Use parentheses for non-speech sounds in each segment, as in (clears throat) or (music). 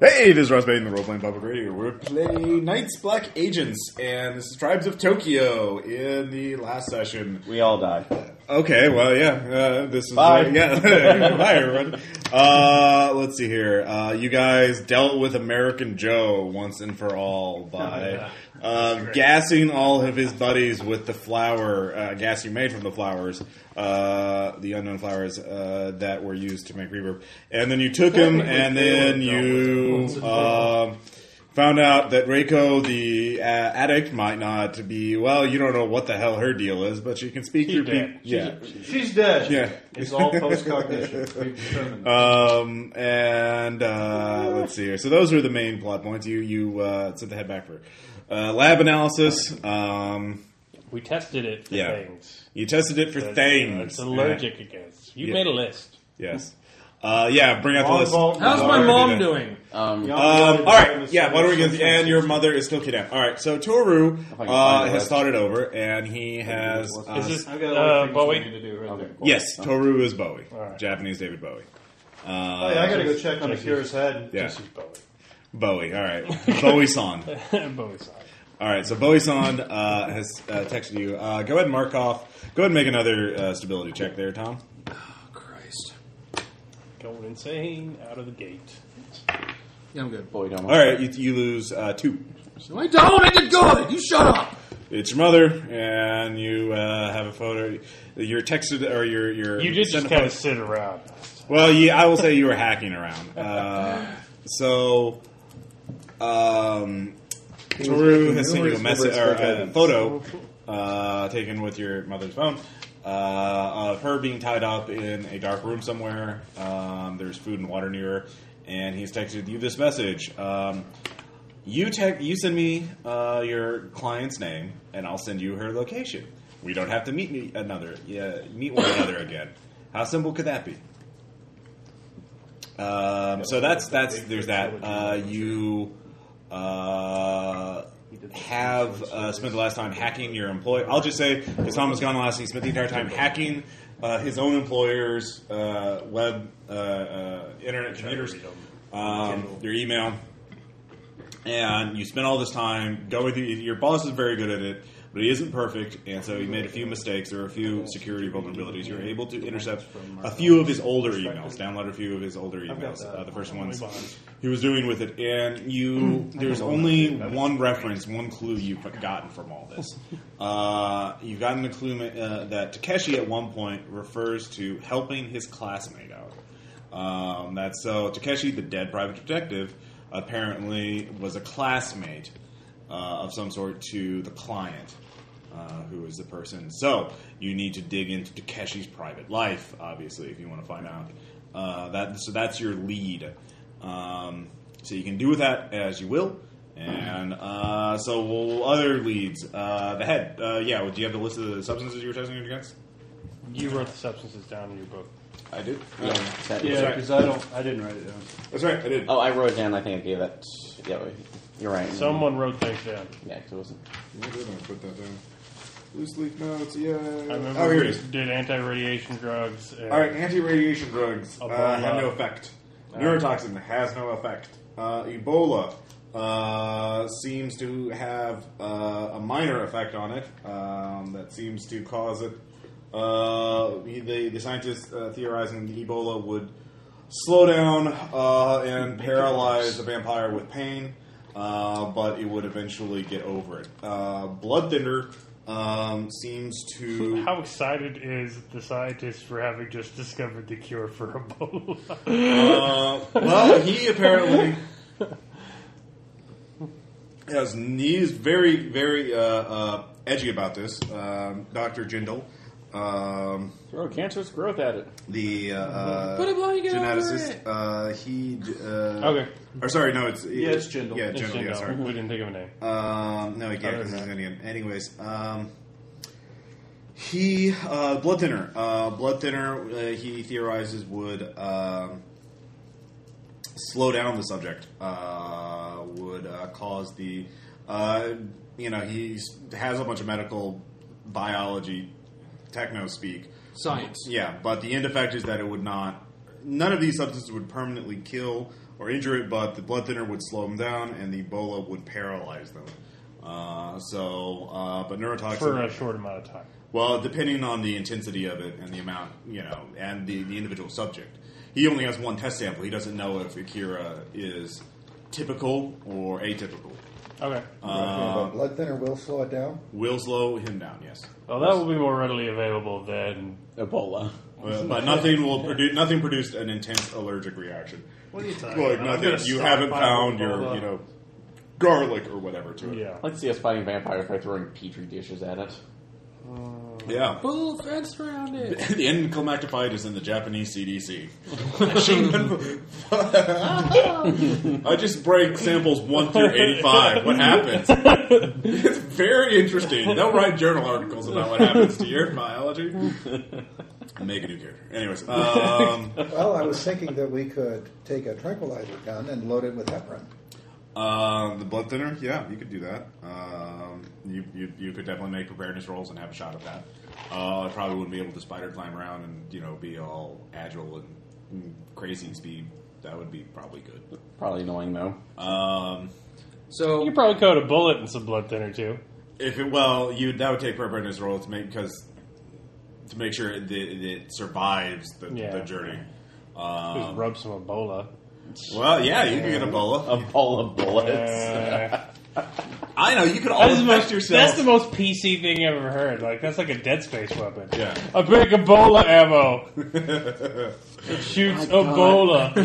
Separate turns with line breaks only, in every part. Hey, this is Ross Baden, the Roleplaying Public Radio. We're playing Knights Black Agents, and this is Tribes of Tokyo in the last session.
We all die.
Okay, well, yeah, uh, this is
Bye. (laughs)
yeah, (laughs) bye everyone. Uh, let's see here. Uh, you guys dealt with American Joe once and for all
(laughs)
by uh, gassing all of his buddies with the flour uh, gas you made from the flowers, uh, the unknown flowers uh, that were used to make reverb, and then you took him, and then you. um Found out that Reiko, the uh, addict, might not be. Well, you don't know what the hell her deal is, but she can speak through
dead.
people. Yeah,
She's dead.
Yeah.
It's all
(laughs)
post cognition. We've determined.
Um, and uh, let's see here. So those were the main plot points. You you uh, sent the head back for uh, lab analysis. Um,
We tested it for
Yeah.
things.
you tested it for
that, uh,
things.
It's allergic against. You
Yeah.
made a list.
Yeah. Yes. Uh, yeah. Bring out the list.
Volleyball.
How's
How's
my Already
my
mom done.
(laughs)
mom doing?
Um,
Yeah.
Um, all right, yeah. Why don't we get? And your mother is still kidnapped. All right. So Toru
I can
uh,
find
has
it.
thought it over, and he has. Uh,
Is this
I've got a lot
uh,
of things we need
Bowie?
to do right
okay,
there.
cool.
yes, Toru is Bowie,
right.
Japanese David Bowie. Uh,
Oh, yeah, I gotta go check on the
Jesus.
cure's head.
Yeah.
This is Bowie.
Bowie. All right, Bowie song.
Bowie side.
All right, so Bowie-san uh, has uh, texted you. Uh, go ahead and mark off. Go ahead and make another uh, stability check there, Tom.
Christ.
Going insane out of the gate.
Yeah, I'm good.
Boy, don't
All right, you, you lose uh, two.
So I don't. I did good. You shut up.
It's your mother, and you uh, have a photo. You're texted, or you're you're
You did
sent
just
Uh, a
kind of
post-
sit around.
Well, yeah, I will say you were hacking around. Uh, so, um, Toru has sent you a message or a photo uh, taken with your mother's phone uh, of her being tied up in a dark room somewhere. Um, there's food and water near her, and he's texted you this message. Um, you tech, you send me uh, your client's name, and I'll send you her location. We don't have to meet me another, yeah, meet one another again. How simple could that be? Um, so that's that's there's that. Uh, you uh, have uh, spent the last time hacking your employer. I'll just say because Tom was gone last, he spent the entire time hacking uh, his own employer's uh, web, uh, uh, internet, computers, um, your email, and you spent all this time going through. Your boss is very good at it, but he isn't perfect, and so he made a few mistakes. There were a few security vulnerabilities. You were able to intercept a few of his older emails, download a few of his older emails. Uh, the first ones he was doing with it, and you there's only one reference, one clue you've gotten from all this. Uh, you've gotten the clue uh, that Takeshi at one point refers to helping his classmate out. Um, that's so Takeshi, the dead private detective, apparently was a classmate uh, of some sort to the client, uh, who is the person. So you need to dig into Takeshi's private life, obviously, if you want to find out. Uh, that so that's your lead. Um, so you can do with that as you will. And uh, so well, other leads, uh, the head. Uh, yeah, do you have the list of the substances you were testing it against?
You wrote the substances down in your book.
I did.
Sad.
Yeah,
Sorry.
because I don't. I didn't write it down.
That's right, I did.
Oh, I wrote it down. I think I gave that. Yeah, wait, you're right.
Someone wrote things down.
Yeah, 'cause it wasn't.
Where did I put that down? Loose leaf notes, yeah.
I remember
oh, here it
we
is.
did anti-radiation drugs. And
All right, anti-radiation drugs uh,
Ebola.
have no effect. Neurotoxin has no effect. Uh, Ebola uh, seems to have uh, a minor effect on it. Um, that seems to cause it. Uh, the, the scientists uh, theorizing Ebola would slow down uh, and paralyze the vampire with pain, uh, but it would eventually get over it. Uh, blood thinner um, seems to.
How excited is the scientist for having just discovered the cure for
(laughs)
(laughs) Ebola?
Uh, well, he apparently has he's very very uh, uh, edgy about this. Um, Doctor Jindal, um,
Throw cancerous growth at it.
the uh, uh,
Put a blanket over
geneticist,
it.
uh, he uh,
Okay.
Or sorry, no, it's
Yeah, it's Jindal.
Yeah,
It's
Jindal.
Jindal.
Yeah, sorry.
We didn't think of a name.
Um, no, he can't because he's Indian. Anyways, um, he uh, blood thinner. Uh, blood thinner. Uh, he theorizes would um, slow down the subject. Uh, would uh, cause the. Uh, you know, he has a bunch of medical biology techno speak.
Science.
Yeah, but the end effect is that it would not none of these substances would permanently kill or injure it, but the blood thinner would slow them down, and the Ebola would paralyze them. Uh, so, uh, but neurotoxin
for a short amount of time.
well, depending on the intensity of it and the amount, you know, and the, the individual subject. He only has one test sample. He doesn't know if Akira is typical or atypical.
Okay.
Uh,
blood thinner will slow it down.
will slow him down, yes.
well, that will be more readily available than
Ebola.
Uh, but nothing will produce nothing produced an intense allergic reaction.
what are you talking
Like nothing you haven't found your
Ebola.
you know garlic or whatever to it.
Yeah.
I'd like to see us fighting vampires by throwing petri dishes at it.
Yeah.
Full fence around it.
(laughs) the anticlimactic fight is in the Japanese CDC. (laughs) I just break samples 1 through 85. What happens? It's very interesting. They'll write journal articles about what happens to your biology. Make a new character. Anyways, um,
Well, I was thinking that we could take a tranquilizer gun and load it with heparin.
uh, the blood thinner, yeah, you could do that. Um, you, you, you could definitely make preparedness rolls and have a shot at that. Uh, I probably wouldn't be able to spider climb around and, you know, be all agile and, and crazy speed. That would be probably good.
Probably annoying though.
Um,
So
You probably coat a bullet in some blood thinner too.
if it, well, you that would take preparedness roll to make because to make sure that it survives the,
Yeah.
the journey.
Just
Um,
rub some Ebola.
well, yeah, you can get Ebola.
Ebola bullets.
(laughs)
Uh,
I know you could all
that's, the
infect
most,
yourself.
that's the most PC thing I've ever heard. Like that's like a Dead Space weapon.
Yeah.
A big Ebola ammo. it shoots
Oh
Ebola.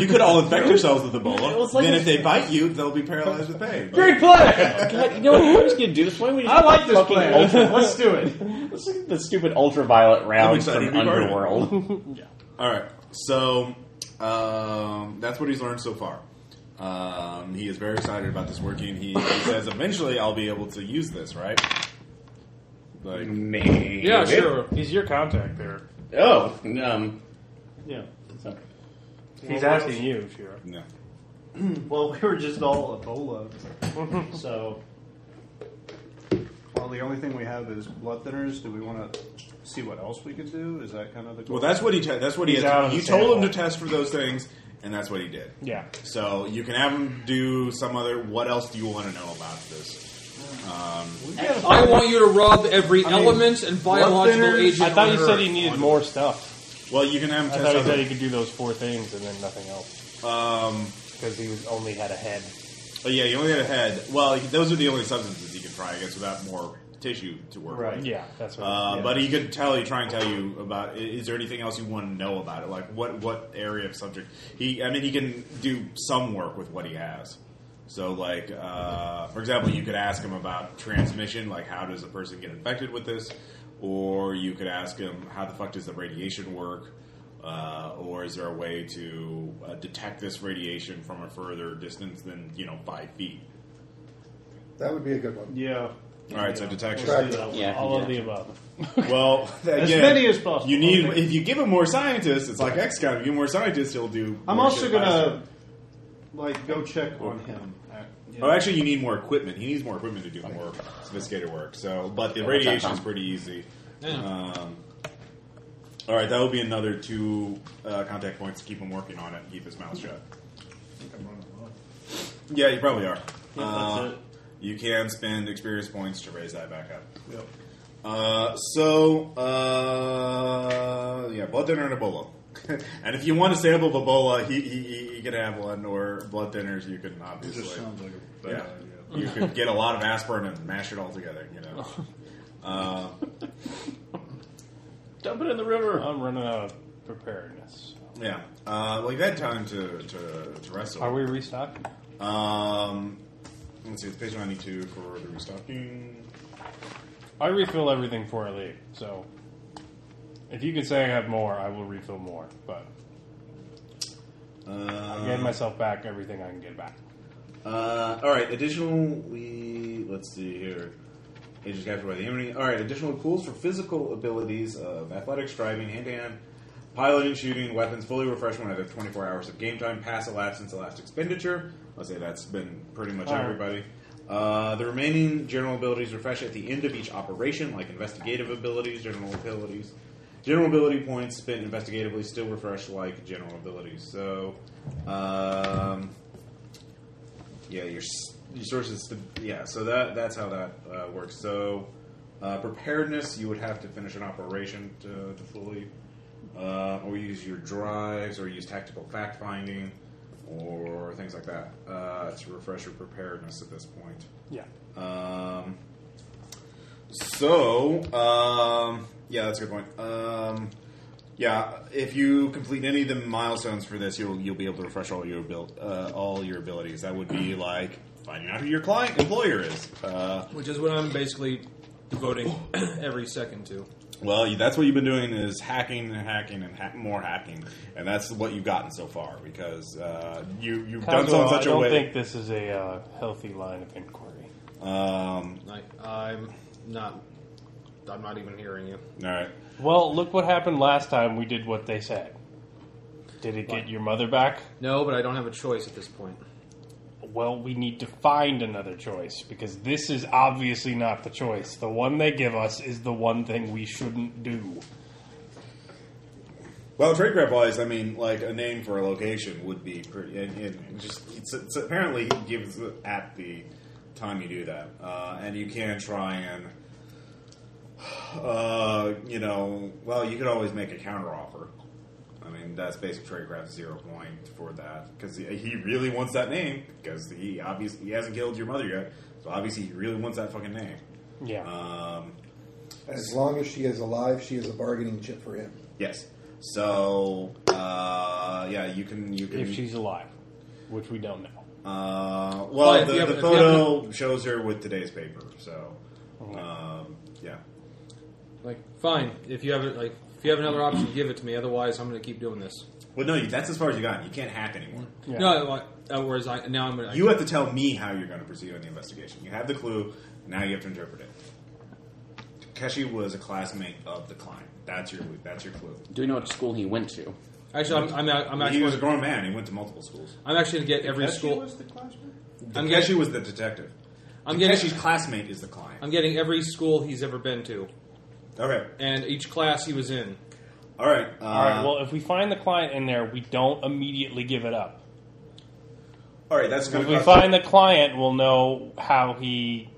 (laughs) you could all infect yourselves with
was
Ebola.
like
then
a-
if they bite you, they'll be paralyzed with pain.
Great play.
God, you know what? We're just gonna do this. Why don't we just
I like this
fucking
plan.
Ultra,
Let's do it.
this is the stupid ultraviolet round
excited
from
to be part of it.
Underworld.
All right, so um, that's what he's learned so far. Um, he is very excited about this working. He, he says, "Eventually, I'll be able to use this." Right? Like,
Maybe.
yeah, sure.
He's your contact there.
Oh, um,
Yeah.
sorry.
He's
Well,
asking you, Shira.
no.
Well, we were just all Ebola. so, well, the only thing we have is blood thinners. Do we want to see what else we could do? Is that kind of the goal?
Well, that's what he. Te- that's what he.
He's out
Has
of
you
the
told him
sample.
to test for those things, and that's what he did.
Yeah.
So you can have him do some other. What else do you want to know about this?
I want you to rub every element and biological
thinner-
agent.
I thought
on
you said
Earth. Uh,
he needed more stuff.
Well, you can have him
I
test
thought he
other.
said he could do those four things and then nothing else.
um,
Because he was only had a head.
oh yeah, you only had a head. Well, those are the only substances you can try, I guess, without more tissue to work
Right.
with.
Yeah, that's what
Uh,
yeah.
But he could tell you, try and tell you about. i- Is there anything else you want to know about it? Like what what area of subject? He, I mean, he can do some work with what he has. So, like uh, for example, you could ask him about transmission, like how does a person get infected with this, or you could ask him how the fuck does the radiation work, uh, or is there a way to uh, detect this radiation from a further distance than you know five feet?
That would be a good one.
yeah.
All right, so detection.
Right.
Yeah,
all of the
yeah.
above.
Well,
(laughs) As
again,
many as possible.
You need
Okay.
if you give him more scientists, it's like XCOM. You give him more scientists, he'll do.
I'm
more
also
shit faster.
gonna like go check on him. Uh, yeah.
Oh, actually, you need more equipment. He needs more equipment to do more sophisticated work. So, but the radiation is pretty easy. Um, all right, that will be another two uh, contact points to keep him working on it and keep his mouth shut. Yeah, you probably are. Uh,
that's it.
You can spend experience points to raise that back up.
Yep.
Uh, so, uh, yeah, blood thinner and Ebola. (laughs) and if you want a sample of Ebola, he, he, he, you can have one, or blood thinners, you can
It
obviously.
just sounds like a bad
yeah.
idea.
You could get a lot of aspirin and mash it all together, you
(laughs)
know. Uh,
Dump it in the river.
I'm running out of preparedness.
yeah. Uh, well, you've had time to, to, to wrestle.
Are we restocking?
Um, let's see, it's page 92 for the restocking.
I refill everything before I leave, so if you could say I have more, I will refill more. But I gave
Uh,
myself back everything I can get back.
uh, all right, additionally, let's see here. Agents captured by the enemy. All right, additional pools for physical abilities of athletics, driving, hand-to-hand, piloting, shooting, weapons, fully refreshed when after 24 hours of game time, pass elapsed since the last expenditure. I'll say that's been pretty much
All right.
everybody. Uh, the remaining general abilities refresh at the end of each operation, like investigative abilities, general abilities, General ability points spent investigatively still refresh like general abilities. So, um, yeah, your s- your sources. To, yeah, so that that's how that uh, works. So, uh, preparedness you would have to finish an operation to, to fully, uh, or use your drives, or use tactical fact finding, or things like that uh, to refresh your preparedness at this point.
Yeah.
Um, so, um, yeah, that's a good point. Um, yeah, if you complete any of the milestones for this, you'll you'll be able to refresh all your abil- uh, all your abilities. That would be like finding out who your client employer is. Uh,
Which is what I'm basically devoting (clears throat) every second to.
well, that's what you've been doing is hacking and hacking and ha- more hacking, and that's what you've gotten so far because uh, you you've done so in
Kazuo,
such
I
a
don't
way.
think this is a uh, healthy line of inquiry.
um,
Like I'm not. I'm not even hearing you.
all right.
Well, look what happened last time we did what they said. Did it get your mother back?
No, but I don't have a choice at this point.
Well, we need to find another choice because this is obviously not the choice. The one they give us is the one thing we shouldn't do.
Well, tradecraft wise, I mean, like a name for a location would be pretty. And, and just it's, it's apparently he gives it at the time you do that, uh, and you can try and, uh, you know, well, you could always make a counteroffer. I mean, that's basic tradecraft zero point for that because he, he really wants that name because he obviously he hasn't killed your mother yet, so obviously he really wants that fucking name.
Yeah.
Um,
As long as she is alive, she is a bargaining chip for him.
yes. So uh, yeah, you can you can
if she's alive, which we don't know.
Uh,
Well,
well,
if you
the,
have-
the
if you have- Oh,
photo shows her with today's paper, so um, yeah.
Like, fine. If you have it, like, if you have another option, give it to me. Otherwise, I'm going to keep doing this.
Well, no, you- that's as far as you got. You can't hack anymore.
Yeah.
No, like, uh, whereas I now I'm going
You have to tell me how you're going to proceed on the investigation. You have the clue. Now you have to interpret it. Takeshi was a classmate of the client. That's your that's your clue.
Do we know what school he went to?
actually I'm, I'm, I'm
he was
actually
a grown man. He went to multiple schools.
I'm actually going to get every
That she
school.
was the classmate?
I'm
Takeshi
getting
was the detective.
I'm
Takeshi's
getting
classmate is the client.
I'm getting every school he's ever been to,
okay.
and each class he was in.
All right. Uh,
All right. Well, if we find the client in there, we don't immediately give it up.
all right. That's going
If
to
we find the client, we'll know how he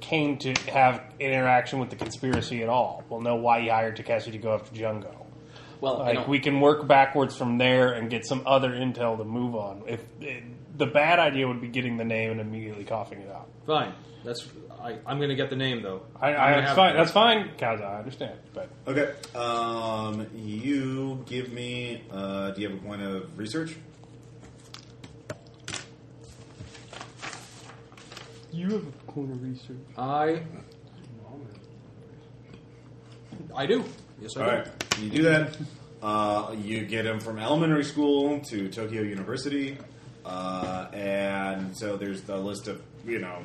came to have interaction with the conspiracy at all. We'll know why he hired Takeshi to go after Jungo.
Well, I
Like
don't-
we can work backwards from there and get some other intel to move on. If it, the bad idea would be getting the name and immediately coughing it up.
Fine. That's I, I'm going to get the name though.
I,
I'm
I,
gonna
that's
have-
fine. That's fine, Kaza. I understand, but
Okay. Um, you give me. Uh, do you have a point of research?
you have a corner research.
I. I do. Yes, I
All
do.
right. You do that. Uh, you get him from elementary school to Tokyo University, uh, and so there's the list of you know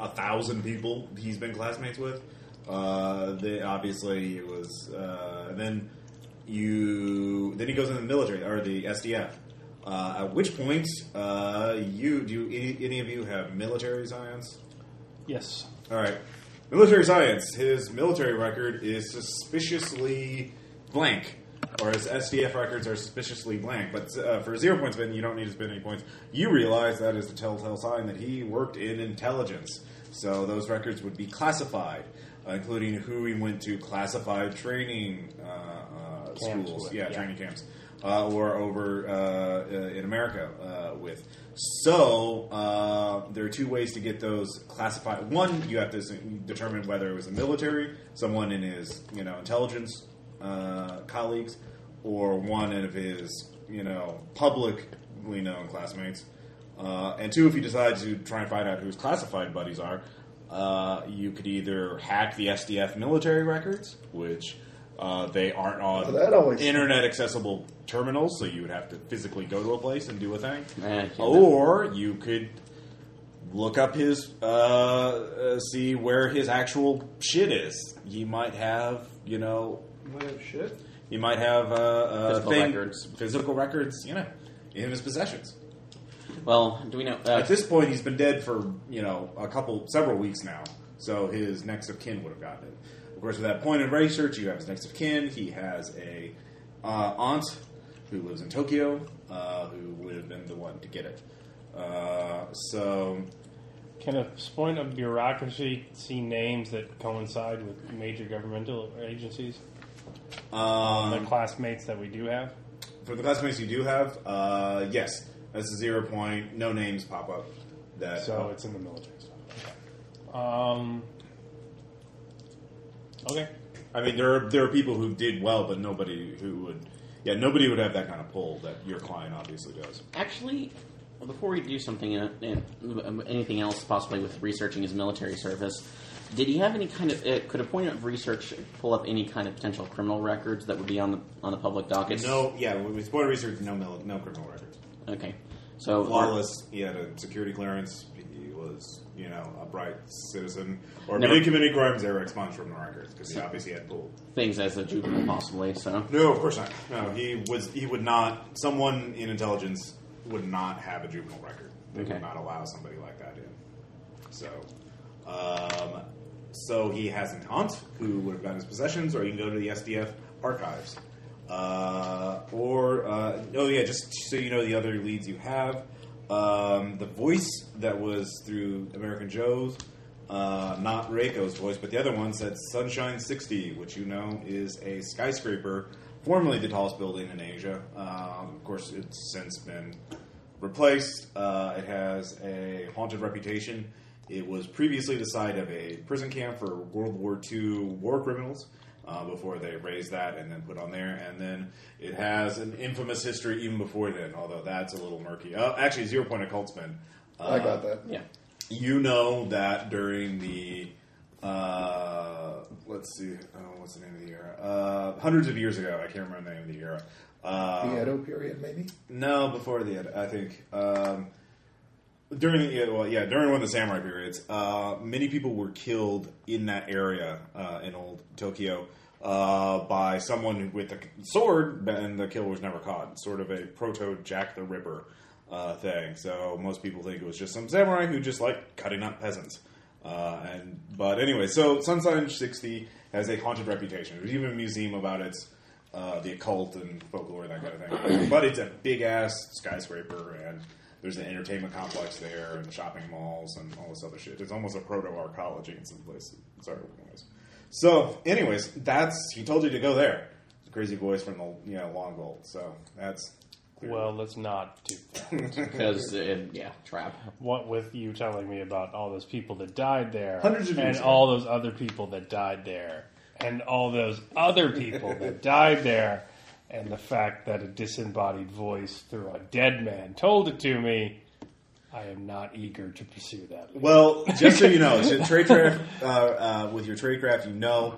a thousand people he's been classmates with. Uh, they, obviously, it was uh, and then you then he goes in the military or the SDF. Uh, at which point, uh, you do any, any of you have military science?
Yes.
All right. Military science. His military record is suspiciously blank, or his SDF records are suspiciously blank. But uh, for a zero point spin, you don't need to spend any points. You realize that is the telltale sign that he worked in intelligence. So those records would be classified, uh, including who he went to classified training uh, uh,
Camps
schools.
with,
Yeah,
yeah.
training camps. Uh, or over uh, uh, in America uh, with. So uh, there are two ways to get those classified. One, you have to s- determine whether it was the military, someone in his you know intelligence uh, colleagues, or one of his you know publicly known classmates. Uh, and two, if you decide to try and find out who his classified buddies are, uh, you could either hack the SDF military records, which uh, they aren't on
Oh, that always-
internet accessible terminals, so you would have to physically go to a place and do a thing.
Eh, yeah.
or you could look up his, uh, uh, see where his actual shit is. He might have, you know,
Might have shit.
he might have uh, uh,
Physical
thing-
records.
physical records, you know, in his possessions.
Well, do we know? Uh,
At this point, he's been dead for you know a couple, several weeks now, so his next of kin would have gotten it. Of course, at that point in research, you have his next of kin. He has a uh, aunt who lives in Tokyo, uh, who would have been the one to get it. Uh, so
Can a point of bureaucracy see names that coincide with major governmental agencies? the
um,
classmates that we do have?
for the classmates you do have, uh, yes, that's a zero point. No names pop up. That
So it's in the military stuff. Okay. Um, okay.
I mean, there are there are people who did well, but nobody who would. Yeah, nobody would have that kind of pull that your client obviously does.
Actually, before we do something, uh, uh, anything else possibly with researching his military service, did he have any kind of? Uh, could a point of research pull up any kind of potential criminal records that would be on the on the public docket?
No, yeah, with spoiler research, no mil- no criminal records.
Okay. So
Flawless. He had a security clearance. He was, you know, a bright citizen. Or if
Never-
he did commit any crimes, they were expunged from the records because he obviously had pull.
things as a juvenile, possibly. So
No, of course not. No, he was. He would not. Someone in intelligence would not have a juvenile record. They
Okay.
would not allow somebody like that in. So, um, so he has an aunt who would have gotten his possessions, or you can go to the SDF archives, uh, or uh, oh yeah, just so you know the other leads you have. Um, the voice that was through American Joe's, uh, not Reiko's voice, but the other one said Sunshine 60, which you know is a skyscraper, formerly the tallest building in Asia. Um, of course, it's since been replaced. Uh, it has a haunted reputation. It was previously the site of a prison camp for World War II war criminals. Uh, before they raised that and then put on there, and then it has an infamous history even before then. Although that's a little murky. Uh, actually, zero point of cultsman. Uh,
I got that.
yeah.
you know that during the uh, let's see, oh, what's the name of the era? Uh, hundreds of years ago, I can't remember the name of the era. Uh,
The Edo period, maybe.
no, before the end, I think. Um, during the, yeah, well, yeah, during one of the samurai periods, uh, many people were killed in that area uh, in old Tokyo uh, by someone with a sword, and the killer was never caught. Sort of a proto Jack the Ripper uh, thing. So most people think it was just some samurai who just like cutting up peasants. Uh, and but anyway, so Sunshine sixty has a haunted reputation. There's even a museum about its uh, the occult and folklore that kind of thing. but it's a big ass skyscraper, and there's an entertainment complex there, and shopping malls, and all this other shit. It's almost a proto archaeology in some places. Sorry, anyways. So, anyways, that's he told you to go there. It's a crazy voice from the you know long gold. So that's clear.
Well, let's not do that.
Because uh, yeah, trap.
What with you telling me about all those people that died there,
Hundreds of
and
years ago.
all those other people that died there, and all those other people
(laughs)
that died there, and the fact that a disembodied voice through a dead man told it to me, I am not eager to pursue that.
Well, just so you know, it's a trade craft, uh, uh, with your tradecraft, you know.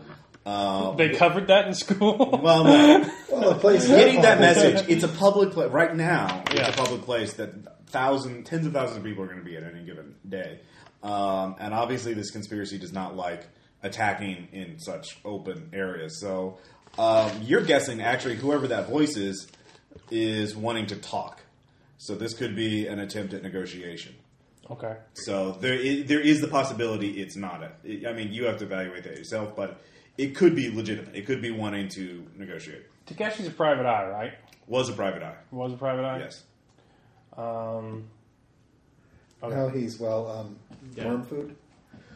Uh,
They covered that in school.
well, no.
Well, the place
uh, getting that message, it's a public place right now. It's
Yeah.
a public place that thousand, tens of thousands of people are going to be at any given day. Um, and obviously, this conspiracy does not like attacking in such open areas. So um, you're guessing actually whoever that voice is is wanting to talk. So this could be an attempt at negotiation.
(laughs) okay.
So there is, there is the possibility it's not a. it- I mean, you have to evaluate that yourself, but it could be legitimate. It could be wanting to negotiate.
Takeshi's a private eye, right?
Was a private eye.
Was a private eye?
Yes.
Um,
Now he's well, um, worm food.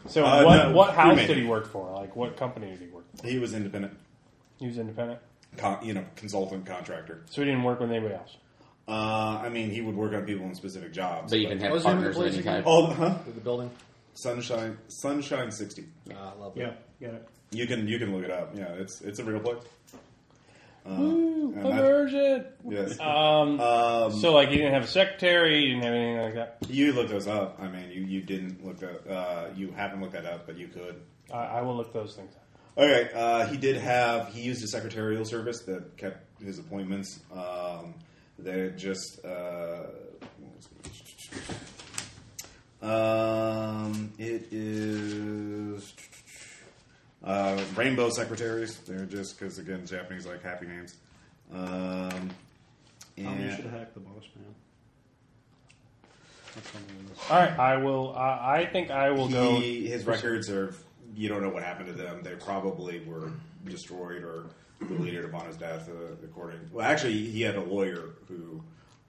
so
Uh,
what,
no,
what house
crewmate.
did he work for? Like, what company did he work for?
He was independent,
He was independent.
con- you know, consultant contractor.
So he didn't work with anybody else.
Uh, I I mean, he would work on people in specific jobs.
But you can have
was in the
partners of
place
any
again.
type.
oh, huh?
The building.
Sunshine, Sunshine sixty.
Ah, lovely.
Yeah, got it.
You can you can look it up. Yeah, it's it's a real place. Uh,
Ooh,
and that-
Immersion.
yes.
Mm, Um,
Um,
so like he didn't have a secretary, he didn't have anything like that.
you looked those up. I mean, you, you didn't look that. Uh, you haven't looked that up, but you could.
I, I will look those things up.
Okay, uh, he did have he used a secretarial service that kept his appointments. Um, they just uh, um, it is uh, rainbow secretaries. They're just because again Japanese like happy names. Um,
Oh, you
and-
should hack the boss man. That's one of those.
All right, I will. Uh, I think I will go.
He, his records are you don't know what happened to them. They probably were destroyed or deleted upon his death, uh, according. Well, actually, he had a lawyer who,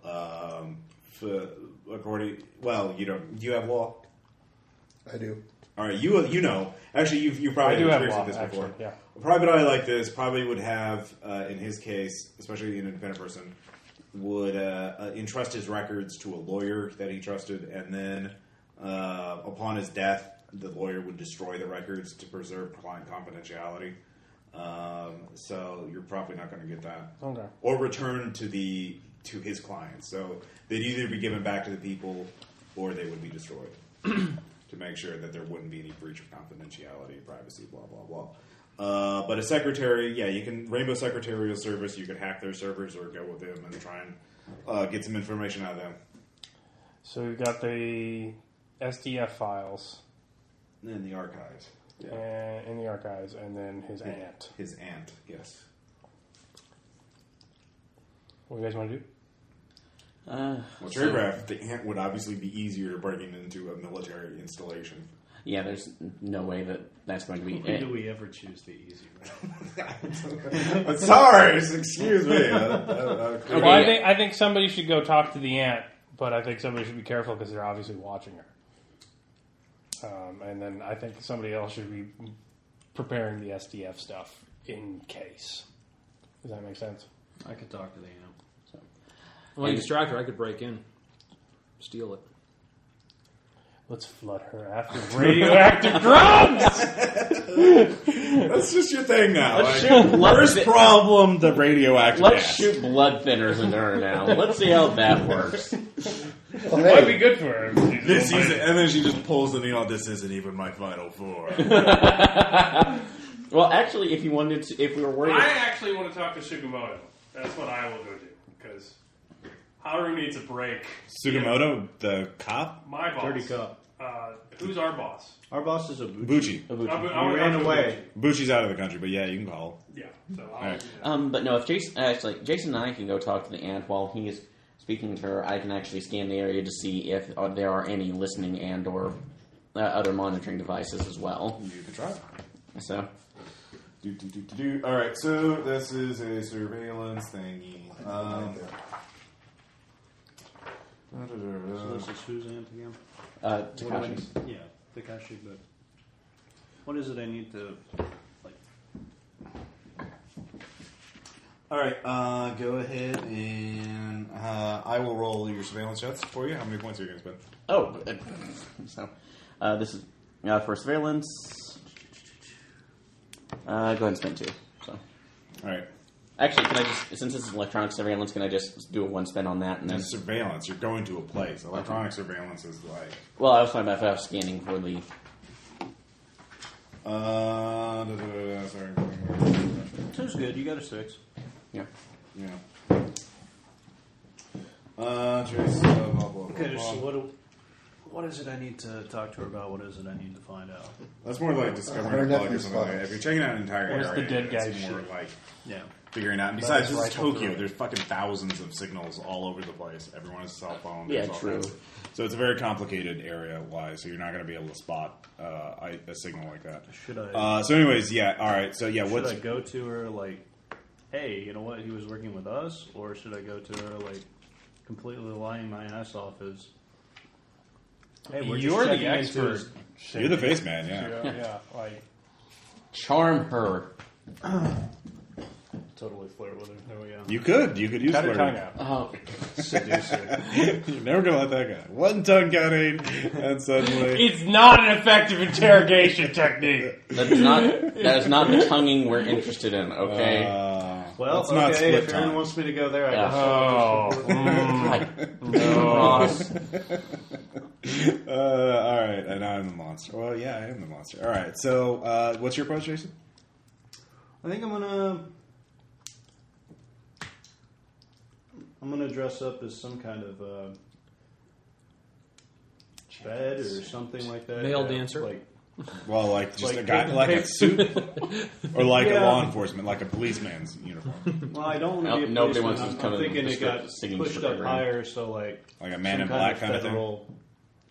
um, f- according. Well, you don't. Do you have law?
I do.
All right, you you know. Actually, you've you probably
I do have
experienced
law,
this before.
actually, yeah.
A private eye like this probably would have, uh, in his case, especially an independent person, would uh, uh, entrust his records to a lawyer that he trusted, and then uh, upon his death, the lawyer would destroy the records to preserve client confidentiality. Um, so you're probably not going to get that,
Okay.
or return to the to his clients. So they'd either be given back to the people, or they would be destroyed to make sure that there wouldn't be any breach of confidentiality, privacy, blah blah blah. Uh, but a secretary, yeah, you can Rainbow Secretarial Service. You can hack their servers or go with them and try and uh, get some information out of them.
So we've got the SDF files
In the archives,
uh, in the archives, and then his aunt.
his aunt, yes.
What do you guys want to do?
Uh,
Well,
so-
Paragraph, the ant would obviously be easier breaking into a military installation.
yeah, there's no way that that's going to be.
When do we ever choose the easy route?
I'm sorry, excuse me. Uh, uh, uh,
Well, I
yeah.
think I think somebody should go talk to the aunt, but I think somebody should be careful because they're obviously watching her. Um, and then I think somebody else should be preparing the SDF stuff in case. Does that make sense?
I could talk to the amp.
When I distract her, I could break in, steal it.
Let's flood her after radioactive drugs.
That's just your thing now.
Let's
like,
shoot blood
first
thi-
problem, the radioactive.
Let's
gas.
shoot blood thinners into her now. Let's see how that works.
Well,
Might be
hey,
good for her.
This is, and then she just pulls the needle. This isn't even my final
(laughs)
four.
Well, actually, if you wanted to, if we were worried,
I actually want to talk to Sugimoto. That's what I will go do because Haru needs a break.
Sugimoto, the cop,
My boss.
Dirty cup.
Uh, who's our boss?
Our boss is a boot.
Bucci.
I would- I
He
would
ran
have to-
away.
Bucci's out of the country, but yeah, you can call.
Yeah. So I'll,
Alright.
um, but no, if Jason actually Jason and I can go talk to the ant while he is speaking to her, I can actually scan the area to see if uh, there are any listening and or uh, other monitoring devices as well.
You can try.
So
Do, do, do, do, do. All right, so this is a surveillance thingy. Um,
So this is who's amp again?
uh,
What do I
Takashi's.
need- Yeah, Takashi, but what is it I need to, like,
All right, uh, go ahead and uh, I will roll your surveillance shots for you. How many points are you going to spend?
Oh, uh, (laughs) so uh, this is uh, for surveillance. Uh, go ahead and spend two. So
All right,
actually, can I just since this is electronic surveillance, can I just do a one spin on that and then?
Just surveillance. You're going to a place. Electronic surveillance is like
Well, I was talking about if I was scanning for the.
Uh, da, da, da, da, sorry.
two's good, you got a six.
Yeah.
Yeah. Uh, Trace, uh, blah, blah, blah,
Okay, so
blah.
what, do- what is it I need to talk to her about? What is it I need to find out?
That's more like discovering
Uh,
a bug or something like that. If you're checking out an entire
Where's the
area,
dead guy
it's more
shit?
like
Yeah.
figuring out. Besides,
his
this is
rifle
Tokyo.
through.
There's fucking thousands of signals all over the place. Everyone has a cell phone.
Yeah,
there's all
true.
kinds of- So it's a very complicated area-wise. So you're not going to be able to spot uh, I- a signal like that.
Should I-
Uh, so, anyways, yeah. All right. So, yeah.
Should
What's
I go to her like, hey, you know what? He was working with us, or should I go to her like, completely lying my ass off as, hey, we're just
You're the
checking into
expert.
his-
you're the face man? Yeah.
Yeah, yeah, like
Charm her.
Totally flirt with her. There we go.
You could. You could use
cut her
flirting.
tongue
(laughs)
out.
Oh,
Seduce her.
You're never gonna let that guy. One tongue cutting, and
(laughs)
suddenly
It's not an effective interrogation technique.
that is not that is not the tonguing we're interested in. Okay.
Uh,
Well,
let's
okay,
not split
if Aaron
tongue.
wants me to go there, I
Yeah.
guess.
Oh, mm,
Like,
no.
Ross.
(laughs) Uh, all right, and I'm the monster. Well, yeah, I am the monster. All right, so uh, what's your approach, Jason?
I think I'm gonna. I'm gonna dress up as some kind of uh, bed or something like that.
Male
Yeah,
dancer?
Like,
Well, like just
Like
a guy,
paper
like a
pigs.
suit, (laughs) or like a
Yeah.
law enforcement, like a policeman's uniform,
well, I don't want
No-
to be a
nobody
policeman.
wants us
I'm,
to come
I'm
in
thinking
with
it
the
got
script- singing
pushed
script
up
program.
higher, so like
like a man in
some
black
kind
kind of thing.
federal-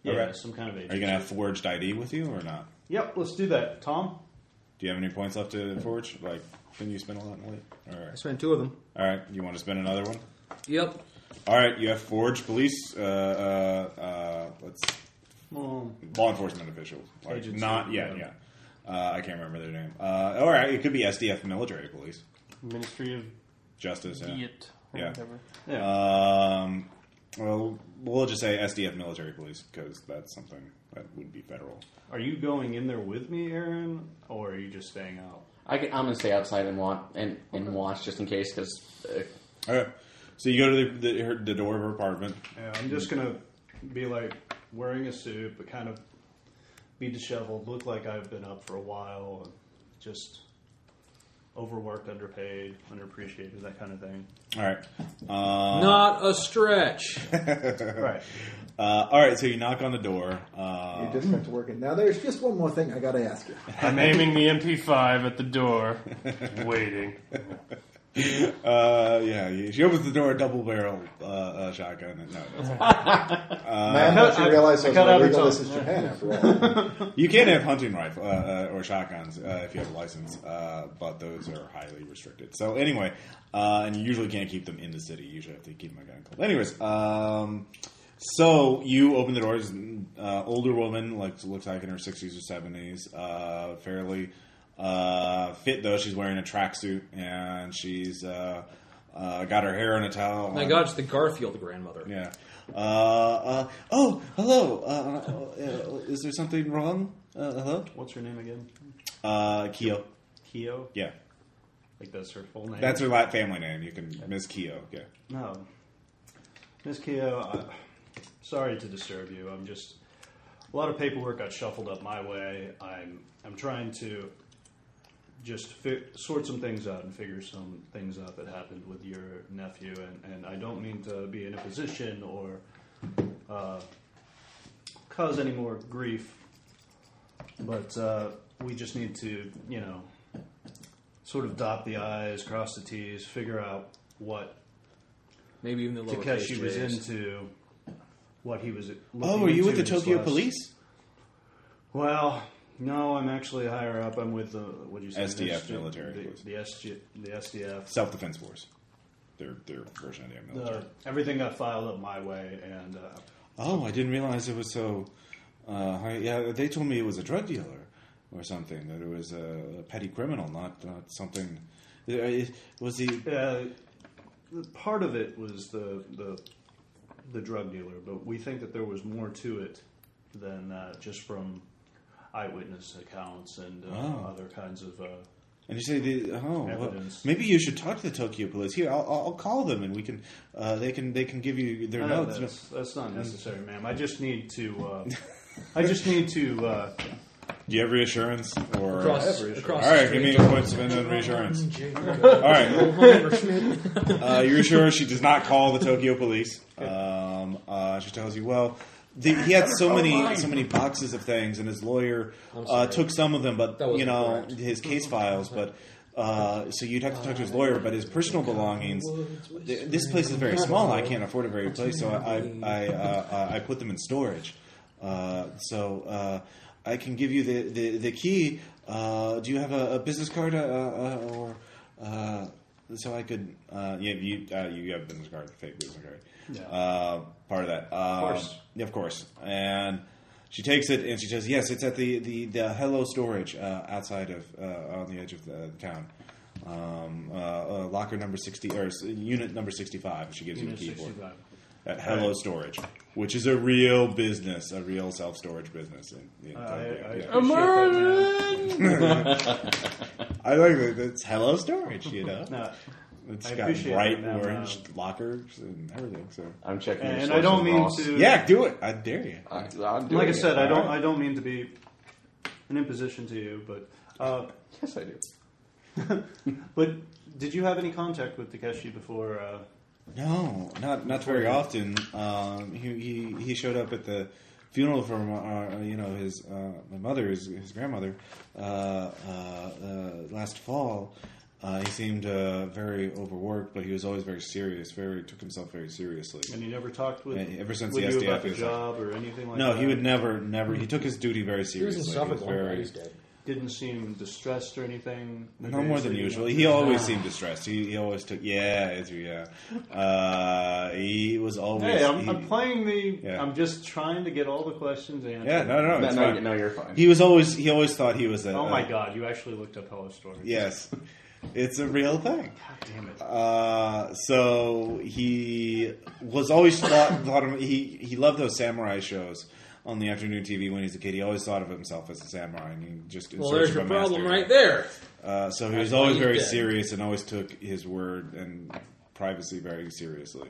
Yeah,
Okay.
some kind of
Are you
agent.
gonna have forged ID with you or not?
Yep, let's do that. Tom?
Do you have any points left to forge? Like, can you spend a lot in elite? All
I
right,
spent two of them.
all right. You want to spend another one?
Yep.
All right, you have forge police. Uh, uh, uh, let's
Well,
law enforcement officials. Like,
Agents.
not yeah, yeah. Uh, I can't remember their name. Uh, all right, it could be SDF military police
Ministry of
justice. Yeah.
Idiot or
Yeah.
whatever.
yeah.
Um, well, we'll just say SDF military police because that's something that would be federal.
are you going in there with me, Aaron, or are you just staying out?
I can, I'm gonna stay outside and watch and, and watch just in case because uh,
Okay, so you go to the the, her, the door of her apartment.
Yeah, I'm just gonna be like wearing a suit, but kind of be disheveled, look like I've been up for a while, and just overworked, underpaid, underappreciated, that kind of thing.
All right. Uh,
Not a stretch.
Right.
uh, all right. So you knock on the door. Uh,
You just have to work it. Now, there's just one more thing I got to ask you.
I'm aiming the MP5 at the door, waiting.
uh, yeah. you- She opens the door, double barrel uh, uh, shotgun. and- No, that's
Man, don't you
I-
realize
I
that's
cut out her
illegal?
tongue.
This is Japan, after all.
You can have hunting rifle uh, uh, or shotguns uh, if you have a license, uh, but those are highly restricted. So anyway, uh, and you usually can't keep them in the city. You usually have to keep them at gun club. Anyways, um, so you open the doors. and, Uh, older woman, like looks like in her sixties or seventies, uh, fairly uh, fit though. She's wearing a tracksuit and she's uh, uh, got her hair in a towel.
My God, it's the Garfield grandmother.
Yeah. Uh, uh, oh, hello. Uh, uh, uh, is there something wrong? Uh, hello.
What's her name again?
Uh, Keo.
Keo.
Yeah.
Like that's her full name.
That's her lat family name. You can Miss Keo. Yeah.
No. Um, Miss Keo, I, sorry to disturb you. I'm just a lot of paperwork got shuffled up my way. I'm I'm trying to just fi- sort some things out and figure some things out that happened with your nephew. And, and I don't mean to be in a position or uh, cause any more grief, but uh, we just need to, you know, sort of dot the i's, cross the t's, figure out what
Maybe even the lower
Takeshi was into what he was.
Oh,
looking
are you with
into
the
in his
Tokyo
last-
Police?
Well, no, I'm actually higher up. I'm with the what do you say?
SDF
the-
military
The,
police.
the, SG, the SDF.
Self Defense Force. Their their version of the military.
The, Uh, everything got filed up my way, and uh,
oh, I didn't realize it was so. Uh, high. Yeah, they told me it was a drug dealer or something. That it was a, a petty criminal, not not something. Uh, it- Was he?
uh, part of it was the the the drug dealer, but we think that there was more to it than uh, just from eyewitness accounts and uh,
Oh.
other kinds of. Uh,
And you say, the, oh, well,
Evidence.
maybe you should talk to the Tokyo Police. Here, I'll, I'll call them, and we can. Uh, they can they can give you their
No, no,
notes.
that's, that's not necessary, ma'am. I just need
(laughs)
to. Uh, I just need to. Uh,
Do you have reassurance or?
Across,
Everest.
across
All right,
the
give me
street.
a point spend on reassurance. All right, uh, you're sure she does not call the Tokyo police. Um, uh, she tells you, well, the, he had so many so many boxes of things, and his lawyer uh,
sorry.
took some of them, but
That wasn't
you know
correct.
his case files, but. Uh, so you'd have to talk to his lawyer, but his personal belongings. Th- this place is very small. I can't afford a very place, so I I, I, uh, I put them in storage. Uh, so uh, I can give you the the, the key. Uh, do you have a, a business card uh, uh, uh, or uh, so I could? Uh, yeah, you uh, you have a business card, fake business card.
Yeah.
Uh, part of that, um,
course.
yeah, of course. And she takes it and she says, "Yes, it's at the the, the Hello Storage uh, outside of uh, on the edge of the, town." Um, uh, uh, locker number sixty or s- unit number sixty-five. and She gives
Unit
you the keyboard
65.
at Hello Storage, which is a real business, a real self storage business. In, in
I, Uh, I Oh.
Tokyo.
appreciate
Yeah.
that, ma'am.
I like that. It's Hello Storage, you know.
No,
It's
(laughs) I
got
appreciate
bright
that, ma'am.
orange lockers and everything. So
I'm checking. your
and I
sources,
don't mean
Ross.
to.
yeah, do it. I dare you.
I, am doing
Like I
it.
said, I don't.
Alright.
I don't mean to be an imposition to you, but. Uh,
Yes, I do.
but did you have any contact with Takeshi before? Uh,
No, not not very often. Um, he, he he showed up at the funeral for uh, you know his uh, my mother his, his grandmother uh, uh, uh, last fall, Uh, he seemed uh, very overworked, but he was always very serious. Very took himself very seriously.
And you never talked with,
Yeah, ever since
with
the
you
SDF
about the
is-
job or anything like
No,
that?
he would never, never. He took his duty very
He was
seriously.
in Suffolk
was
one
very-
day. He's dead.
Didn't seem distressed or anything.
No more than usual. He always
Ah.
seemed distressed. He, he always took yeah, Ezra, yeah. Uh, he was always.
Hey, I'm,
he,
I'm playing the.
Yeah.
I'm just trying to get all the questions answered.
Yeah, no, no,
No,
Oh, it's
no,
fine.
no, you're fine.
He was always. He always thought he was a.
Oh my
a-
god, you actually looked up Hello Story.
Yes, (laughs) it's a real thing.
God damn it.
Uh, so he was always thought, thought of, he he loved those samurai shows on the afternoon TV when he was a kid. He always thought of himself as a samurai, and he just in
Well,
search
there's
of
your
a
problem
master.
right there.
Uh, so he was
That's why
always
he's
very
dead.
serious and always took his word and privacy very seriously.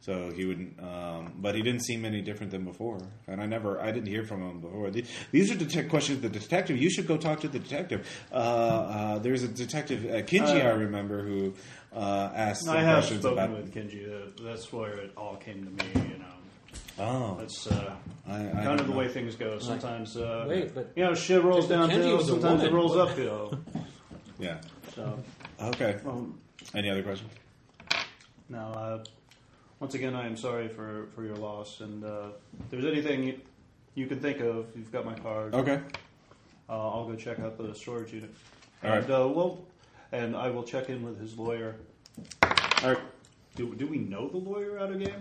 So he wouldn't, um, but he didn't seem any different than before. And I never, I didn't hear from him before. The- These are detect questions. The detective, you should go talk to the detective. Uh, uh, there's a detective uh, Kinji, I remember, who uh, asked some
I have
questions
spoken
about.
with Kenji. Uh, that's where it all came to me. You know,
oh,
that's uh,
I, I
kind
don't
of the
know.
way things go. Sometimes, uh,
Wait, but-
you know, shit rolls
But Kenji
downhill.
was a
Sometimes it
woman.
rolls uphill.
(laughs)
Yeah.
So,
Okay.
um,
Any other questions?
now, uh, once again, I am sorry for for your loss. And uh, if there's anything you, you can think of, you've got my card.
Okay.
Uh, I'll go check out the storage unit.
All right.
And, uh, we'll, and I will check in with his lawyer.
All right.
Do, do we know the lawyer out of game?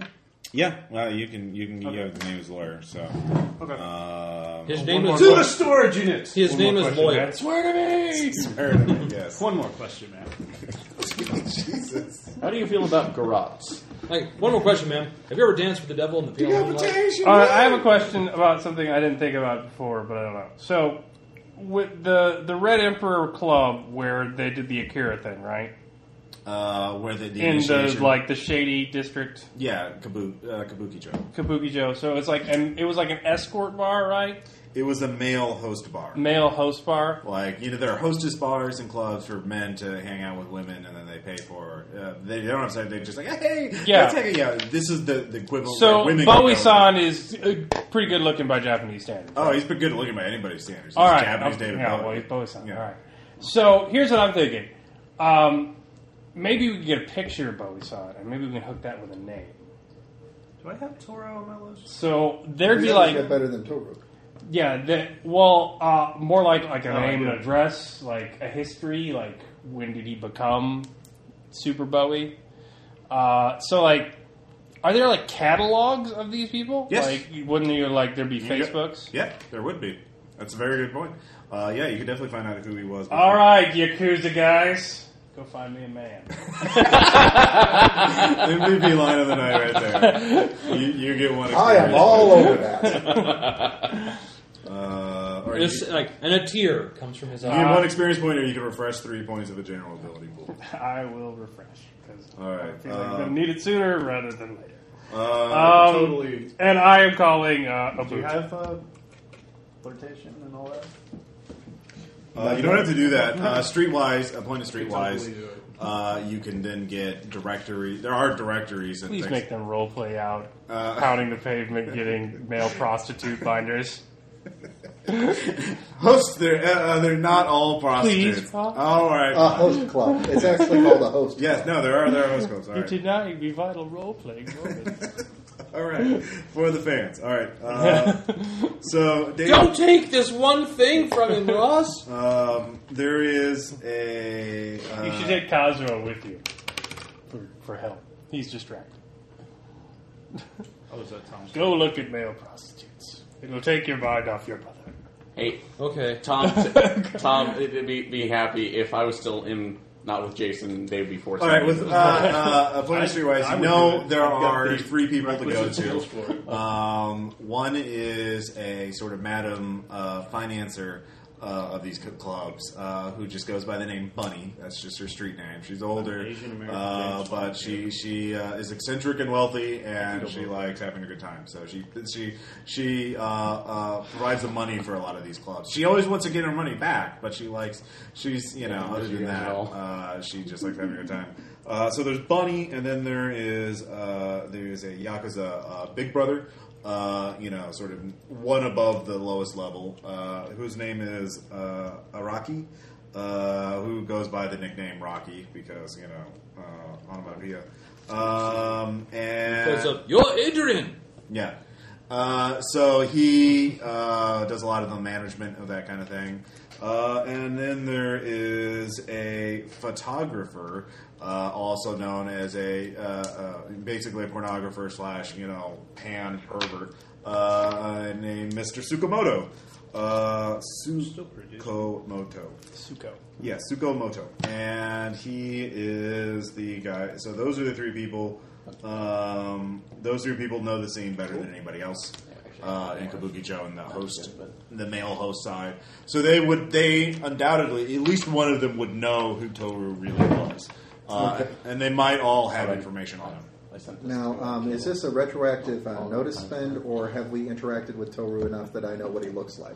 Yeah. Well, you can. You can. You
Okay.
have the name as lawyer. So.
Okay.
Um,
His name
one
is
to the storage unit!
his
One
name
more
is
question,
Lawyer.
man. Swear to me.
yes.
One more question, man.
How do you feel about garrots?
Like one more question, ma'am. Have you ever danced with the devil in the pale moonlight?
All right, Uh, I have a question about something I didn't think about before, but I don't know. So, with the the Red Emperor Club, where they did the Akira thing, right?
Uh, where the, the
In the
initiation-
like the shady district,
yeah, kabu- uh, Kabuki Joe.
Kabuki Joe. So it's like, and it was like an escort bar, right?
It was a male host bar.
Male host bar.
Like you know, there are hostess bars and clubs for men to hang out with women, and then they pay for. Uh, they don't have sex. They're just like, hey,
Yeah.
let's hang out." Yeah, this is the the equivalent.
So
where women can
Bowie
go.
San is uh, pretty good looking by Japanese standards.
Oh, he's been good looking by anybody's standards. He's
All right.
Japanese
Okay,
David
yeah,
Bowie. (laughs)
well, he's Bowie San.
Yeah.
All right. So here's what I'm thinking. Um, maybe we can get a picture of Bowie San, and maybe we can hook that with a name.
Do I have Toro on my list?
So there'd be
He's
like,
better than Toru.
yeah, the, well, uh, more like like a
Oh,
name
yeah.
and address, like a history, like when did he become Super Bowie? Uh, so like, are there like catalogs of these people?
Yes.
Like, wouldn't you like there be
You can go-
Facebooks?
Yeah, there would be. That's a very good point. Uh, yeah, you could definitely find out who he was.
All right, Yakuza guys, go find me a man.
the movie line of the night right
(laughs)
there. You, you get one.
I am
experience.
all over that.
Uh, all right,
This,
you-
like, and a tear comes from his
You get
uh,
eye.
one experience point, or you can refresh three points of a general ability pool.
(laughs) I will refresh because
All right,
I feel like I'm
um,
gonna need it sooner rather than later.
Uh,
Um,
totally.
And I am calling uh, a
Do you
boot.
have uh, flirtation and all that?
uh, you don't have to do that. Uh, streetwise, a point of
Totally
streetwise,
do it.
uh, you can then get directory. There are directories and
Please
things.
make them roleplay out,
Uh, (laughs)
pounding the pavement, getting male prostitute binders.
Hosts, they're uh, uh, they're not all prostitutes.
Please, Paul.
all right.
A host club. It's actually called a host.
yes, no, there are there are host
(laughs)
clubs. All
You
right,
denying me vital roleplaying (laughs) moments.
all right, for the fans. All right.
(laughs)
Uh, so, Dave,
Don't take this one thing from
(laughs)
him, Ross.
um, there is a. Uh,
you should take Kazuo with you for, for help. He's distracted.
Oh, is that Tom's?
Go look at male prostitutes. It'll take your mind off your mother.
Hey,
Okay.
(laughs)
Tom, Tom, it'd be, be happy if I was still in, not with Jason, they'd be forced.
All right, with uh, uh, Appointed
(laughs) I-
Streetwise,
I
you
would do
know
it.
there
I've got
are
the
three people to go
requisite skills for
to. Um, one is a sort of madam uh, financer uh, of these cl- clubs uh, who just goes by the name Bunny. That's just her street name. She's older,
Asian American
uh,
dance
but
club,
she she uh, is eccentric and wealthy, and she likes having a good time. So she she she uh, uh, provides the money for a lot of these clubs. She always wants to get her money back, but she likes she's you know other than
Yeah,
that.
well.
Uh, she just likes having a good time. Uh, so there's Bunny, and then there is uh, there is a Yakuza uh, Big Brother, uh, you know, sort of one above the lowest level, uh, whose name is uh, Araki. uh, who goes by the nickname Rocky because you know uh, onomatopoeia. Um, and
Goes up, you're Adrian.
yeah. Uh, so he uh, does a lot of the management of that kind of thing. Uh, and then there is a photographer, uh, also known as a uh, uh, basically a pornographer slash you know pan pervert uh, named Mr. Sukamoto. Uh, Sukamoto.
Suko.
Yeah, Sukomoto. And he is the guy. So those are the three people. Um, those three people know the scene better than anybody else uh, in Kabukicho and the host, the male host side. So they would, they undoubtedly, at least one of them would know who Toru really was. Uh, And they might all have information on him.
I sent this
Now,
to-
um, is this a retroactive uh, notice spend, or have we interacted with Toru enough that I know what he looks like?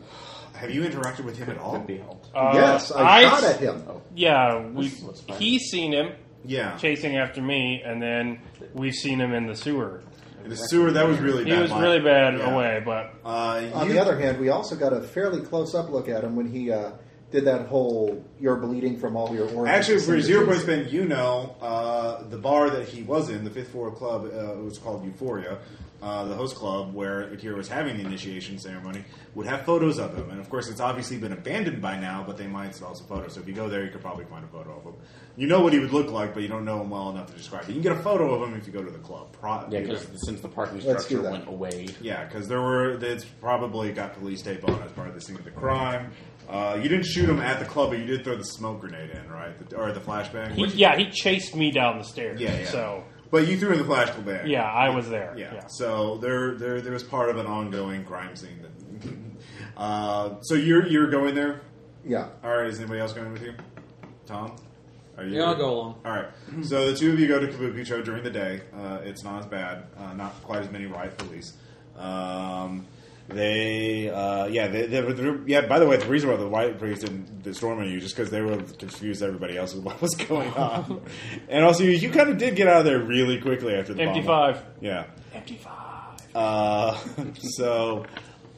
Have you interacted with him at all?
Could be helped.
Uh,
yes, I, shot at him.
Yeah, we.
This looks fine.
He's seen him
Yeah.
chasing after me, and then we've seen him in the sewer.
The sewer, that was really
He
bad.
was
line.
really bad
Yeah.
away, but
Uh,
On
you-
the other hand, we also got a fairly close-up look at him when he uh, did that whole "you're bleeding from all your organs."
Actually, for zero point
points.
spend, you know uh, the bar that he was in, the Fifth Floor Club. Uh, it was called Euphoria, uh, the host club where Akira was having the initiation ceremony. Would have photos of him, and of course, it's obviously been abandoned by now. But they might still have some photos. So if you go there, you could probably find a photo of him. You know what he would look like, but you don't know him well enough to describe it. You can get a photo of him if you go to the club. Pro-
Yeah, because since the parking
Let's do
structure
that.
went away,
Yeah, because there were. It's probably got police tape on as part of the scene of the crime. Uh, you didn't shoot him at the club, but you did throw the smoke grenade in, right? The, or the flashbang.
he,
Which-
yeah, he chased me down the stairs.
Yeah, yeah.
So
but you threw in the flashbang. band.
yeah, I was there.
yeah.
yeah.
So there, there, there was part of an ongoing crime scene. That, (laughs) uh, so you're you're going there.
yeah.
All right. Is anybody else going with you? Tom. Are you
Yeah, I'll go along.
All right. So the two of you go to Kabukicho during the day. Uh, it's not as bad. Uh, not quite as many riot police. Um, they, uh, yeah, they, they, were- they, were- yeah. By the way, the reason why the riot police didn't the storm on you just because they were confused. Everybody else with what was going
(laughs)
on, and also you, you kind of did get out of there really quickly after the bomb.
Empty five.
Yeah.
Empty five.
Uh, (laughs) so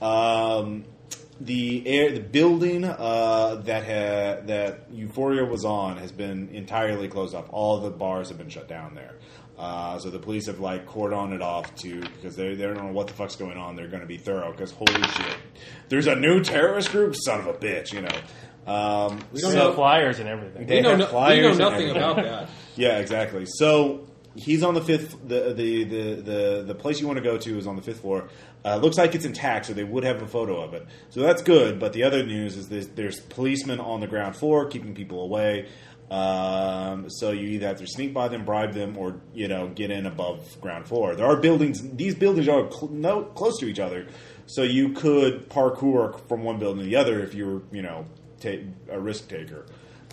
um, the air, the building uh, that ha- that Euphoria was on has been entirely closed up. All the bars have been shut down there. Uh, so the police have like cordoned it off to because they they don't know what the fuck's going on. They're going to be thorough because holy shit, there's a new terrorist group, son of a bitch, you know. Um,
We
So,
don't know.
flyers and everything.
They
We know,
have
no, we
flyers
know
and
nothing
everything. (laughs)
about that.
yeah, exactly. So he's on the fifth. The the the the, the place you want to go to is on the fifth floor. Uh, looks like it's intact, so they would have a photo of it. So that's good. But the other news is there's, there's policemen on the ground floor keeping people away. Um, so you either have to sneak by them, bribe them, or you know get in above ground floor. There are buildings; these buildings are cl- no close to each other, so you could parkour from one building to the other if you were you know ta- a risk taker.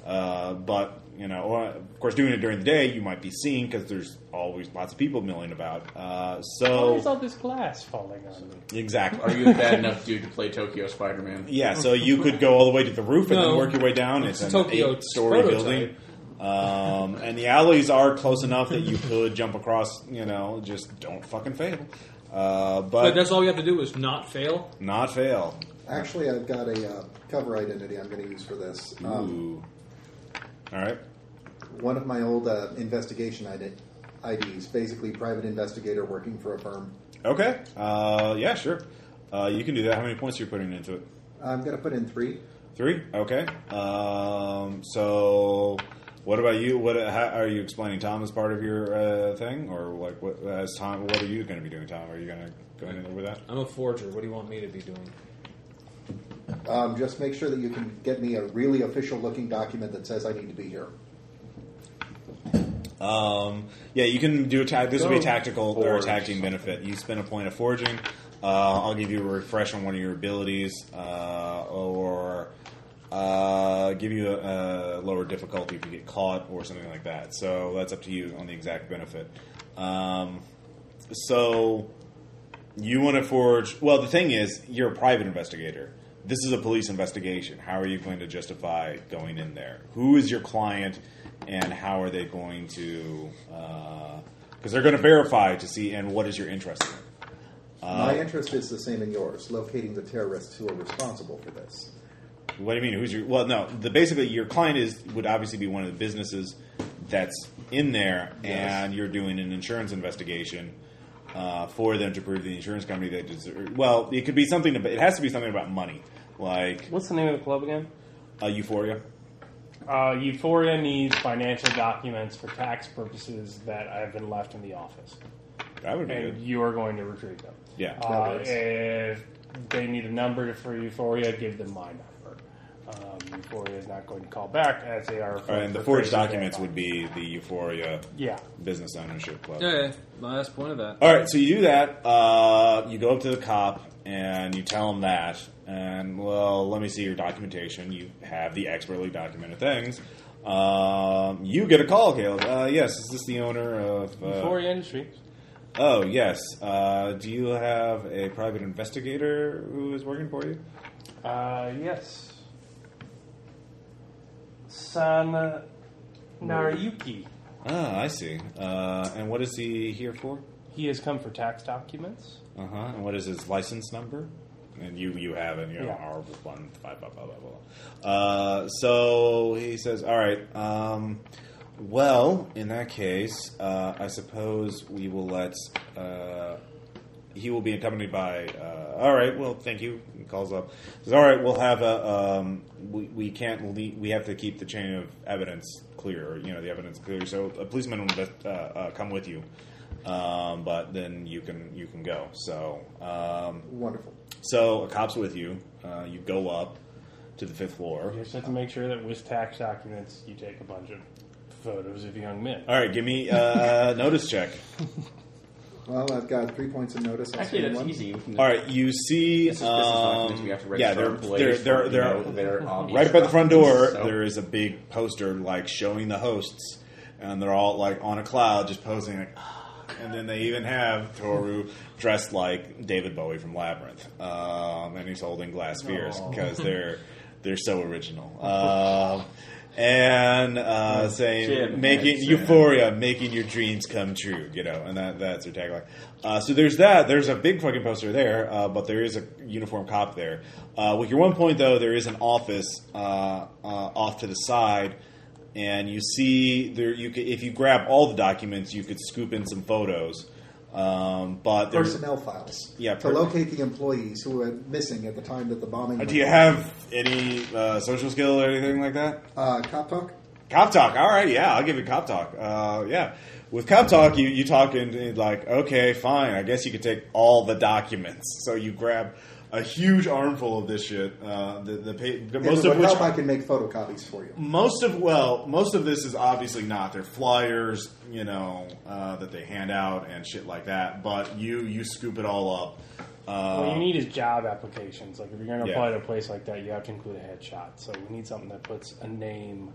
Uh, but you know, or, of course, doing it during the day, you might be seen because there's always lots of people milling about. Uh,
Oh,
Why is
so
all this glass falling on me?
exactly,
are you a bad enough dude to play Tokyo Spider-Man?
(laughs) yeah, so you could go all the way to the roof and then
No.
work your way down. It's,
It's
an
Tokyo, it's
eight-story building,
prototype.
um, and the alleys are close enough that you could jump across. You know, just don't fucking fail. Uh,
But
but
that's all we have to do is not fail.
not fail.
Actually, I've got a uh, cover identity I'm going to use for this.
Oh.
Um,
Ooh. All right.
one of my old uh, investigation ID- IDs, basically private investigator working for a firm.
Okay. Uh, yeah, sure. Uh, you can do that. How many points are you putting into it?
I'm going to put in three.
Three. Okay. Um, so, what about you? What how, are you explaining Tom as part of your uh, thing, or like what as Tom? What are you going to be doing, Tom? Are you going to go anywhere with that?
I'm a forger. What do you want me to be doing?
Um, just make sure that you can get me a really official-looking document that says I need to be here.
Um, yeah, you can do a ta- this will be a
Go
tactical or a
forge
tag team benefit. You spend a point of forging. Uh, I'll give you a refresh on one of your abilities, uh, or uh, give you a, a lower difficulty if you get caught or something like that. So that's up to you on the exact benefit. Um, so you want to forge? Well, the thing is, you're a private investigator. This is a police investigation. How are you going to justify going in there? Who is your client, and how are they going to? Because they're going to verify to see. And what is your interest? in
My interest is the same in yours, locating the terrorists who are responsible for this.
What do you mean? Who's your? Well, no. The basically your client is would obviously be one of the businesses that's in there, and you're doing an insurance investigation uh, for them to prove the insurance company they deserve. Well, it could be something. About, it has to be something about money, like
What's the name of the club again?
uh, Euphoria.
Uh, Euphoria needs financial documents for tax purposes that have been left in the office,
That would be
and
good.
you are going to retrieve them.
Yeah.
Uh,
works.
if they need a number for Euphoria, give them my number. Um, Euphoria is not going to call back as they are.
All right, Uh, and the forged documents would be the Euphoria
Yeah.
business ownership club.
Yeah, yeah, my last point of that.
All right, so you do that. Uh, you go up to the cop and you tell him that. And well, let me see your documentation. You have the expertly documented things. Um, you get a call, Caleb. Uh, yes, is this the owner of? Uh,
Euphoria Industries.
oh, yes. Uh, do you have a private investigator who is working for you?
Uh, yes. San Narayuki.
Ah, I see. Uh, and what is he here for?
He has come for tax documents.
Uh huh. And what is his license number? And you you have it. You know,
Yeah.
R one five blah blah blah blah. Uh, so he says, "All right. Um, well, in that case, uh, I suppose we will let." Uh, he will be accompanied by. Uh, all right. Well, thank you. He calls up. Says, all right. We'll have a. Um, we, we can't. Le- we have to keep the chain of evidence clear. You know, the evidence clear. So a policeman will invest, uh, uh, come with you, um, but then you can you can go. So um,
Wonderful.
so a cop's with you. Uh, you go up to the fifth floor.
You just have to make sure that with tax documents, you take a bunch of photos of young men.
All right. Give me uh, (laughs) notice check.
Well, I've got three points of notice. on
Actually,
screen
that's
one.
easy. We can
All right. You see.
This is business documents
um,
we have to
yeah. They're
register our
they're
employees
they're,
for,
they're
you know, their obvious
right by the front door,
documents, (laughs) so-
there is a big poster like showing the hosts, and they're all like on a cloud, just posing. Like, (sighs) and then they even have Toru dressed like David Bowie from Labyrinth, um, and he's holding glass spheres because
(laughs)
they're they're so original. Um, and uh, saying
Jim,
making
Jim.
euphoria, making your dreams come true, you know, and that that's their tagline. Uh, so there's that. There's a big fucking poster there, uh, but there is a uniform cop there. Uh, with your one point though, there is an office uh, uh, off to the side, and you see there. You could, if you grab all the documents, you could scoop in some photos. Um, but there's
Personnel files.
Yeah,
To
per- Uh,
locate the employees who were missing at the time that the bombing.
do you have any uh, social skill or anything like that?
uh, cop talk?
Cop talk. All right, yeah, I'll give you cop talk. Uh, yeah, with cop talk, you you talk and, and like, okay, fine. I guess you could take all the documents. So you grab a huge armful of this shit. Uh, the the pa-
Most
most
it would
of which
help. I can make photocopies for you.
most of well most of this is obviously not. They're flyers, you know, uh, that they hand out and shit like that. But you you scoop it all up. Uh,
What you need is job applications. Like if you're going to
Yeah.
apply to a place like that, you have to include a headshot. So we need something that puts a name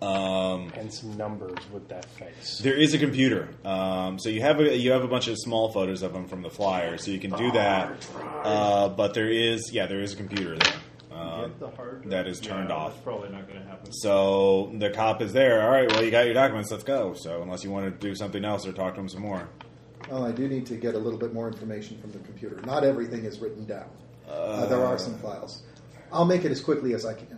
um,
and some numbers with that face.
There is a computer, um, so you have a you have a bunch of small photos of them from the flyer, so you can do that. Uh, but there is yeah, there is a computer there. Um,
Get the hard drive.
that is turned
Yeah,
off.
That's probably not going to happen.
so the cop is there. All right, well you got your documents. Let's go. So unless you want to do something else or talk to him some more,
Well, I do need to get a little bit more information from the computer. Not everything is written down. Uh, there are some files. I'll make it as quickly as I can.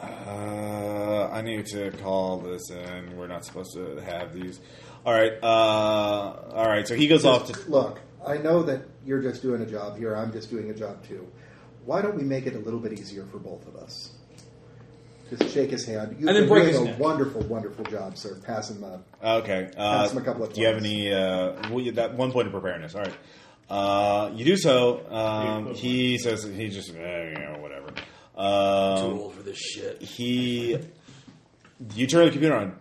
uh, I need to call this, and we're not supposed to have these. All right, uh, all right. So he goes off to
Look, I know that you're just doing a job here. I'm just doing a job too. Why don't we make it a little bit easier for both of us? Just shake his hand. You've
And then
been
break
doing
his
a
neck.
wonderful, wonderful job, sir. Pass him the.
Okay. Uh,
Pass him a couple of
do you have
points.
any? Uh, well, you, that one point of preparedness. All right. Uh, you do so. Um, he says he just eh, you know whatever.
Too
Um,
old for this shit.
he, you turn the computer on,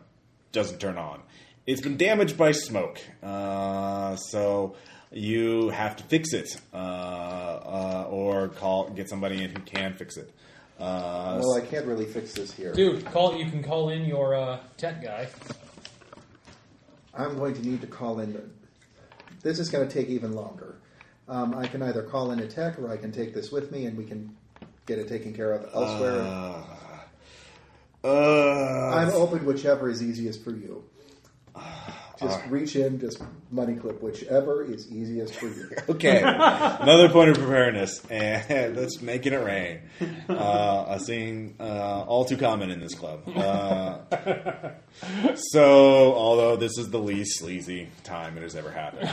doesn't turn on. It's been damaged by smoke, uh, so you have to fix it uh, uh, or call get somebody in who can fix it. Uh,
Well, I can't really fix this here.
Dude, call. You can call in your uh, tech guy.
I'm going to need to call in. This is going to take even longer. Um, I can either call in a tech or I can take this with me and we can get it taken care of elsewhere.
uh, (sighs)
I'm open whichever is easiest for you. Just reach in, just money clip whichever is easiest
(laughs)
for you.
Okay, another point of preparedness, and (laughs) let's make it rain. Uh, a scene uh, all too common in this club. Uh, so, although this is the least sleazy time it has ever happened,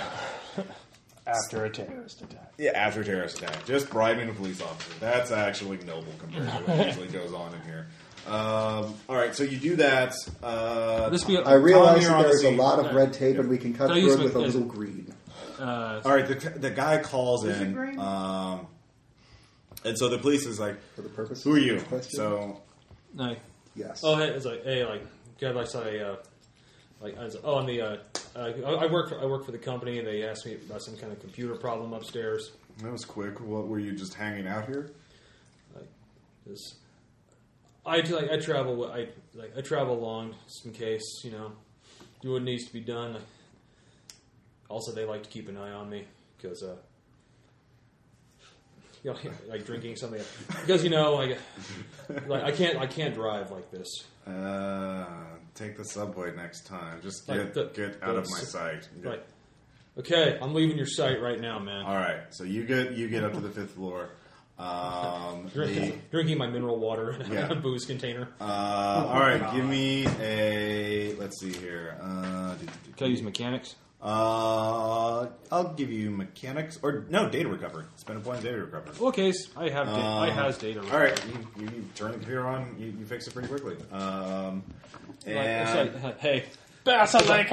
after a terrorist attack.
yeah, after a terrorist attack, just bribing a police officer—that's actually noble compared to what usually goes on in here. Um, all right, so you do that. Uh,
This be a,
I realize
Tom, you're
that
on
there's
the
a
scene.
lot of red tape, and we can cut
Can I
through
use
it with a
my-
little greed.
uh,
All right, the, the guy calls
Is it
in,
green?
um, and so the police is like,
For the purpose
"Who are
of
you?"
the question?
So
no.
yes.
Oh, hey, it's like hey, like God, like say, uh, like I was, oh, I'm the uh, uh, I I work for, I work for the company, and they asked me about some kind of computer problem upstairs.
that was quick. What were you just hanging out here?
Like, this, I do, like I travel wi- I like I travel along just in case you know do what needs to be done. Like, also, they like to keep an eye on me because. Uh, you know, (laughs) like drinking something because you know like, like I can't I can't drive like this
Uh, take the subway next time. Just get
Like the-
get out of
the-
my sight. Yeah.
Right. Okay, I'm leaving your site right now, man.
All right. So you get you get up to the fifth
(laughs)
floor. Um, the,
Drink, drinking my mineral water (laughs) in a
Yeah.
booze container.
uh, all right. Give me a. Let's see here. Uh, do- do- do-
Can I use mechanics?
uh, I'll give you mechanics or no data recovery. Spend a point on data recovery.
Okay, s- I have da- I
Um,
has data.
All right, you, you, you turn the computer on. You, you fix it pretty quickly. Um,
Like, it's
and
like, uh, hey,
(laughs)
Basilica! Like,
like,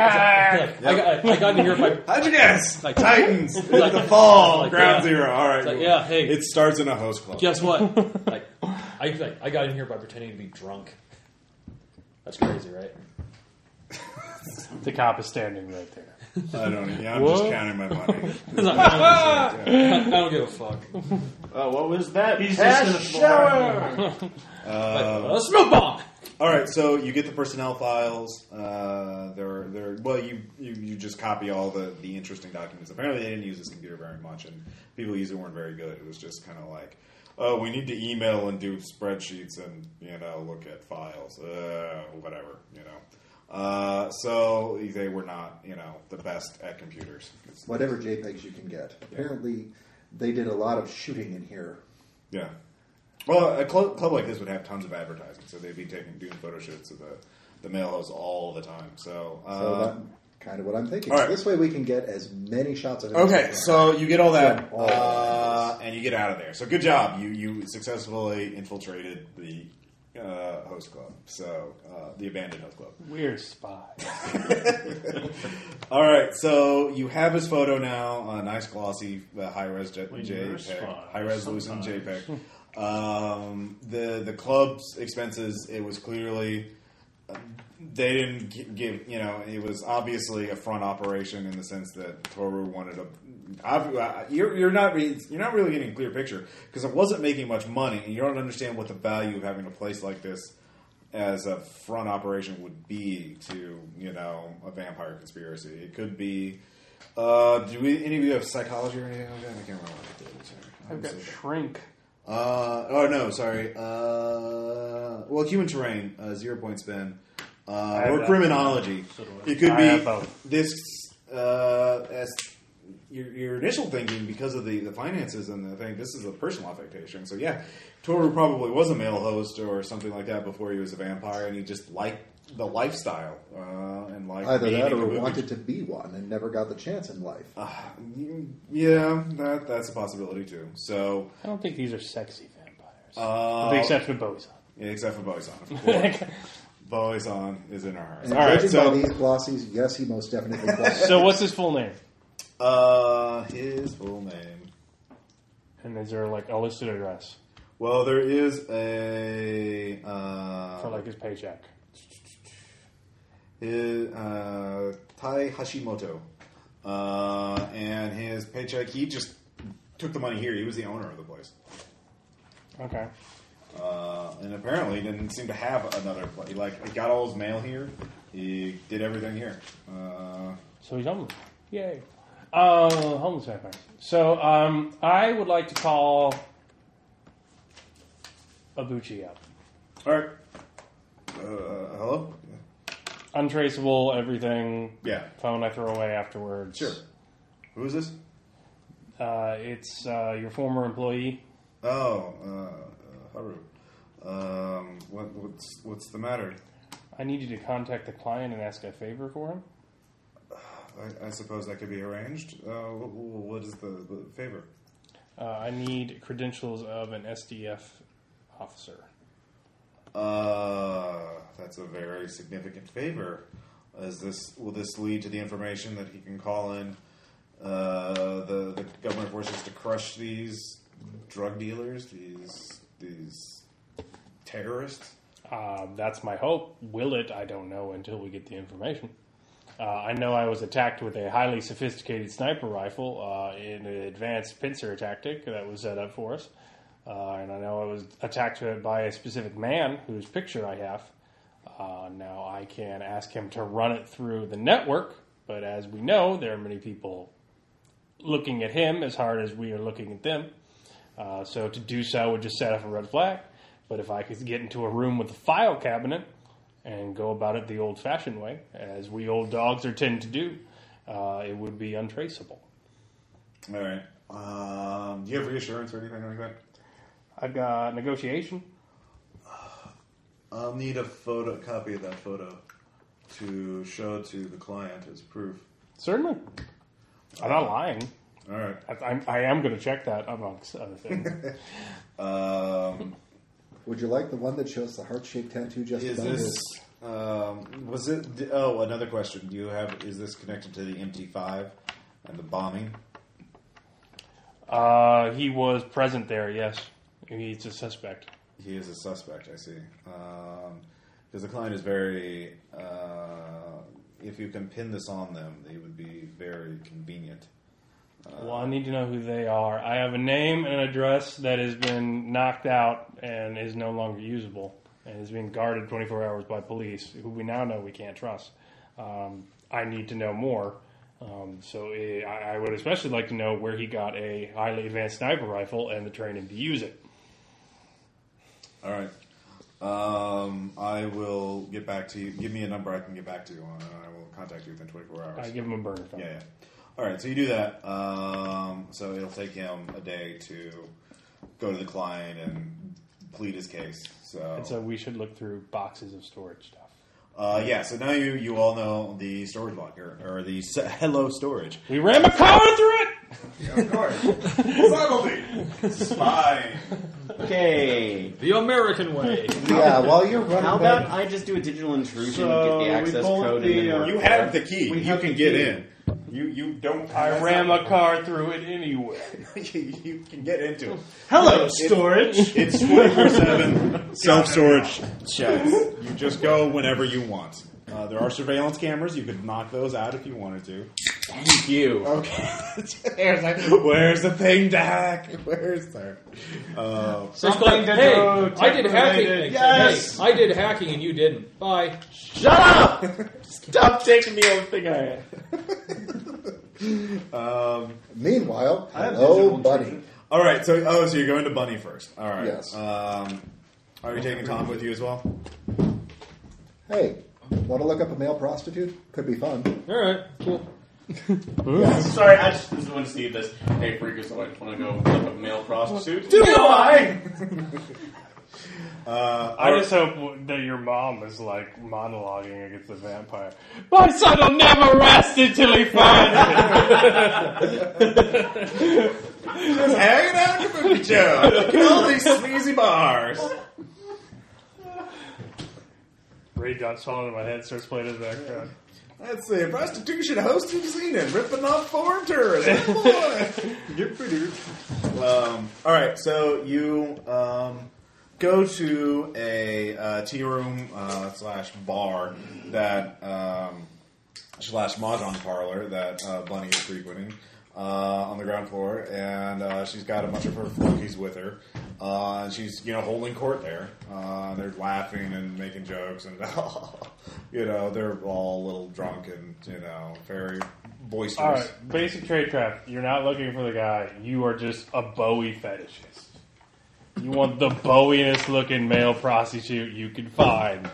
I, got, I got in here if I.
how'd you guess?
Like-
Titans,
like-
the fall,
like,
ground
yeah.
zero. All right,
Like, yeah, hey.
It starts in a host club.
Guess what? Like, I like, I got in here by pretending to be drunk. That's crazy, right? (laughs)
The cop is standing right there.
I don't. Yeah, I'm just
Whoa.
counting my money.
I don't give a fuck.
Oh, what was that?
He's
Cash
just
shower.
Uh, smoke bomb.
All right, so you get the personnel files. Uh, they're they're well, you, you you just copy all the the interesting documents. Apparently, they didn't use this computer very much, and people using it weren't very good. It was just kind of like, oh, we need to email and do spreadsheets and you know look at files, uh, whatever you know. Uh, so they were not you know the best at computers.
Whatever JPEGs you can get. Apparently, they did a lot of shooting in here.
Yeah. Well, a club, club like this would have tons of advertising, so they'd be taking doing photo shoots of the the mail house all the time. So. Uh,
So that's Um, kind of what I'm thinking.
all right.
So this way, we can get as many shots of it. as we
Okay,
can.
so you get all that,
All that.
uh, and you get out of there. So good job, you you successfully infiltrated the uh, host club. So uh, the abandoned host club.
We're spies.
All right, so you have his photo now. A nice glossy uh, high res j-
you're a
JPEG,
spy
high resolution JPEG. Um, the the club's expenses. It was clearly they didn't gi- give you know it was obviously a front operation in the sense that Toru wanted a ob- uh, you're you're not re- you're not really getting a clear picture because it wasn't making much money and you don't understand what the value of having a place like this as a front operation would be to you know a vampire conspiracy it could be uh, do we, any of you have psychology or anything like that I can't remember what I did. Sorry. I'm
I've got
so bad.
shrink.
Uh, oh no, sorry. Uh, well, human terrain, uh, zero point spin, uh,
have
or
that.
criminology. It could
I have
be
both.
this uh, as your, your initial thinking because of the, the finances and the thing. This is a personal affectation. So yeah, Toru probably was a male host or something like that before he was a vampire, and he just liked the lifestyle uh, and like
Either that, or wanted to be one and never got the chance in life.
Ah, Yeah, that that's a possibility too. So
I don't think these are sexy vampires.
uh,
with the exception of Bowie's.
Yeah, except for Bowie's on,
(laughs)
of course. Bowie's on is in our hearts.
and
All right,
judging by
so
these glossies, yes, he most
(laughs)
definitely was.
So what's his full name?
uh, his full name.
And is there like a listed address
Well, there is a uh,
for like his paycheck?
his uh, Tai Hashimoto, uh, and his paycheck. He just took the money here. He was the owner of the place,
Okay.
uh, and apparently didn't seem to have another. Place. Like he got all his mail here. He did everything here. Uh,
So he's homeless. Yay. Uh, homeless vampire. So um, I would like to call Abuchi up.
all right. Uh, hello.
untraceable, everything.
Yeah.
Phone I throw away afterwards.
Sure. Who is this?
Uh, it's uh, your former employee.
Oh, uh, uh, Haru. Um, what, what's what's the matter?
I need you to contact the client and ask a favor for him.
I, I suppose that could be arranged. Uh, wh- wh- what is the, the favor?
Uh, I need credentials of an SDF officer.
Uh, that's a very significant favor. Is this will this lead to the information that he can call in uh, the the government forces to crush these drug dealers, these these terrorists?
Uh, that's my hope. Will it? I don't know until we get the information. Uh, I know I was attacked with a highly sophisticated sniper rifle uh, in an advanced pincer tactic that was set up for us. Uh, and I know I was attacked by a specific man whose picture I have. Uh, now I can ask him to run it through the network, but as we know, there are many people looking at him as hard as we are looking at them. Uh, so to do so would just set off a red flag. But if I could get into a room with a file cabinet and go about it the old fashioned way, as we old dogs are tend to do, uh, it would be untraceable.
All right. Um, do you have reassurance or anything like that?
I've got negotiation.
I'll need a photo copy of that photo to show to the client as proof.
Certainly. I'm not lying.
All right.
I, I'm, I am going to check that amongst other (laughs) things.
Um,
Would you like the one that shows the heart shaped tattoo just
is
above
this?
his?
Um, was it? d- Oh, another question. Do you have? Is this connected to the MT5 and the bombing?
uh, he was present there, yes. He's a suspect.
He is a suspect. I see. Um, because the client is very. Uh, if you can pin this on them, it would be very convenient.
Well, I need to know who they are. I have a name and an address that has been knocked out and is no longer usable and is being guarded 24 hours by police, who we now know we can't trust. Um, I need to know more. Um, so eh, I I would especially like to know where he got a highly advanced sniper rifle and the training to use it.
All right. Um, I will get back to you. Give me a number I can get back to you on, and I will contact you within 24 hours.
I give him a burner phone.
Yeah, yeah. All right, so you do that. Um, so it'll take him a day to go to the client and plead his case. So,
And so we should look through boxes of storage stuff.
uh, yeah, so now you you all know the storage locker or the s- hello
(laughs)
storage.
We ram a car through it!
of course, subtlety, spy.
Okay.
The American way.
Yeah, while you're
How
running
about
back,
I just do a digital intrusion,
So,
get the
we
access
pull up
code,
the,
and then
uh,
work
You
there?
have the key.
We
you
have
can
the
get
key.
in. You you don't.
I ram a car through it anywhere.
(laughs) you can get into it.
Hello,
(laughs)
storage!
It's 24 7 self storage sheds. You just go whenever you want. Uh, there are surveillance cameras. You could knock those out if you wanted to.
Thank you.
Okay. There's like, (laughs) where's the thing to hack? Where's there? Uh,
Something
to
hey,
do,
I did hacking.
tech-related.
Yes, I did hacking and you didn't. Bye.
Shut up! Stop taking the only thing I had.
meanwhile,
I have
hello,
digital
buddy.
intrusion.
all right. So, oh, so you're going to Bunny first. All right.
Yes.
Um, are you taking Tom with you as well?
Hey, want to look up a male prostitute? Could be fun.
All right, cool.
Sorry, I just, just want to see this. Hey, freakers, I just want to go look up male prostitute. Do
I?
Uh,
I just hope that your mom is like monologuing against the vampire. My son will never rest until he finds me.
just hanging out at the movie show. (laughs) All these sleazy bars.
Ray got song in my head starts playing in the background.
Let's see. Prostitution hosting scene and ripping off foreign tourists. Boy.
Get pretty.
Um, all right, so you um, go to a uh, tea room uh, slash bar that um, slash mahjong parlor that uh, Bunny is frequenting uh, on the ground floor, and uh, she's got a bunch of her flunkies with her, uh, and she's you know holding court there. Uh, and they're laughing and making jokes, and (laughs) you know they're all a little drunk and you know very boisterous.
All right, basic trade craft. You're not looking for the guy. You are just a Bowie fetishist. You want the Bowiest looking male prostitute you can find,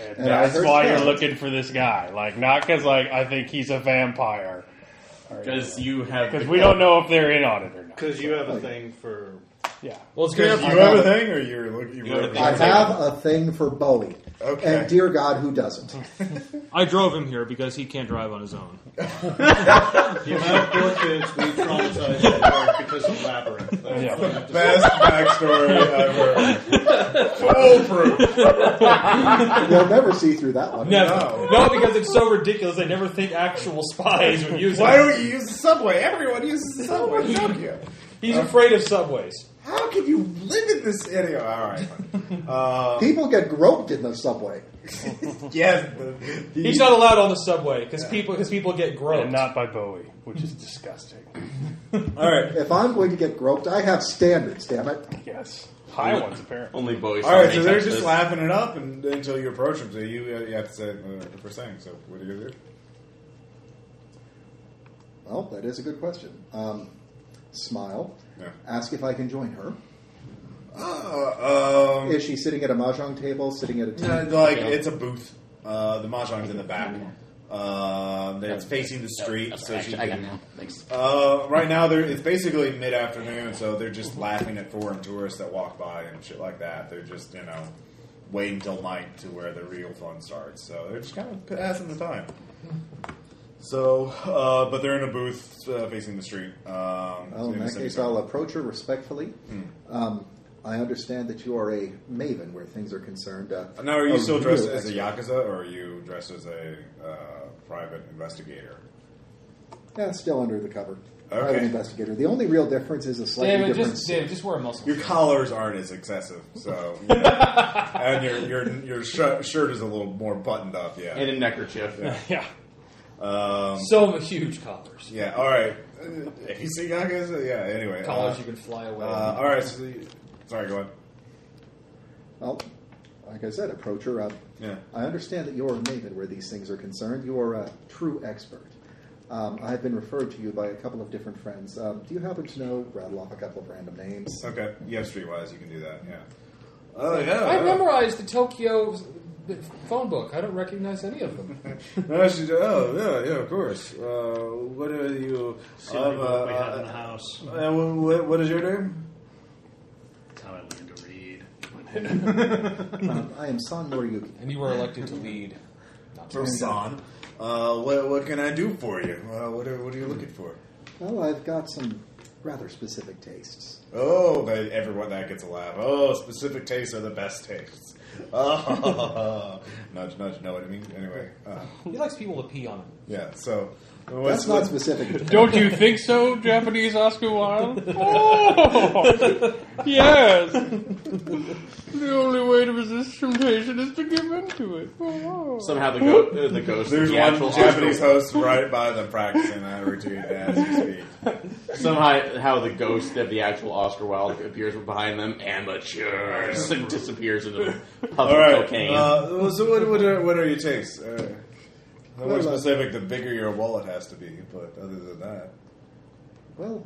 And,
And I
that's
heard
why
that.
you're looking for this guy. Like, not because like I think he's a vampire.
Because you have.
Because we don't know if they're in on it or not.
Because you have a thing for
Yeah.
Well, it's
You
going to
have a thing, or you're looking. You wrote it
I
down?
have a thing for Bowie.
Okay.
And dear God, who doesn't?
I drove him here because he can't drive on his own.
the amount of poor kids we traumatized at work because of labyrinth. That's
Yeah.
what I have to say.
Best backstory ever. Foolproof.
They'll never see through that
(laughs)
one.
No,
No.
no, because it's so ridiculous. I never think actual spies would use
Why
it.
don't you use the subway? Everyone uses the subway in Tokyo.
He's afraid of subways.
How can you live in this area? All right. fine. Uh,
People get groped in the subway.
yes. The, the-
He's not allowed on the subway because people because people get groped.
And not by Bowie, which is disgusting.
all right.
If I'm going to get groped, I have standards, damn it.
Yes. High ones, apparently.
Only boys.
All right. So they're just laughing it up and, until you approach them. So you, uh, you have to say uh, the first thing. So what do you do?
Well, that is a good question. Um, smile.
Yeah.
Ask if I can join her.
Uh, um,
Is she sitting at a mahjong table, sitting at a tea?
No, like
Yeah.
it's a booth. Uh, the mahjong's in the back. Um, it's facing the street, so she
I got
can.
now. Thanks.
Uh, right now, they're, it's basically mid afternoon, so they're just laughing at foreign tourists that walk by and shit like that. They're just you know waiting till night to where the real fun starts. So they're just kind of passing the time. So, uh, but they're in a booth uh, facing the street. Um,
Well, Oh, in
a
that case,
semicircle.
I'll approach her respectfully.
Hmm.
Um, I understand that you are a maven where things are concerned. Uh,
Now, are you
a
still dressed
real
as a
expert.
yakuza, or are you dressed as a uh, private investigator?
Yeah, still under the cover.
Okay.
Private investigator. The only real difference is a slightly
David,
different.
just
suit.
David, just wear a muscle.
Your collars aren't as excessive, so you
(laughs)
know. and your your your sh- shirt is a little more buttoned up.
And
Yeah.
a neckerchief.
Yeah.
Um,
So huge collars,
yeah. All right. Uh, If you see yakuza, yeah. Anyway.
collars
Uh,
you can fly away.
uh, all right. So you, sorry. Go on.
Well, like I said, approach her. Uh,
Yeah.
I understand that you're a maven where these things are concerned. You are a true expert. Um, I've been referred to you by a couple of different friends. Um, do you happen to know? Rattle off a couple of random
(laughs)
names.
Okay. You have streetwise. You can do that. Yeah. Oh yeah.
I
yeah.
memorized the Tokyo phone book. I don't recognize any of them.
No, she's, oh yeah, yeah. Of course. Uh, what are you?
Silly
Of, uh,
book we have in the
uh,
house.
uh, what, what is your name?
That's how I learned to read.
um, I am San Moriyuki.
(laughs) and you were elected to lead.
From San. Uh, what, what can I do for you? Uh, what, are, what are you looking for?
Well, I've got some rather specific tastes.
Oh, they, everyone that gets a laugh. Oh, specific tastes are the best tastes. (laughs) Oh, (laughs) nudge, nudge. Know what I mean? Anyway, uh,
He likes people to pee on him.
yeah. So
That's not specific.
Don't you think so, Japanese Oscar Wilde? Oh, yes. The only way to resist temptation is to give in to it. Oh.
Somehow the, go- uh, the ghost.
There's
the
one
actual
Japanese
Oscar,
host right by them practicing that routine as you (laughs) speak.
(laughs) somehow how the ghost of the actual Oscar Wilde appears behind them. Amateurs and (laughs) disappears into the pub
All
of
right.
cocaine.
Uh, well, so what, what, are, what are your tastes? Uh, the more
Well, uh,
specific, the bigger your wallet has to be. But other than that,
Well,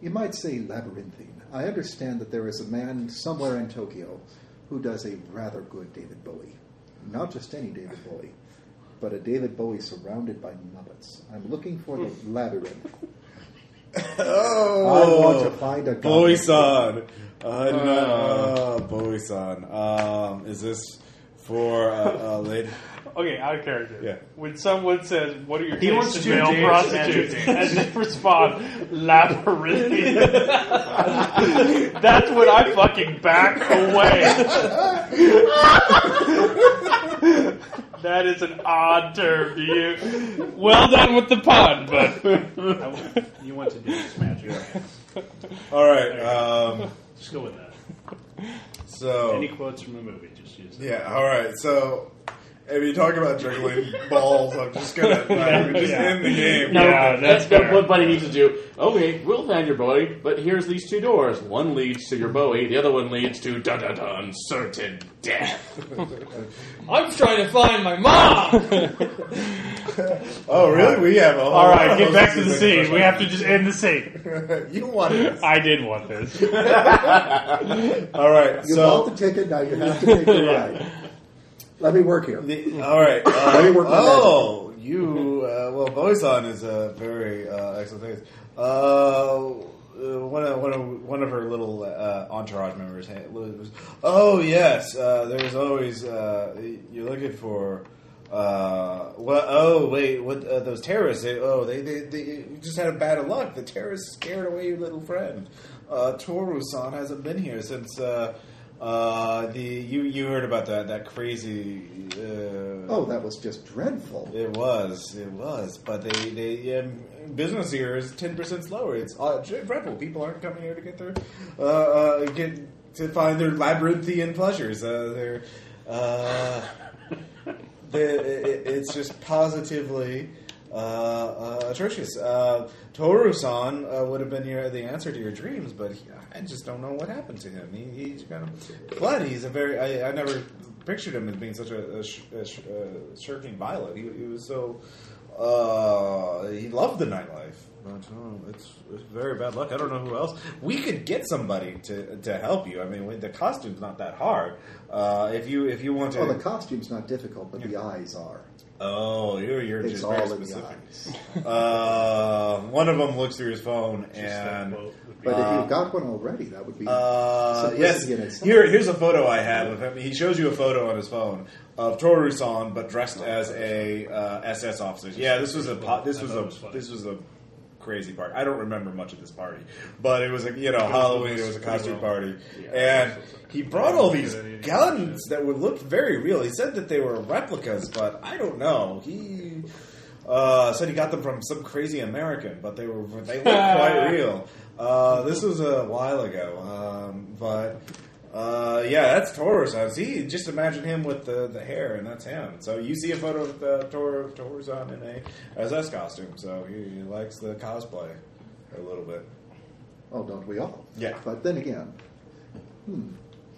you might say labyrinthine. I understand that there is a man somewhere in Tokyo who does a rather good David Bowie. Not just any David Bowie, but a David Bowie surrounded by Muppets. I'm looking for the labyrinth.
Hmm. (laughs) oh,
I want to find a
Bowie
goblin.
san. Uh, no, Bowie san. Um, is this for a, a lady?
Okay, out of character.
Yeah.
When someone says, "What are your
He wants
tastes
to
in male
dance
prostitutes?"
and
and they respond, "Labyrinthine," that's when I fucking back away. that is an odd term to you. Well done with the pun, but
I want- you want to do this magic.
All right. Um,
Just go with that. Any
(laughs) so
quotes from a movie, just use it.
yeah. All right. So if you talk about juggling balls, I'm just (laughs) gonna like, just
Yeah.
end the game.
No. Yeah, that's
that-
fair.
what Buddy needs to do. Okay, we'll find your Bowie, but here's these two doors. One leads to your Bowie, the other one leads to da da da uncertain death.
I'm trying to find my mom.
Oh really? We have a whole
all right,
lot
get
of
back to the
things
scene. We have to
talk
just end the scene.
about. You wanted this.
I did want this.
All right.
You
So (laughs)
bought the ticket, now you have to take the ride. Let me work here.
The, all right. Uh,
Let me work my
oh, you. Uh, well, Boyson is a very uh, excellent thing. Uh, one of one of one of her little uh, entourage members. ha- was, Oh yes, uh, there's always uh, you're looking for. Uh, well, oh wait, what uh, those terrorists? They, oh, they, they they you just had a bad of luck. The terrorists scared away your little friend. Uh, Toru-san hasn't been here since. Uh, uh, the you you heard about that that crazy. Uh,
Oh, that was just dreadful.
it was, it was, but they they um, business here is ten percent slower. It's uh, dreadful. People aren't coming here to get their uh, uh, get to find their labyrinthian pleasures. Uh, their uh, the, it, it's just positively uh, uh, atrocious. Uh, Toru-san uh, would have been your, the answer to your dreams, but he, I just don't know what happened to him. He, he's kind of, but he's a very. I, I never pictured him as being such a, a, sh- a, sh- a shirking violet. He, he was so. Uh, he loved the nightlife. But, oh, it's, it's very bad luck. I don't know who else. We could get somebody to to help you. I mean, with- the costume's not that hard. Uh, if you if you want to,
Well, the costume's not difficult, but the eyes are.
Oh, you're, you're
It's
just
all
very
in the
specific.
eyes.
(laughs) Uh, one of them looks through his phone and.
But if you've got one already, that would be.
Um, Uh, yes,
Simplicity in itself.
here, here's a photo I have of him. He shows you a photo on his phone of Toru-san, but dressed as a uh, SS officer. Yeah, this was a po- this was a this was a crazy part. I don't remember much of this party, but it was a you know Halloween. It was a costume party, and he brought all these guns that were looked very real. He said that they were replicas, but I don't know. He uh, said he got them from some crazy American, but they were they looked
(laughs)
quite real. Uh, this was a while ago, um, but uh, yeah, that's Torreson. He just imagine him with the, the hair, and that's him. So you see a photo of the Tor Torreson in a SS costume. So he, he likes the cosplay a little bit.
Oh, don't we all?
Yeah.
But then again, hmm,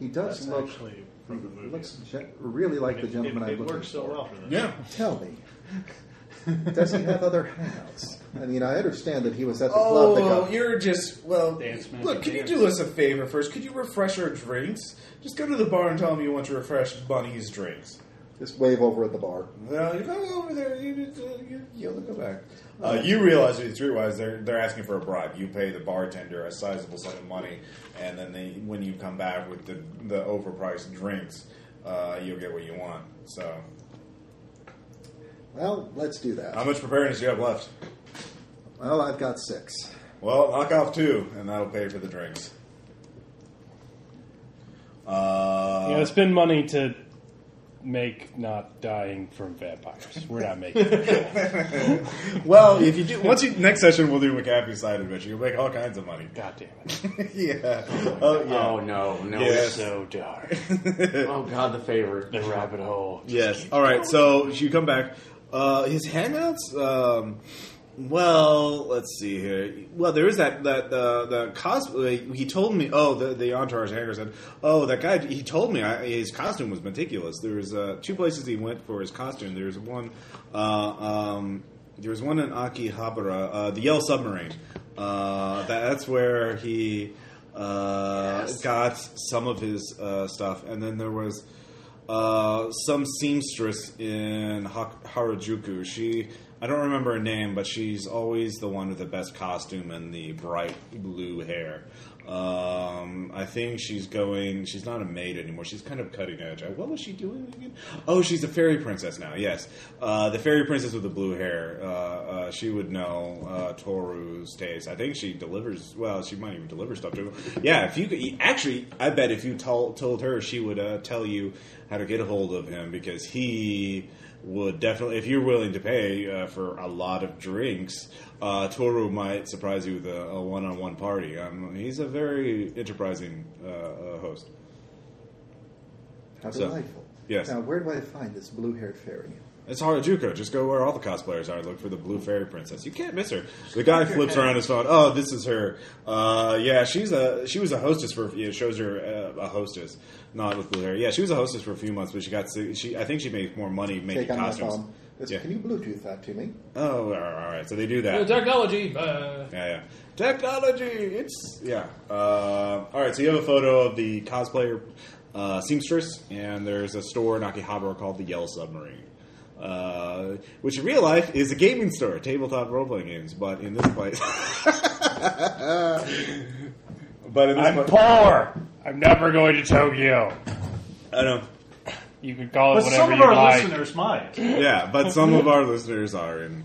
he does
That's
look.
actually from the movie.
Looks gen- really like the
It-
gentleman
it,
I'm
it
looking
works so
for.
well for them.
Yeah,
Tell me, does he have other hangouts? I mean, I understand that he was at the club that
Oh,
got.
you're just well.
Dance man
look,
to
could you
dance.
do us a favor first? Could you refresh our drinks? Just go to the bar and tell them you want to refresh Bunny's drinks.
Just wave over at the bar.
No, you go over there. You, you, you you'll go back. Uh, you realize with Streetwise, they're they're asking for a bribe. You pay the bartender a sizable sum of money, and then they, when you come back with the the overpriced drinks, uh, you'll get what you want. So,
Well, let's do that.
how much preparedness do you have left?
well, I've got six.
Well, knock off two, and that'll pay for the drinks. Uh,
you know, spend money to make not dying from vampires. We're not making. it.
well,
(laughs)
if you do, once you next session, we'll do McAfee's side adventure. You'll make all kinds of money. (laughs)
God damn it! (laughs)
yeah. Oh yeah.
Oh no, no,
Yes.
it's so dark. oh god, the favor.
The rabbit hole.
Yes. All right. So you come back. Uh, his hangouts. Um, well, let's see here. Well, there is that that uh, the cosplay. He told me. Oh, the the entourage hanger said. Oh, that guy. He told me I, his costume was meticulous. There was uh, two places he went for his costume. There was one. Uh, um, there was one in Akihabara, uh, the Yellow Submarine. Uh, that, that's where he uh, got some of his uh, stuff, and then there was uh, some seamstress in ha- Harajuku. She, I don't remember her name, but she's always the one with the best costume and the bright blue hair. Um, I think she's going. She's not a maid anymore. She's kind of cutting edge. Uh, What was she doing again? Oh, she's a fairy princess now. Yes, uh, the fairy princess with the blue hair. Uh, uh, she would know uh, Toru's taste. I think she delivers. Well, she might even deliver stuff to him. Yeah, if you could, actually, I bet if you told told her, she would uh, tell you how to get a hold of him because he would definitely. If you're willing to pay uh, for a lot of drinks, uh, Toru might surprise you with a, a one-on-one party. Um, he's a very enterprising uh, uh, host.
How
So,
delightful.
yes.
Now, where do I find this blue-haired fairy?
It's Harajuku. Just go where all the cosplayers are. Look for the blue fairy princess. You can't miss her. The guy flips around his phone. Oh, this is her. Uh, yeah, she's a she was a hostess for. It shows her uh, a hostess, not with blue hair. Yeah, she was a hostess for a few months, but she got si- she. I think she made more money making
Take on my
costumes.
phone. Just-
Yeah.
Can you Bluetooth that to me?
Oh, all right, all right. So they do that.
The technology. Uh,
Yeah, yeah. Technology. It's yeah. Uh, all right. So you have a photo of the cosplayer uh, seamstress, and there's a store in Akihabara called the Yellow Submarine. Uh, which in real life is a gaming store, tabletop role playing games, but in this place. (laughs) but in this
I'm
place.
poor. I'm never going to Tokyo.
I don't.
You could call it
But
whatever
some of
you
our
like.
listeners might.
Yeah, but some of our listeners are in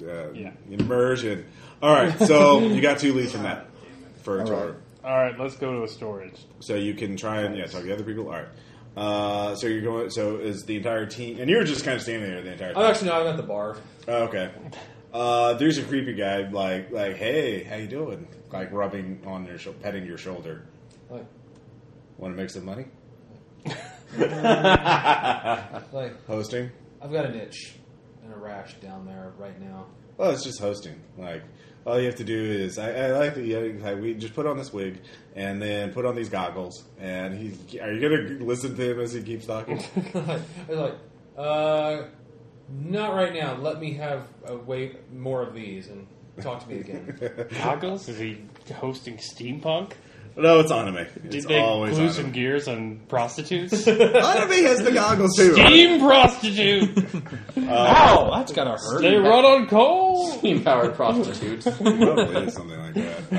you know, uh,
Yeah.
immersion. All right, so you got two leads from that for a
All
tour.
right.
All right, let's go to a storage.
So you can try and yeah talk to the other people. All right. Uh, so you're going. So is the entire team, and you're just kind of standing there the entire
I'm
Uh,
time.
actually not. I'm at the bar.
Oh, okay. Uh, there's a creepy guy like like hey how you doing like rubbing on your shou- petting your shoulder.
Like,
Want to make some money
Ah.
like
hosting?
I've got an itch and a rash down there right now.
Well, it's just hosting. Like all you have to do is I, I like the yeah, like, we just put on this wig and then put on these goggles and he are you gonna listen to him as he keeps talking?
(laughs)
I was like, uh, not right now. Let me have a way more of these and talk to me again.
Goggles? Is he hosting steampunk?
no, it's anime.
Did
it's
they
always
glue some
anime.
gears on prostitutes?
anime has the goggles too.
Steam prostitute.
Ow! That's gotta hurt.
they run on coal.
Steam powered prostitutes.
Probably is something like that.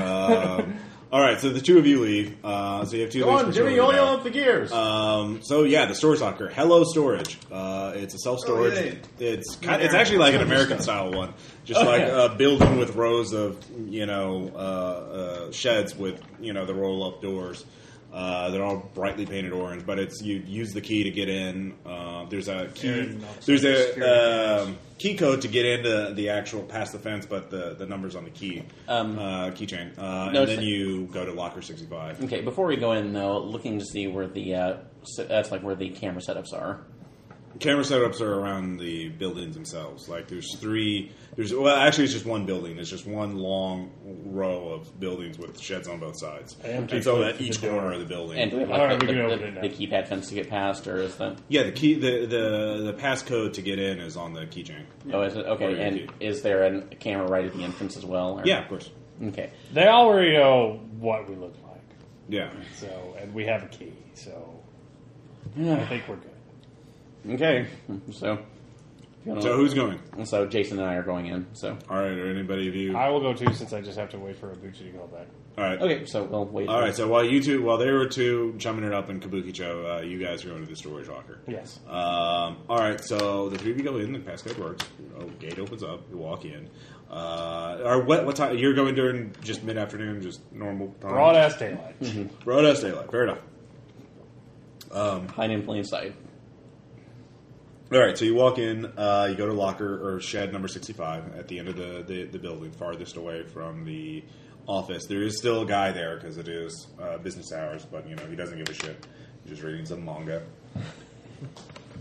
Um, all right, so the two of you leave. Uh, so you have two.
Go
leads
on,
for sure
Jimmy,
to
only
go.
on up the gears.
Uh,
Um, so yeah, the storage locker. Hello, storage. Uh, it's a self storage.
Oh, yay.
It's kind it's actually like an American style one, just
Oh,
like
yeah.
a building with rows of you know uh, uh, sheds with you know the roll up doors. Uh, they're all brightly painted orange, but it's you use the key to get in. Uh, there's a key.
Aaron, no,
There's a
security.
um, key code to get into the actual past the fence, but the, the numbers on the key
Um,
uh, keychain, uh,
no,
and then
it's-
you go to locker sixty five.
okay, before we go in though, looking to see where the uh, s- that's like where the camera setups are.
Camera setups are around the buildings themselves. Like there's three. There's well, actually, it's just one building. It's just one long row of buildings with sheds on both sides,
And
and so
people
at
to
each
the door.
corner of the building.
And do we have, like,
Alright,
the,
we can
the-
open it now.
the keypad fence to get past, or is that?
yeah, the key, the the the passcode to get in is on the keychain.
Oh, is it
Or
okay?
your
And
key.
is there an- a camera right at the entrance as well? or-
Yeah, of course.
Okay. (sighs)
They already know what we look like.
Yeah.
So, and we have a key. So, I
okay.
think we're good.
So.
So who's going?
So Jason and I are going in. So
All right, or anybody of you? All
I will go too, since I just have to wait for Abuchi to call back.
right.
okay. So we'll wait.
All right. So while you two, while they were two chumming it up in Kabukicho, uh, you guys are going to the storage locker.
Yes.
Um, all right, so the three of you go in. The passcode works. You know, gate opens up. You walk in. Uh, or what? What time? You're going during just mid afternoon, just normal time.
Broad ass daylight.
Broad ass daylight. Fair enough.
Hide in plain sight.
All right, so you walk in. Uh, you go to locker or shed number sixty-five at the end of the, the, the building, farthest away from the office. There is still a guy there because it is uh, business hours, but you know he doesn't give a shit. He's just reading some manga.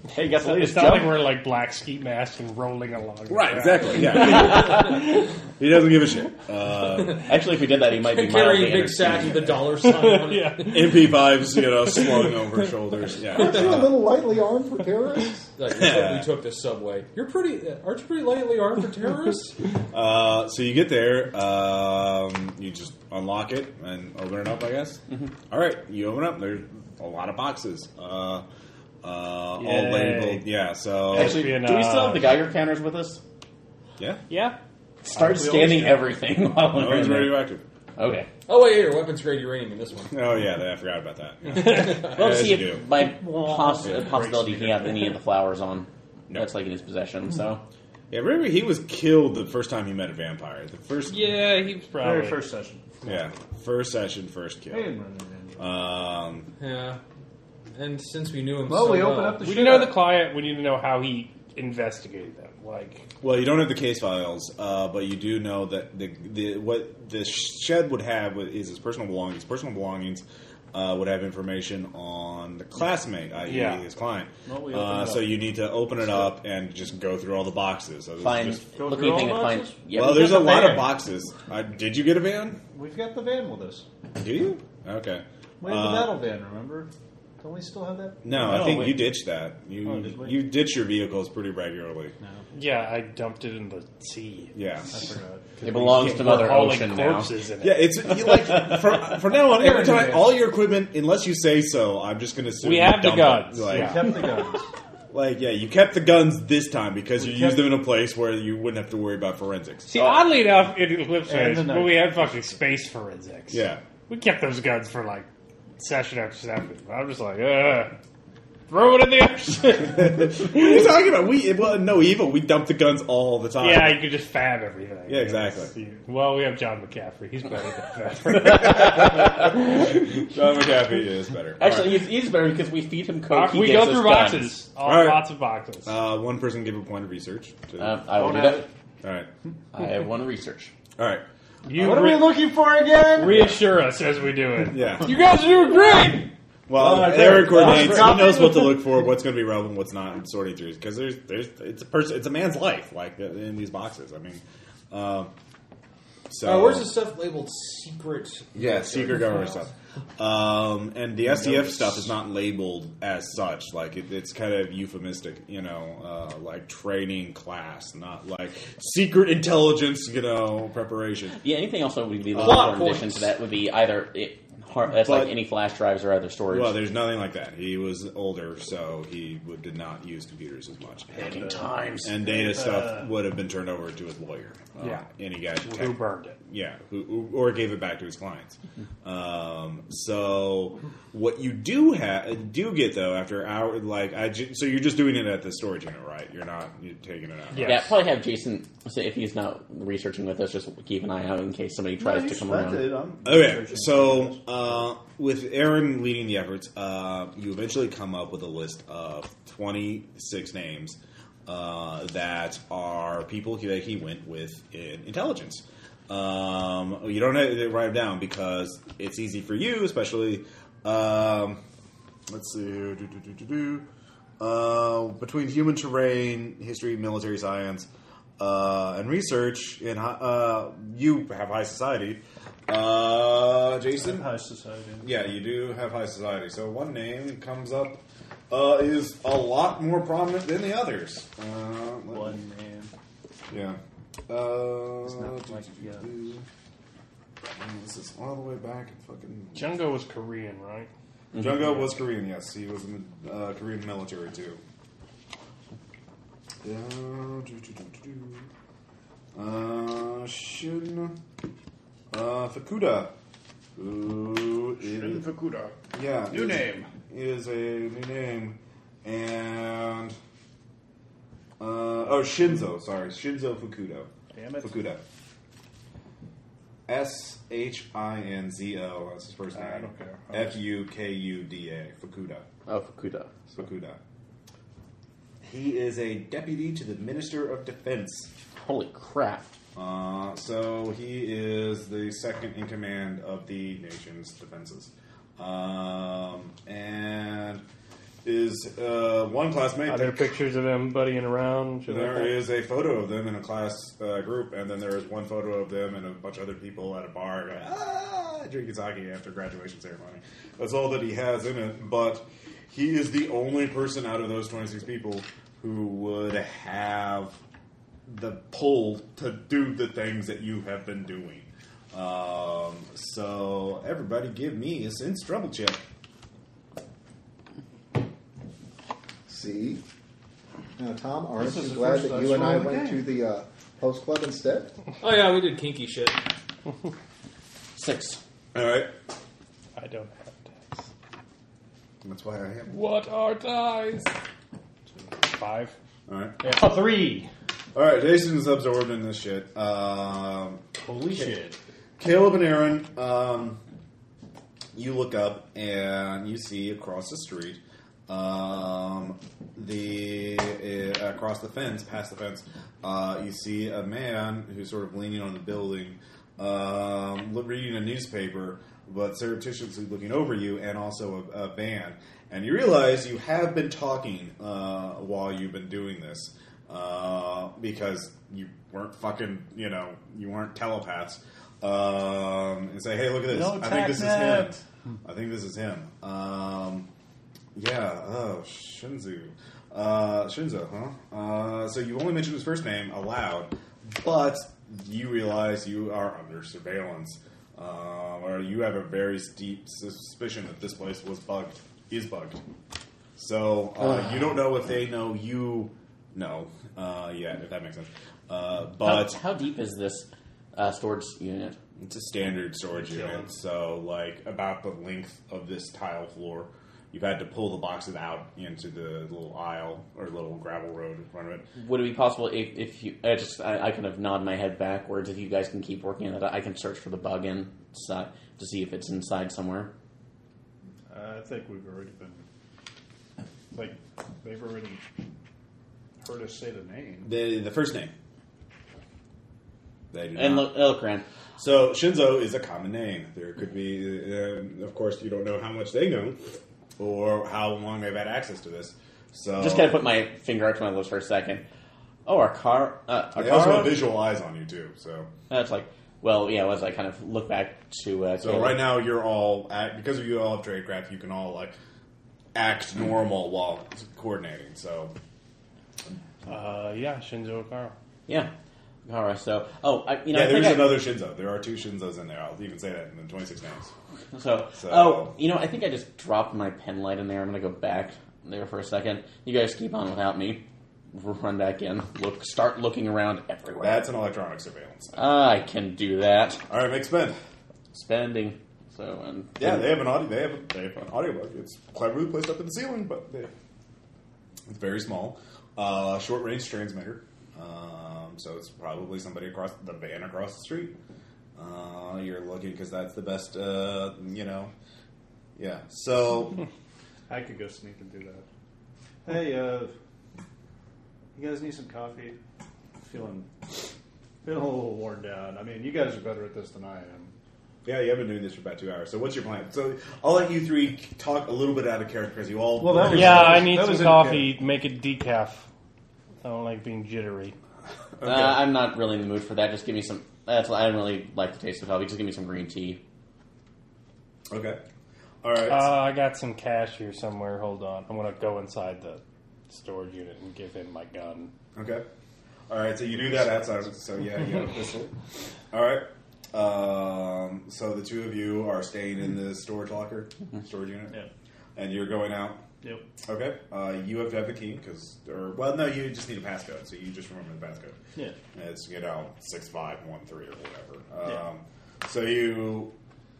Hey, guess
It's not like we're like black ski masks and rolling along.
Right. Exactly. Yeah. (laughs) he doesn't give a shit. Uh,
Actually, if we did that, he might be mildly
Carrying big
entertained.
sack with a dollar sign on it.
Yeah.
MP5s, you know, slung over her shoulders. Yeah.
You a
Uh,
little lightly armed for terrorists?
Like, we, took, we took the subway. You're pretty. uh, Aren't you pretty lightly armed for terrorists?
uh, so you get there, um, you just unlock it and open it up, I guess. All right, you open up. There's a lot of boxes, uh, uh, all
Yay.
labeled. Yeah. So
Actually, do we
Espionage.
still have the Geiger counters with us?
yeah, Oh,
Yeah.
Start
always
scanning
do.
everything (laughs) while
no
we're
one's
in there.
radioactive.
Okay.
Oh wait, your weapons grade uranium in this one.
Oh yeah, they- I forgot about that. Yeah.
Well,
As
see
you do.
if by poss- possibility he have any of the flowers on.
No. Mm-hmm.
That's like in his possession. So
Yeah, remember he was killed the first time he met a vampire. The first, yeah,
Yeah, he was probably.
Very first session.
first session, first kill. Um,
Yeah. And since we knew him,
Well,
so
we open
uh,
up the
We need to know the client. We need to know how he investigated them. Like,
Well, you don't have the case files, uh, but you do know that the, the what the shed would have is his personal belongings. Personal belongings uh, would have information on the classmate, i.e.,
Yeah.
his client.
Well, we open it
uh,
up.
so you need to open it up and just go through all the boxes. So this is
find
just-
go
look
through
anything
all
to find.
boxes?
Yeah,
well,
we
there's
got
a
the
lot of
van.
boxes. Uh, did you get a van?
We've got the van with us.
Do you? Okay.
We have
Uh,
the battle van, remember? Don't we still have that?
No,
No,
I think
wait.
you ditched that. You
Oh, did we?
you ditch your vehicles pretty regularly.
Yeah, I dumped it in the sea.
Yeah.
I forgot.
It belongs to Mother
We're hauling
Ocean now.
corpses in
(laughs)
it.
Yeah, it's you like from, from now on. Every time, all your equipment, unless you say so, I'm just going to assume
We
you
have the
dumped
guns,
it. Like,
yeah.
Kept the guns.
like, yeah, you kept the guns this time because you
kept-
used them in a place where you wouldn't have to worry about forensics.
See, oddly enough, in Eclipse
And the
Phase,
knife.
when we had fucking space forensics,
Yeah, (laughs)
we kept those guns for like session after session. I'm just like, ugh. Throw it in the ocean.
what are you talking about? We well, no evil. We dump the guns all the time.
(laughs) yeah, you could just fab everything.
Yeah, exactly.
You- Well, we have John McCaffrey. He's better than that.
John McAfee is better.
Actually, he's, he's better because we feed him coke. (laughs) he
we
gives
go through
us guns.
boxes. All,
All right.
Lots of boxes.
All right. uh, one person give a point of research. To,
Uh, I will
Don't
do
have
that.
it.
all right,
I have one research.
all right.
you
What are
re-
we looking for again?
reassure us as we do it.
Yeah.
You guys are doing great!
Well,
Well,
Eric coordinates. He
Robin-
knows what to look for, what's going to be relevant, what's not, and sorting through because there's there's it's a person, it's a man's life like uh, in these boxes. I mean, um, so
Uh, where's the stuff labeled secret?
yeah, secret government stuff. Um, and the SDF stuff is not labeled as such. Like it, it's kind of euphemistic, you know, uh, like training class, not like secret intelligence, you know, preparation.
Yeah, anything else that would be
Plot
lost in addition
points.
to that would be either it, har- that's
But-
like any flash drives or other storage.
Well, there's nothing like that. He was older, so he would, did not use computers as much.
Fucking times.
and data stuff would have been turned over to his lawyer. Uh,
Yeah.
any guy who
Who burned it?
yeah, who, who- or gave it back to his
(laughs)
clients. Um, so what you do have do get though after hour like I ju- so you're just doing it at the storage unit, right? You're not you're taking it out. right?
Yeah.
Yeah, probably have Jason so if he's not researching with us, just keep an eye out in case somebody
Uh,
tries to come around.
Okay, so uh, with Aaron leading the efforts, uh, you eventually come up with a list of 26 names uh, that are people he, that he went with in intelligence. Um, you don't have to write them down because it's easy for you, especially. Um, let's see here. Do, do, do, do, do. Uh, between human terrain, history, military science, uh, and research, in hi- uh, you have high society. Uh, Jason?
High society.
Yeah, you do have high society. So one name comes up uh, is a lot more prominent than the others. Uh, let me-
One man.
Yeah. Uh,
not like the others.
Man, This is all the way back in fucking.
Jungo was Korean, right?
Mm-hmm.
Jungo was Korean, yes. He was in the uh, Korean military, too. Uh, do, do, do, do, do. Uh, Shin uh, Fukuda. Who is-
Fukuda.
yeah.
New
is-
name.
Is a new name. And. Uh, oh, Shinzo, sorry. Shinzo Fukudo.
Damn it.
Fukuda. S H I N Z O. That's his first name.
I don't care.
F U K U D A. Fukuda.
Oh, Fukuda.
Fukuda. He is a deputy to the Minister of Defense.
Holy crap.
Uh, so he is the second in command of the nation's defenses, um, and is uh, one classmate.
Are there pictures of them buddying around? Shit like
there
that?
is a photo of them in a class uh, group, and then there is one photo of them and a bunch of other people at a bar going, ah, drinking sake after graduation ceremony. That's all that he has in it. But he is the only person out of those twenty six people who would have the pull to do the things that you have been doing. Um, so everybody, give me a sense trouble check.
See? Now, Tom, aren't
This is
you
the
glad
first
that
I
you and
saw
I
the
went
game.
to the uh, host club instead?
Oh yeah, we did kinky shit.
Six.
All right,
I don't have dice.
that's why I am.
What are dice? Five.
All right.
Oh, Three.
All right, Jason's absorbed in this shit. Um,
Holy shit.
Caleb and Aaron, um, you look up and you see across the street, um, the uh, across the fence, past the fence, uh, you see a man who's sort of leaning on the building, um, lo- reading a newspaper, but surreptitiously looking over you, and also a, a van. And you realize you have been talking uh, while you've been doing this uh, because you weren't fucking, you know, you weren't telepaths. Um, and say, hey, look at this.
No
I think this
TACnet.
is him. I think this is him. Um, Yeah, oh, Shinzu. Uh, Shinzo, huh? Uh, so you only mentioned his first name aloud, but you realize you are under surveillance. Um, or you have a very steep suspicion that this place was bugged, is bugged. So uh, you don't know if they know you know. Uh, yeah, if that makes sense. Uh, but
how, how deep is this uh, storage unit?
it's a standard storage unit, so like about the length of this tile floor. You've had to pull the boxes out into the little aisle or little gravel road in front of it.
Would it be possible if, if you? I just I, I kind of nod my head backwards. If you guys can keep working on that, I can search for the bug in so- to see if it's inside somewhere.
I think we've already been. Like, they've already heard us say the name.
The, the first name. They do
And
not.
look, look around.
So Shinzo is a common name. There could be, uh, of course, you don't know how much they know or how long they've had access to this. So
Just kind of put my finger up to my lips for a second. Oh, our car. Uh, our
they also
car.
have visual eyes on you too. So
That's like, well, yeah. As I kind of look back to, uh,
so
Caleb.
right now you're all at, because you all have tradecraft, you can all like act normal while coordinating. So
Uh, yeah, Shinzo Okaro.
yeah. All right, so oh, I, you know,
yeah,
I think
there's
I-
another Shinzo. There are two Shinzos in there. I'll even say that in the 26 names.
So,
So-
oh, you know, I think I just dropped my pen light in there. I'm gonna go back there for a second. You guys keep on without me. Run back in. Look, start looking around everywhere. Ah,
That's an electronic surveillance.
I can do that.
All right, make spend.
Spending. So and
Yeah, they have an audio. They have, a, they have an audiobook. It's cleverly placed up in the ceiling, but they, it's very small, uh, short range transmitter. Um, so it's probably somebody across the van across the street. Uh, you're looking because that's the best. Uh, you know, yeah.
(laughs)
So
I could go sneak and do that. Hey, uh, you guys need some coffee? Feeling, feeling a little worn down. I mean, you guys are better at this than I am.
yeah, you have been doing this for about two hours. So what's your plan? So I'll let you three talk a little bit out of character because you all.
Well, that was-
Yeah, I need
That
some
was
coffee. Make it decaf. I don't like being jittery.
Okay.
uh, I'm not really in the mood for that. Just give me some. That's I don't really like the taste of coffee. Just give me some green tea.
okay. All right.
Uh, I got some cash here somewhere. Hold on. I'm going to go inside the storage unit and give him my gun.
Okay. All right. So you do that outside. So yeah, you have a pistol. All right. Um, so the two of you are staying in the storage locker, storage unit,
Yeah.
and you're going out.
Yep.
Okay. Uh, you have to have the key because, or well, no, you just need a passcode. So you just remember the passcode.
Yeah.
It's you know six five one three or whatever. Um,
Yeah.
So you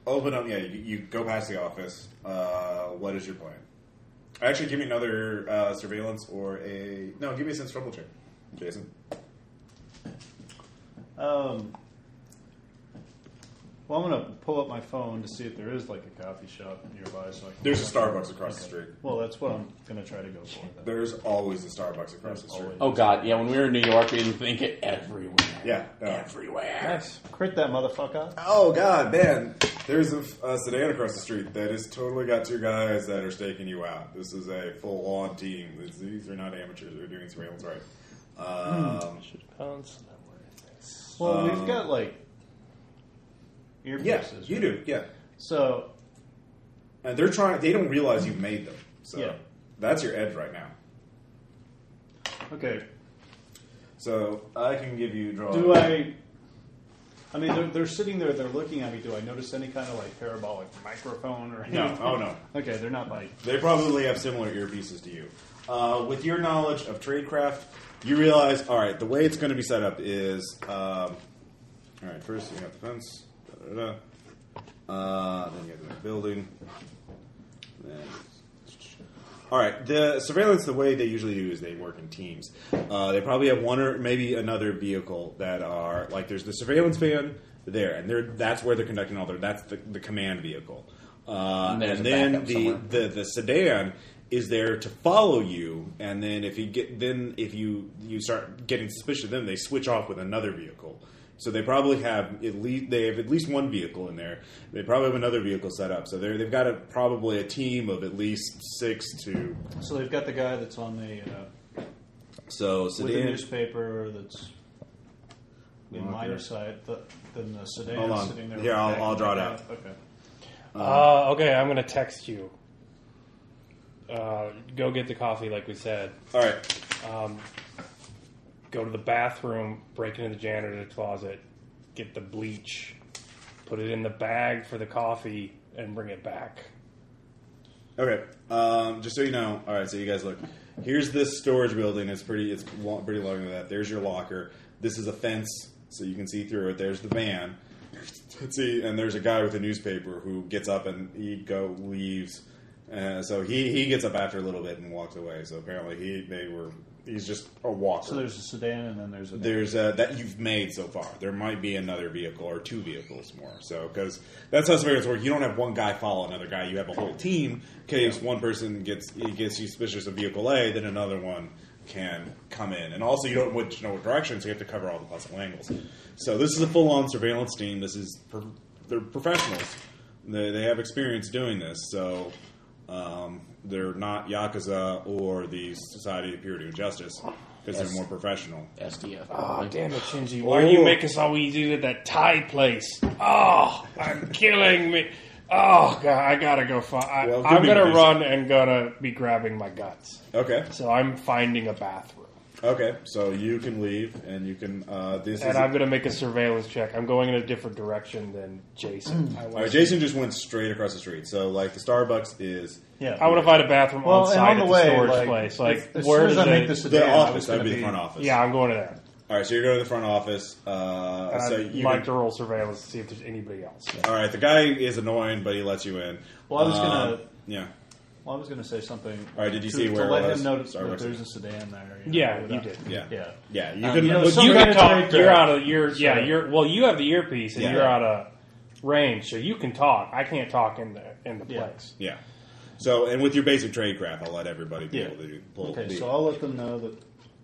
open up. Yeah, you, you go past the office. Uh, what is your plan? Actually, give me another uh, surveillance or a no. Give me a sense trouble check, Jason.
Um, well, I'm gonna pull up my phone to see if there is like a coffee shop nearby. So I can
There's a Starbucks across the street.
Well, that's what I'm gonna try to go for. Then.
There's always a Starbucks across the street.
Always.
Oh God, yeah. When we were in New York, we didn't think it everywhere.
Yeah. no.
everywhere.
Nice. Crit that motherfucker.
Oh god, man! There's a, a sedan across the street that has totally got two guys that are staking you out. This is a full-on team. These- These are not amateurs. They're doing surveillance right.
Hmm.
Um,
Should pounce.
Well,
Um,
we've got like earpieces.
yeah, you do.
right?
Yeah,
So
and they're trying. They don't realize you made them. So
Yeah.
that's your edge right now.
okay,
So I can give you draw.
do I? I mean, they're, they're sitting there. They're looking at me. Do I notice any kind of like parabolic microphone or anything?
No. Oh no.
Okay, they're not like.
They probably have similar earpieces to you. Uh, with your knowledge of tradecraft, you realize, all right, the way it's going to be set up is, um, all right, first you have the fence, da, da, da, da. Uh, then you have the building. Then- All right, the surveillance, the way they usually do is they work in teams. Uh, they probably have one or maybe another vehicle that are, like, there's the surveillance van there, and they're, that's where they're conducting all their, that's the, the command vehicle. Uh,
And there's
and
a
then
backup
the,
somewhere.
the the sedan is there to follow you, and then if you get then if you you start getting suspicious of them, they switch off with another vehicle. So they probably have at least they have at least one vehicle in there. They probably have another vehicle set up. So they they've got a, probably a team of at least six to
So they've got the guy that's on the uh,
so
with the
sedan.
newspaper that's in
Locker.
minor sight. The, then the sedan
Hold on.
sitting there.
Here,
with
I'll-
the
I'll draw it
guy.
out.
Okay.
Uh, okay, I'm going to text you. uh, go get the coffee, like we said.
All right.
Go to the bathroom, break into the janitor's closet, get the bleach, put it in the bag for the coffee, and bring it back.
Okay. Um, just so you know, all right. So you guys look. Here's this storage building. It's pretty. It's lo- pretty long to that. There's your locker. This is a fence, so you can see through it. There's the van. (laughs) see, and there's a guy with a newspaper who gets up and he go leaves. Uh, so he he gets up after a little bit and walks away. So apparently he they were. He's just a walker.
So there's a sedan and then there's a.
There's uh, that you've made so far. There might be another vehicle or two vehicles more. So because that's how surveillance work. You don't have one guy follow another guy. You have a whole team. Because one person gets he gets suspicious of vehicle A, then another one can come in. And also you don't want to know what direction, so you have to cover all the possible angles. So this is a full on surveillance team. This is pro- they're professionals. They they have experience doing this. So. Um, they're not Yakuza or the Society of Purity and Justice because
Yes.
they're more professional.
SDF.
Oh,
Ah.
probably.
damn it, Shinji. Why do you make us always eat at that Thai place? Oh, I'm killing me. Oh, God, I gotta go. Fi- I,
Well,
I'm
good
gonna
news.
run and gonna be grabbing my guts.
Okay.
So I'm finding a bathroom.
Okay. So you can leave, and you can. Uh, this is.
And I'm gonna make a surveillance check. I'm going in a different direction than
Mm.
Jason. I
all
want,
right, Jason just went straight across the street. So like the Starbucks is
yeah.
I want to find a bathroom
well,
on
and
site
on the
at the
way,
storage
like,
place.
as-
Like,
as
where
soon as
is
I make
it?
the
the
sedan, I
office.
was
That would
gonna
be the front office.
Yeah, I'm going to there.
All right. So you're going to the front office. Uh,
And
so
I'd
you.
like
can-
to roll surveillance to see if there's anybody else.
all right. The guy is annoying, but he lets you in.
Well, I was gonna-
Um, yeah.
Well, I was going to say something.
All right, did you
to,
see
to
where it
let
was?
him notice
Starbucks.
that there's a sedan there? know,
Yeah,
without-
you did.
Yeah.
Yeah.
Yeah. You
Um,
can.
you know,
look-
some-
you
Somebody
can
take
talk.
the-
You're out of you're yeah.
Sorry.
You're well. You have the earpiece, and
Yeah.
you're out of range, so you can talk. I can't talk in the in the
Yeah.
place.
yeah. So and with your basic trade craft, I'll let everybody be
Yeah.
able to pull.
Okay,
be-
so I'll let them know that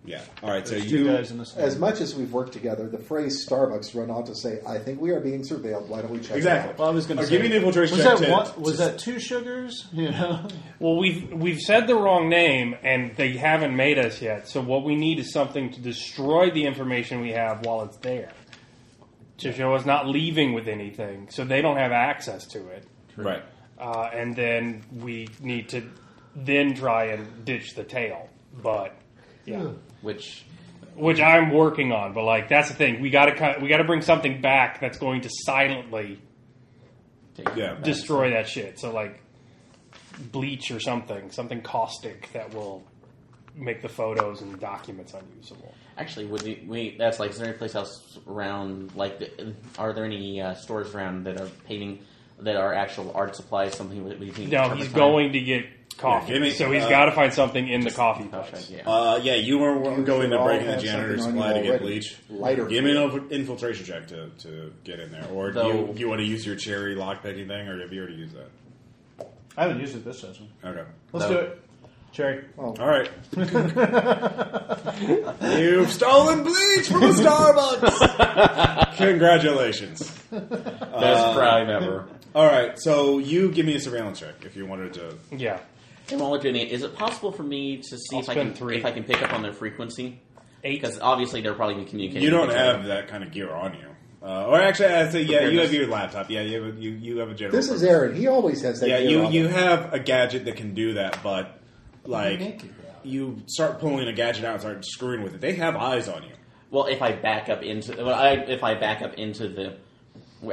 yeah. All right. So
there's
you.
two guys in this.
As much as we've worked together, the phrase Starbucks run on to say, I think we are being surveilled. Why don't we check
Exactly.
it out?
well, I was going
I'll
to
give you an infiltration
Was
check
that
to-
one, was that two sugars? (laughs) You know,
Well, we've we've said the wrong name, and they haven't made us yet. So what we need is something to destroy the information we have while it's there, to show us not leaving with anything, so they don't have access to it.
Right.
Uh, and then we need to then try and ditch the tail, but yeah.
Which
which I'm working on. But like that's the thing, we gotta cut, we gotta bring something back that's going to silently
take
Yeah.
destroy that shit. So like bleach or something, something caustic that will make the photos and documents unusable.
Actually, would you, wait. That's like, is there any place else around? Like, the, are there any uh, stores around that are painting that are actual art supplies? Something that we can
No,
turpentine?
he's going to get coffee,
Yeah, give me,
so he's
uh,
got to find something in the coffee
Oh, shit,
place.
yeah.
Uh, yeah, you were were
You
going to break
should all
in the
have
janitor's
something on
supply to
you
get
already.
bleach.
Lighter
Give me an over- infiltration check to, to get in there. Or do
Though-
you, do you want to use your cherry lockpicking thing, or have you already used that?
I haven't used it this session.
Okay.
Let's
No.
do it, Cherry.
All
(laughs)
right. You've stolen bleach from a Starbucks!
(laughs)
Congratulations.
Best crime ever.
All right, so you give me a surveillance check if you wanted to.
Yeah,
And while we're doing it, is it possible for me to see
I'll
if I
spend
can
three.
if I can pick up on their frequency?
eight.
Because obviously they're probably going to communicate.
You don't
with each
have
other.
that kind of gear on you. Uh, or actually, I'd say, yeah, you
Preparedness.
have your laptop. Yeah, you have a, you, you have a general.
This is Aaron. He always has that
Yeah,
gear
you
on
you
him.
have a gadget that can do that, but like
naked now.
you start pulling a gadget out and start screwing with it. They have eyes on you.
Well, if I back up into well, I, if I back up into the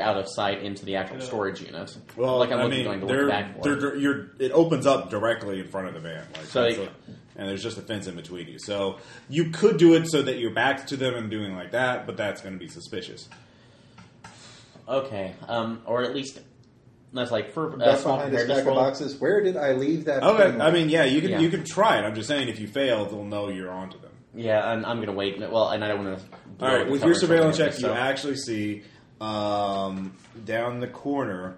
out of sight into the actual storage unit,
Well,
like I'm
I
looking
mean,
going to
they're,
look back for.
they're,
it.
dir- you're, it opens up directly in front of the van, like,
So
that's
they-
what- and there's just a fence in between you. So you could do it so that you're back to them and doing like that, but that's going to be suspicious.
Okay, um, or at least that's like for uh,
Duck
small
behind his
preparedness
stack of
roll.
boxes. Where did I leave that?
Okay,
thing?
I mean, yeah, you can
Yeah.
you can try it. I'm just saying, if you fail, they'll know you're onto them.
Yeah, I'm, I'm gonna wait. Well, and I don't want to.
All right, with your surveillance check, you actually see um, down the corner.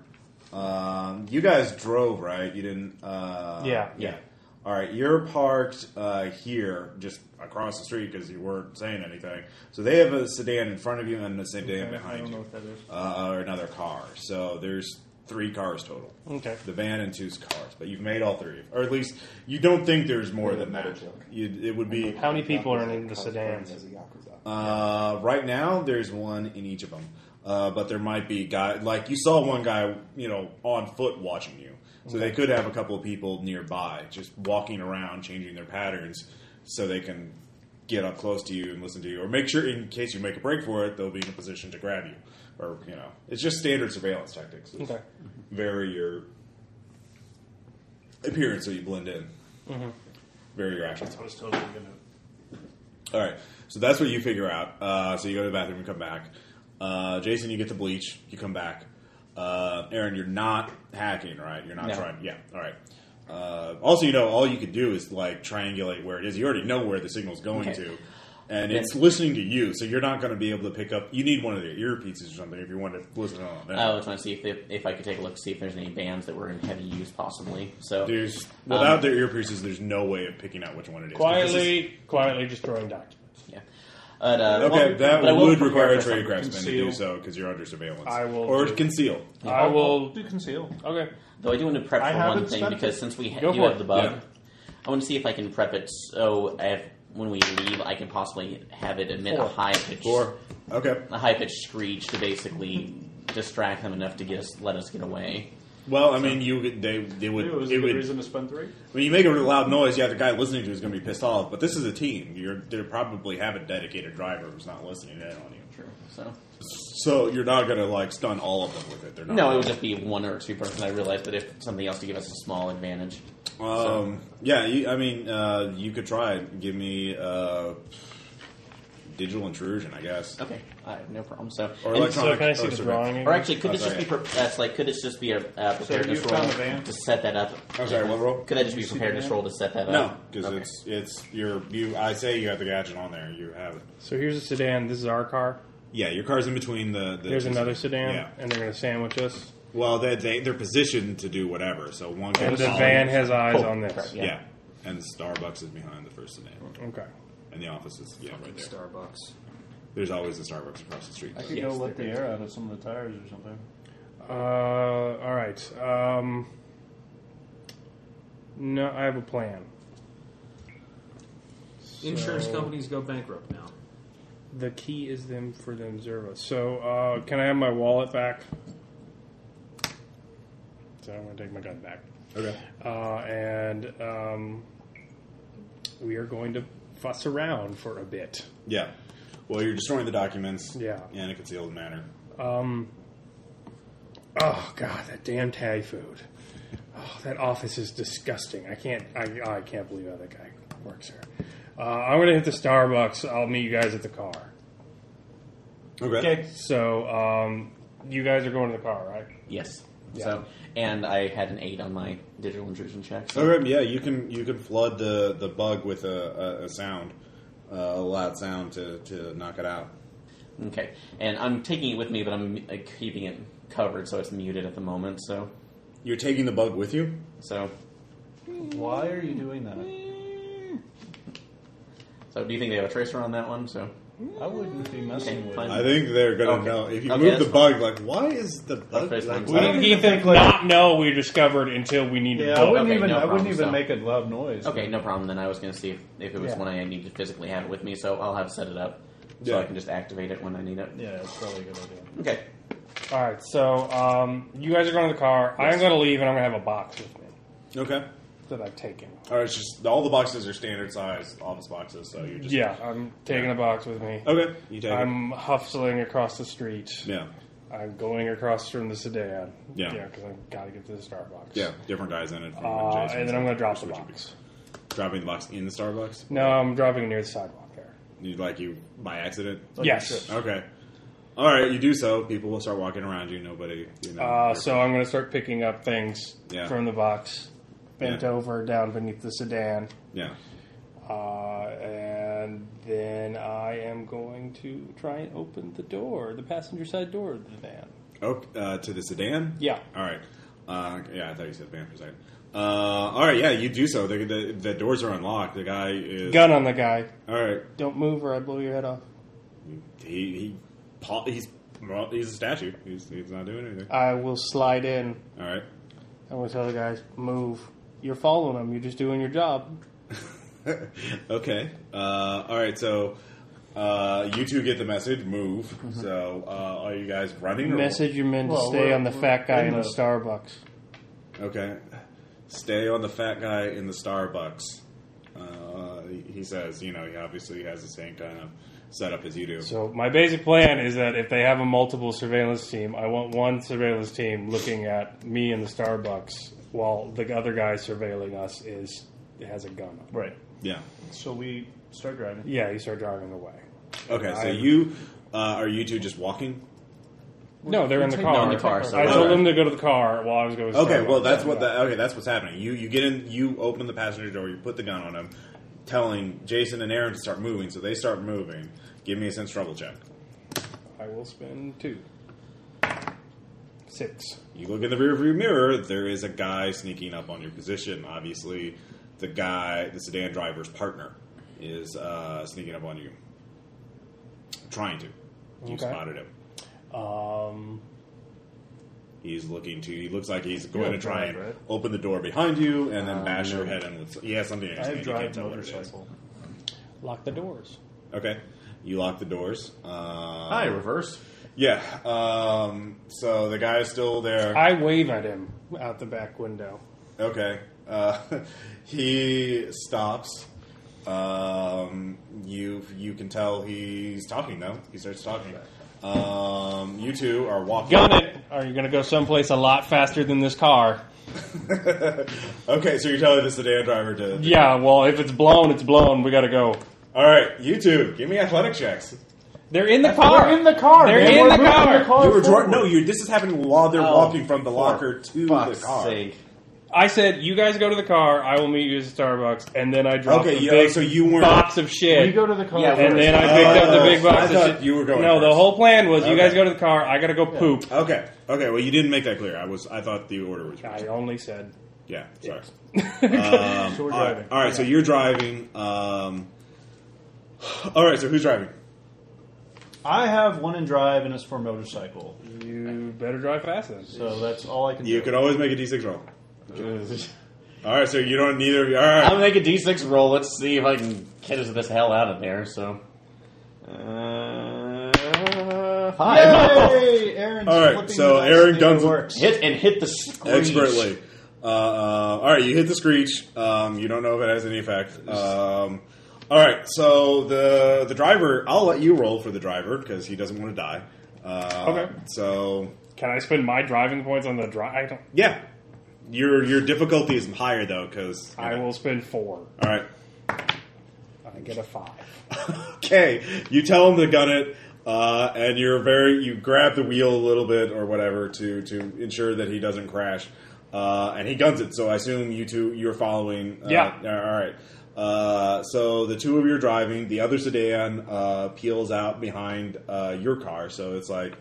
Um, you guys drove, right? You didn't. Uh,
Yeah.
yeah. All right, you're parked uh, here, just across the street, because you weren't saying anything. So they have a sedan in front of you and a sedan
I
behind
don't know
you,
what that is.
uh, or another car. So there's three cars total.
Okay.
The van and two's cars, but you've made all three, or at least you don't think there's more than
Another
that.
joke.
You, it would be
How many people are in the
Cosplaying
sedans?
as a Yakuza.
uh, right now, there's one in each of them. Uh, but there might be guy like you saw one guy, you know, on foot watching you. So they could have a couple of people nearby just walking around, changing their patterns, so they can get up close to you and listen to you, or make sure in case you make a break for it, they'll be in a position to grab you, or you know, it's just standard surveillance tactics. It's
Okay.
Vary your appearance so you blend in. Vary your actions.
I was totally gonna.
All right. So that's what you figure out. Uh, so you go to the bathroom and come back. Uh, Jason, you get the bleach. You come back. Uh, Aaron, you're not hacking, right? You're not
No.
trying. Yeah. All right. Uh, also, you know, all you could do is like triangulate where it is. You already know where the signal's going
Okay.
to, and
Then-
it's listening to you. So you're not going to be able to pick up. You need one of the earpieces or something if you want to listen Oh, on that.
I was trying to see if they, if I could take a look to see if there's any bands that were in heavy use, possibly. So
There's without the earpieces, there's no way of picking out which one it is.
Quietly, quietly destroying documents.
yeah. But, uh,
Okay,
well,
that
but I will
would
prepare
require a
for
trade
something.
craft spend to do
Conceal.
so because you're under surveillance.
I will
or
do-
conceal.
I will.
do conceal.
Okay.
Though I do want to prep
I
for
haven't
one thing
spent
because
it.
since we ha-
Go
do
for
have
it.
the bug,
Yeah.
I want to see if I can prep it so if when we leave, I can possibly have it emit a
Four.
high pitch,
Four. Okay.
a high pitch screech to basically distract them enough to get us, let us get away.
Well, I mean, you would- they they would
It was a
it
good
would
reason to spend three.
when you make a really loud noise, yeah, the guy listening to you is going to be pissed off. But this is a team. You're they probably have a dedicated driver who's not listening in on you,
True. So
so you're not going to like stun all of them with it. They're not.
no, it would just be one or two person. I realized that if something else to give us a small advantage.
Um, Yeah, you, I mean, uh, you could try. it. Give me uh, digital intrusion, I guess.
Okay, I have no problem. So
Or
and-
electronic.
So can I see
or
the
surveillance.
drawing?
Or actually, could
Oh,
this just
sorry.
be pre- that's like could this just be a uh, preparedness
you found
roll
the van?
to set that up?
I'm sorry, what roll?
Could that just be preparedness roll to set that
No,
up?
because
Uh, Okay.
it's it's your you. I say you have the gadget on there. You have it.
So here's a sedan. This is our car.
Yeah, your car's in between the. the
There's another sedan,
Yeah.
and they're going to sandwich us.
Well, they, they they're positioned to do whatever. So one can
And the
follow-
van has eyes
Cool.
on this.
Correct,
Yeah.
yeah.
and Starbucks is behind the first sedan,
Okay.
and the office is yeah right there.
Starbucks.
There's always a Starbucks across the street.
I could
Yes,
go let the
there
air out of some of the tires or something.
Uh, all right. Um, no, I have a plan.
Insurance
So-
companies go bankrupt now.
The key is them for them zero. So uh, can I have my wallet back? So I'm going to take my gun back.
Okay.
Uh, and um, we are going to fuss around for a bit.
Yeah. Well, you're destroying the documents.
Yeah.
In a concealed manner.
Oh god, that damn Thai food. Oh, that office is disgusting. I can't. I, oh, I can't believe how that guy works here. Uh, I'm gonna hit the Starbucks. I'll meet you guys at the car.
Okay.
So, um, you guys are going to the car, right?
Yes.
Yeah.
So, and I had an eight on my digital intrusion check. So
Okay. Yeah, you can you can flood the the bug with a, a, a sound, uh, a loud sound to to knock it out.
okay, and I'm taking it with me, but I'm uh, keeping it covered, so it's muted at the moment. So,
You're taking the bug with you.
so,
Why are you doing that?
so, do you think they have a tracer on that one? So,
I wouldn't be
Okay,
messing with
fine.
it.
I think they're gonna
Okay.
know if you
Okay,
move
that's
the bug. Like, why is the bug?
first
Like,
time.
why
I
did
We think not know we discovered until we need
Yeah,
to.
I
Vote.
wouldn't
okay,
even.
no
I wouldn't
problem,
even
so.
make a loud noise.
okay, no problem. Then I was going to see if, if it was
Yeah.
one I need to physically have it with me, so I'll have set it up so
Yeah.
I can just activate it when I need it.
Yeah, it's probably a good idea.
Okay.
All right. So, um, you guys are going to the car. I'm going to leave, and I'm going to have a box with me
Okay.
that I've taken.
All right, it's just all the boxes are standard size office boxes, so you're just
Yeah, I'm taking a box with me.
Okay, you take it.
I'm hustling across the street.
Yeah,
I'm going across from the sedan.
Yeah.
because I've got to get to the Starbucks.
yeah, different guys in it. From when
Uh,
Jason
and
was
then I'm
in
going
it,
to drop the
which would be-
box.
Dropping the box in the Starbucks,
No, I'm dropping it near the sidewalk there.
you, like you by accident.
yes.
Okay, all right, you do so. People will start walking around you. Nobody, you know.
Uh, so I'm going to start picking up things
Yeah.
from the box, bent
Yeah.
over down beneath the sedan,
yeah,
uh, and then I am going to try and open the door, the passenger side door of the van.
oh, uh, to the sedan.
Yeah.
All right. Uh, yeah, I thought you said van for a second. Uh, all right, yeah, you do so. The, the, the doors are unlocked. The guy is
Gun on the guy.
All right,
Don't move or I blow your head off.
he he pa- he's well, he's a statue. He's he's not doing anything.
I will slide in.
All right. (laughs)
I'm going to tell the guys, move. You're following them. You're just doing your job.
okay. Uh, all right. So Uh, you two get the message. Move. So, uh, are you guys running? or-
Mm-hmm. Message your men to
Well,
stay
we're-
on the
we're
fat guy
in
in the
the-
Starbucks.
Okay. Stay on the fat guy in the Starbucks. Uh, he says, you know, he obviously has the same kind of setup as you do.
So my basic plan is that if they have a multiple surveillance team, I want one surveillance team looking at me in the Starbucks while the other guy surveilling us is has a gun. on.
Right.
yeah.
So we start driving.
Yeah, you start driving away.
Okay. So
I'm-
you uh, are you two just walking?
No, they're in the
Take-
car.
no, in the car, so-
I told
Alright.
them to go to the car while I was going. To
Okay.
Starbucks.
Well, that's what the, okay. That's what's happening. You you get in. You open the passenger door. You put the gun on him, telling Jason and Aaron to start moving. So they start moving. Give me a sense trouble check.
I will spend two, six.
You look in the rearview mirror. There is a guy sneaking up on your position. Obviously, the guy, the sedan driver's partner, is uh, sneaking up on you, trying to. You
Okay.
spotted him.
Um,
He's looking to. He looks like he's going to try
drive,
and
right? Uh,
open the door behind you and then bash your head in with. He has something. in his
I
hand,
have
you
drive
can't tell what it is.
motorcycle.
lock the doors.
Okay. You lock the doors. Um,
Hi, reverse.
Yeah. Um, so the guy is still there.
I wave at him out the back window.
Okay. Uh, (laughs) he stops. Um, you you can tell he's talking though. He starts talking. Um, you two are walking.
Gun it. Are you going to go someplace a lot faster than this car?
(laughs) okay, so you're telling the sedan driver to.
Yeah. Well, if it's blown, it's blown. We got to go.
All right, you two, give me athletic checks.
They're in the car.
We're in the car.
They're
man.
in
We're
the
moving
car.
You were drawing. No, you. This is happening while they're
Oh,
walking from the locker to the
Fuck's
car.
sake.
I said, "You guys go to the car. I will meet you at Starbucks." And then I dropped
Okay,
the
yeah,
big
so you weren't-
box of shit.
We go to the car.
Yeah,
and then I
Oh,
picked up the big
I
box of
thought
shit.
you were going
No, the
first.
whole plan was you
Okay.
guys go to the car. I got to go poop.
Okay. Okay. Well, you didn't make that clear. I was. I thought the order was.
I only said
Yeah. Sorry.
(laughs)
Uh,
so we're
All right,
driving.
all right, so you're driving. Um, all right, so who's driving?
I have one in drive, and it's for motorcycle.
you better drive fast. Then.
So that's all I can
You
do.
can always make a d6 roll.
(laughs)
All right, so you don't neither of you. All right,
I'll make a D6 roll. Let's see if I can get us this hell out of there. So, uh, five.
(laughs) Yay! Aaron's
All right,
flipping
so
the dice
Aaron
and it
guns-
works.
(laughs) hit and hit the screech.
expertly. Uh, uh, all right, you hit the screech. Um, you don't know if it has any effect. Um, all right, so the the driver. I'll let you roll for the driver because he doesn't want to die. Uh,
Okay.
So
Can I spend my driving points on the drive? I don't.
yeah, your your difficulty is higher though because
I will spend four.
All right.
I get a five.
okay, you tell him to gun it, uh, and you're very you grab the wheel a little bit or whatever to to ensure that he doesn't crash, uh, and he guns it. So I assume you two you're following. Uh,
Yeah.
All right. Uh, so the two of you are driving. The other sedan uh, peels out behind uh, your car. So it's like.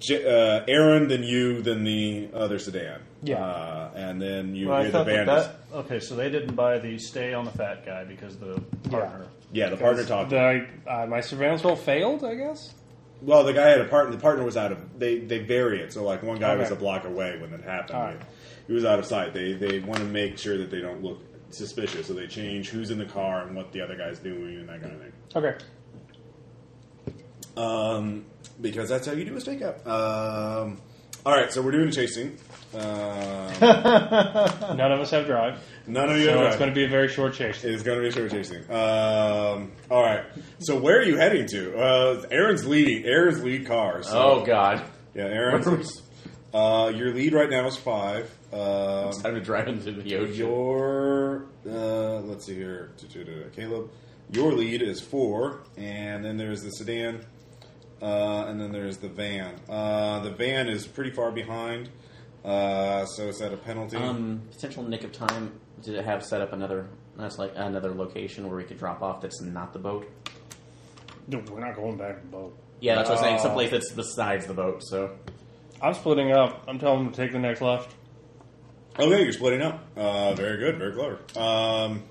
J- Uh, Aaron, then you, then the other sedan.
Yeah.
uh, and then you
Well, I
hear the
thought that,
band. is-
that okay, so they didn't buy the stay on the fat guy because the partner.
yeah, the partner talking.
The, uh, my surveillance roll failed. I guess.
Well, the guy had a partner. The partner was out of. They they vary it. So like one guy was
Okay.
a block away when that happened.
All right.
He was out of sight. They they want to make sure that they don't look suspicious. So they change who's in the car and what the other guy's doing and that kind of thing.
Okay.
Um, because that's how you do a stakeout. Um, all right. So we're doing a chasing.
(laughs)
Um,
None of us have drive,
none of you.
so
have
it's
drive.
going to be a very short chase.
It's going to be sure chasing. Um, all right. So where are you heading to? Uh, Aaron's leading. Aaron's lead car. So
Oh God!
yeah,
Where are we-
(laughs)
Aaron's. Uh, your lead right now is five. Um,
It's time to drive into the ocean.
your uh, let's see here, Du-du-du-du. Caleb. Your lead is four, and then there's the sedan, uh, and then there's the van. Uh, the van is pretty far behind, uh, so it's at a penalty.
Um, potential nick of time to have set up another. That's like another location where we could drop off. That's not the boat.
No, we're not going back to the boat.
Yeah, that's what I'm saying.
No.
Oh.
Someplace that's besides the boat. So
I'm splitting up. I'm telling them to take the next left.
okay, Oh, you're splitting up. Uh, very good, very clever. Um,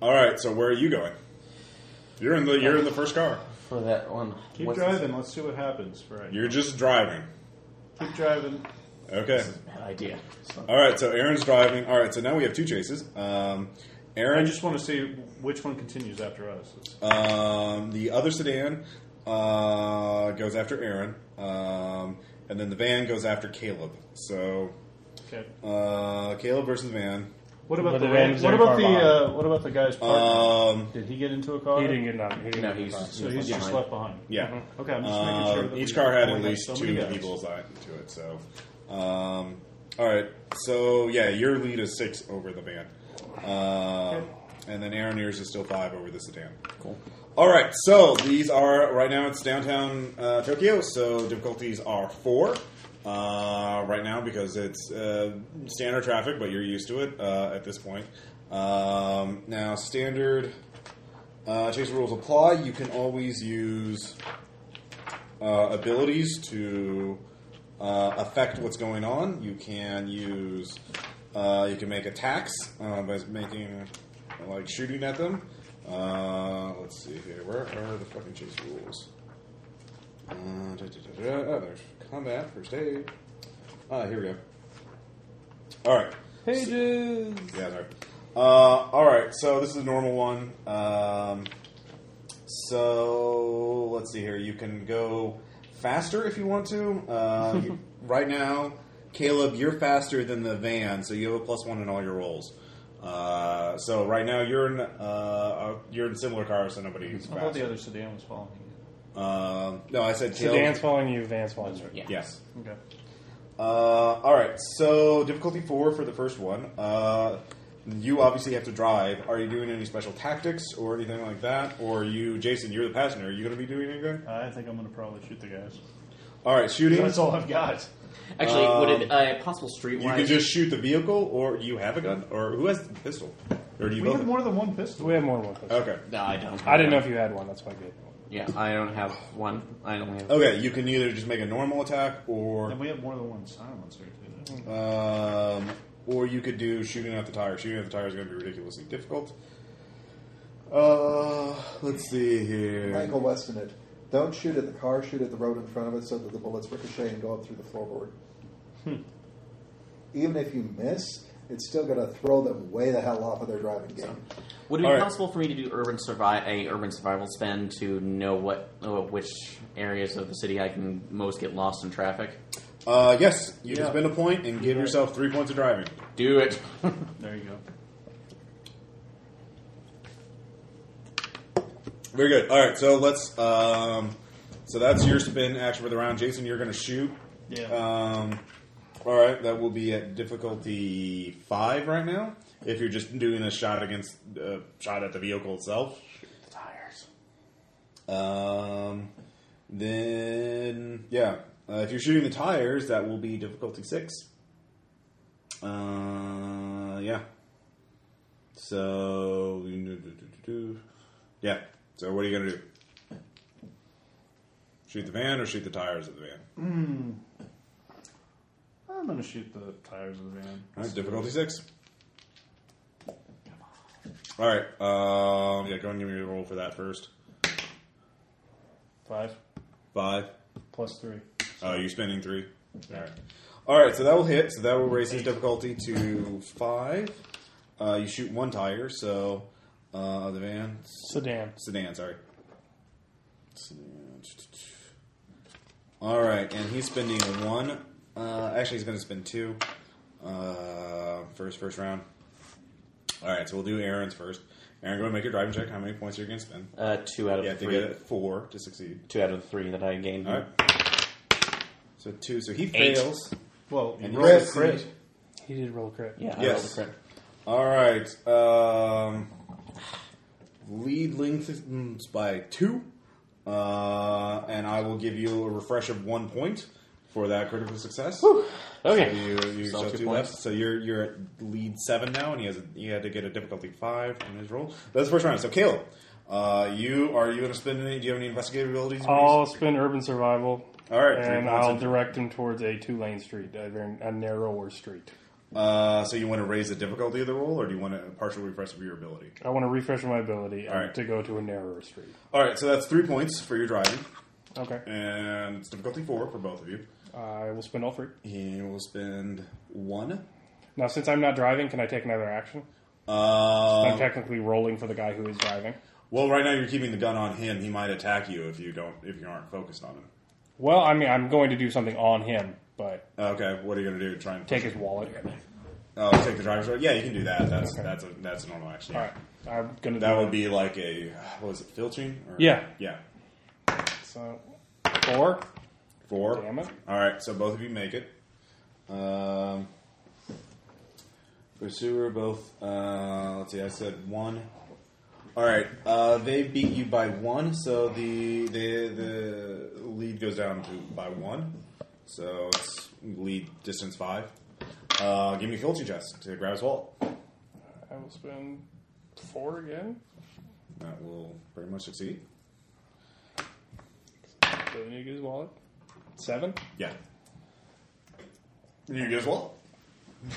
all right, so where are you going? You're in the you're in the first car.
for that one,
Keep
what's
driving, let's see what happens. Right.
You're just driving.
Keep driving.
Okay.
This, bad idea.
All right, so Aaron's driving. All right, so now we have two chases. Um,
I
Aaron,
just want to see which one continues after us. It's-
um, the other sedan uh, goes after Aaron, um, and then the van goes after Caleb. So
okay.
uh, Caleb versus van.
What about
But
the
the
ram-
van's
what
very
about
far
the uh, what about the guy's partner?
Um,
Did he get into a car?
He didn't get knocked. He didn't
No,
get
he's-
knocked.
So he's just
Behind.
left behind.
yeah.
Okay, I'm just making
Uh,
sure. That
each
we-
car had
we
at
have
least
so
two
many guys.
people's eye to it. So, um, all right. So yeah, your lead is six over the van, uh, and then Aaron yours is still five over the sedan.
Cool.
All right. So these are right now. It's downtown uh, Tokyo. So difficulties are four. Uh, right now, because it's uh, standard traffic, but you're used to it uh, at this point. Um, now, standard uh, chase rules apply. You can always use uh, abilities to uh, affect what's going on. You can use, uh, you can make attacks uh, by making, like, shooting at them. Uh, let's see here. Where are the fucking chase rules? Uh, da, da, da, da. Oh, there's combat, first aid. Ah, here we go. All right.
Pages.
Yeah, sorry. Uh, all right, so this is a normal one. Um, so let's see here. You can go faster if you want to. Uh, you- right now, Caleb, you're faster than the van, so you have a plus one in all your rolls. Uh, so right now you're in uh, uh, you're in similar cars, so nobody's
I thought the
faster.
other sedan was following.
Um, no, I said
So
Caleb.
Dan's following you. Van's following you.
Yeah.
Yes.
you. Okay.
Uh, all right. So difficulty four for the first one. Uh, you obviously have to drive. Are you doing any special tactics or anything like that? Or you, Jason, you're the passenger. Are you going to be doing anything?
I think I'm going to probably shoot the guys.
All right, shooting.
That's all I've got.
Actually, would it uh, possible street?
You can just shoot the vehicle, or you have a gun, or who has the pistol, or do you
We
both?
have more than one pistol.
We have more than one. person.
okay.
No, I don't.
I didn't know if you had one. That's why I did.
Yeah, I don't have one. I only have.
Okay. You can either just make a normal attack, or
And we have more than one silencer too.
um, or you could do shooting at the tire. Shooting at the tire is going to be ridiculously difficult. Uh, let's see here.
Michael Weston it. Don't shoot at the car, shoot at the road in front of it so that the bullets ricochet and go up through the floorboard.
Hmm.
Even if you miss, it's still going to throw them way the hell off of their driving game.
Would it be
All right.
possible for me to do urban survive a urban survival spend to know what uh, which areas of the city I can most get lost in traffic?
Uh, yes, you
Yeah.
can spend a point and give yourself three points of driving.
Do it.
There you go.
Very good. All right, so let's. Um, so that's your spin action for the round, Jason. You're going to shoot.
Yeah.
Um, all right, that will be at difficulty five right now. If you're just doing a shot against uh, shot at the vehicle itself,
Tires.
um, then yeah, uh, if you're shooting the tires, that will be difficulty six. Uh, yeah. So yeah. So what are you gonna do? Shoot the van or shoot the tires of the van?
Um, Hmm. I'm going to shoot the tires of the van.
All right, difficulty six. All right. Um, yeah, go and give me a roll for that first.
Five
Five.
plus three.
Oh, you're spending three. All right. All right. So that will hit. So that will raise his difficulty to five. Uh, you shoot one tire. So uh, the van
Sedan.
sedan. Sorry. Sedan. All right, and he's spending one. Uh, actually, he's going to spend two uh, for his first round. All right, so we'll do Aaron's first. Aaron, go ahead and make your driving check. How many points you're going to spend?
Uh, two out of
You have to
three.
get it four to succeed.
Two out of the three that I gained.
All right. So two. So he
Eight.
fails.
Well,
And
you rolled a
Chris.
crit.
He did roll crit.
Yeah, I
Yes.
rolled a crit.
All right. Um, lead lengthens by two, uh, and I will give you a refresh of one point for that critical success.
Okay.
You, you
Still
still
two
two
points.
left, so you're you're at lead seven now, and he has he had to get a difficulty five in his roll. That's the first round. So Caleb, uh, you are you going to spend any? Do you have any investigative abilities?
I'll spin urban survival.
All right, three
And
points
I'll
in-
direct him towards a two-lane street, a, very- a narrower street.
uh, so you want to raise the difficulty of the roll, or do you want a partial refresh of your ability?
I want to refresh my ability um,
All right.
to go to a narrower street.
All right, so that's three points for your driving.
Okay.
and it's difficulty four for both of you.
I will spend all three.
He will spend one.
Now, since I'm not driving, can I take another action? I'm
Um,
technically rolling for the guy who is driving.
well, right now you're keeping the gun on him. He might attack you if you don't if you aren't focused on him.
Well, I mean, I'm going to do something on him, but
Okay, what are you going to do? Try and
take his wallet.
Oh, take the driver's door. Yeah, you can do that. That's that's a that's a normal action.
All right, I'm gonna.
That
do
would be like a what was it filching? Or,
Yeah.
yeah.
so four.
Four.
Damn it.
All right, so both of you make it. Um, pursuer, both. Uh, let's see, I said one. All right, uh, they beat you by one, so the the the lead goes down to by one. So it's lead distance five. Uh, give me a filching chest to grab his wallet.
I will spend four again.
That will pretty much succeed.
So I need to get his wallet. Seven.
Yeah. You get his wallet.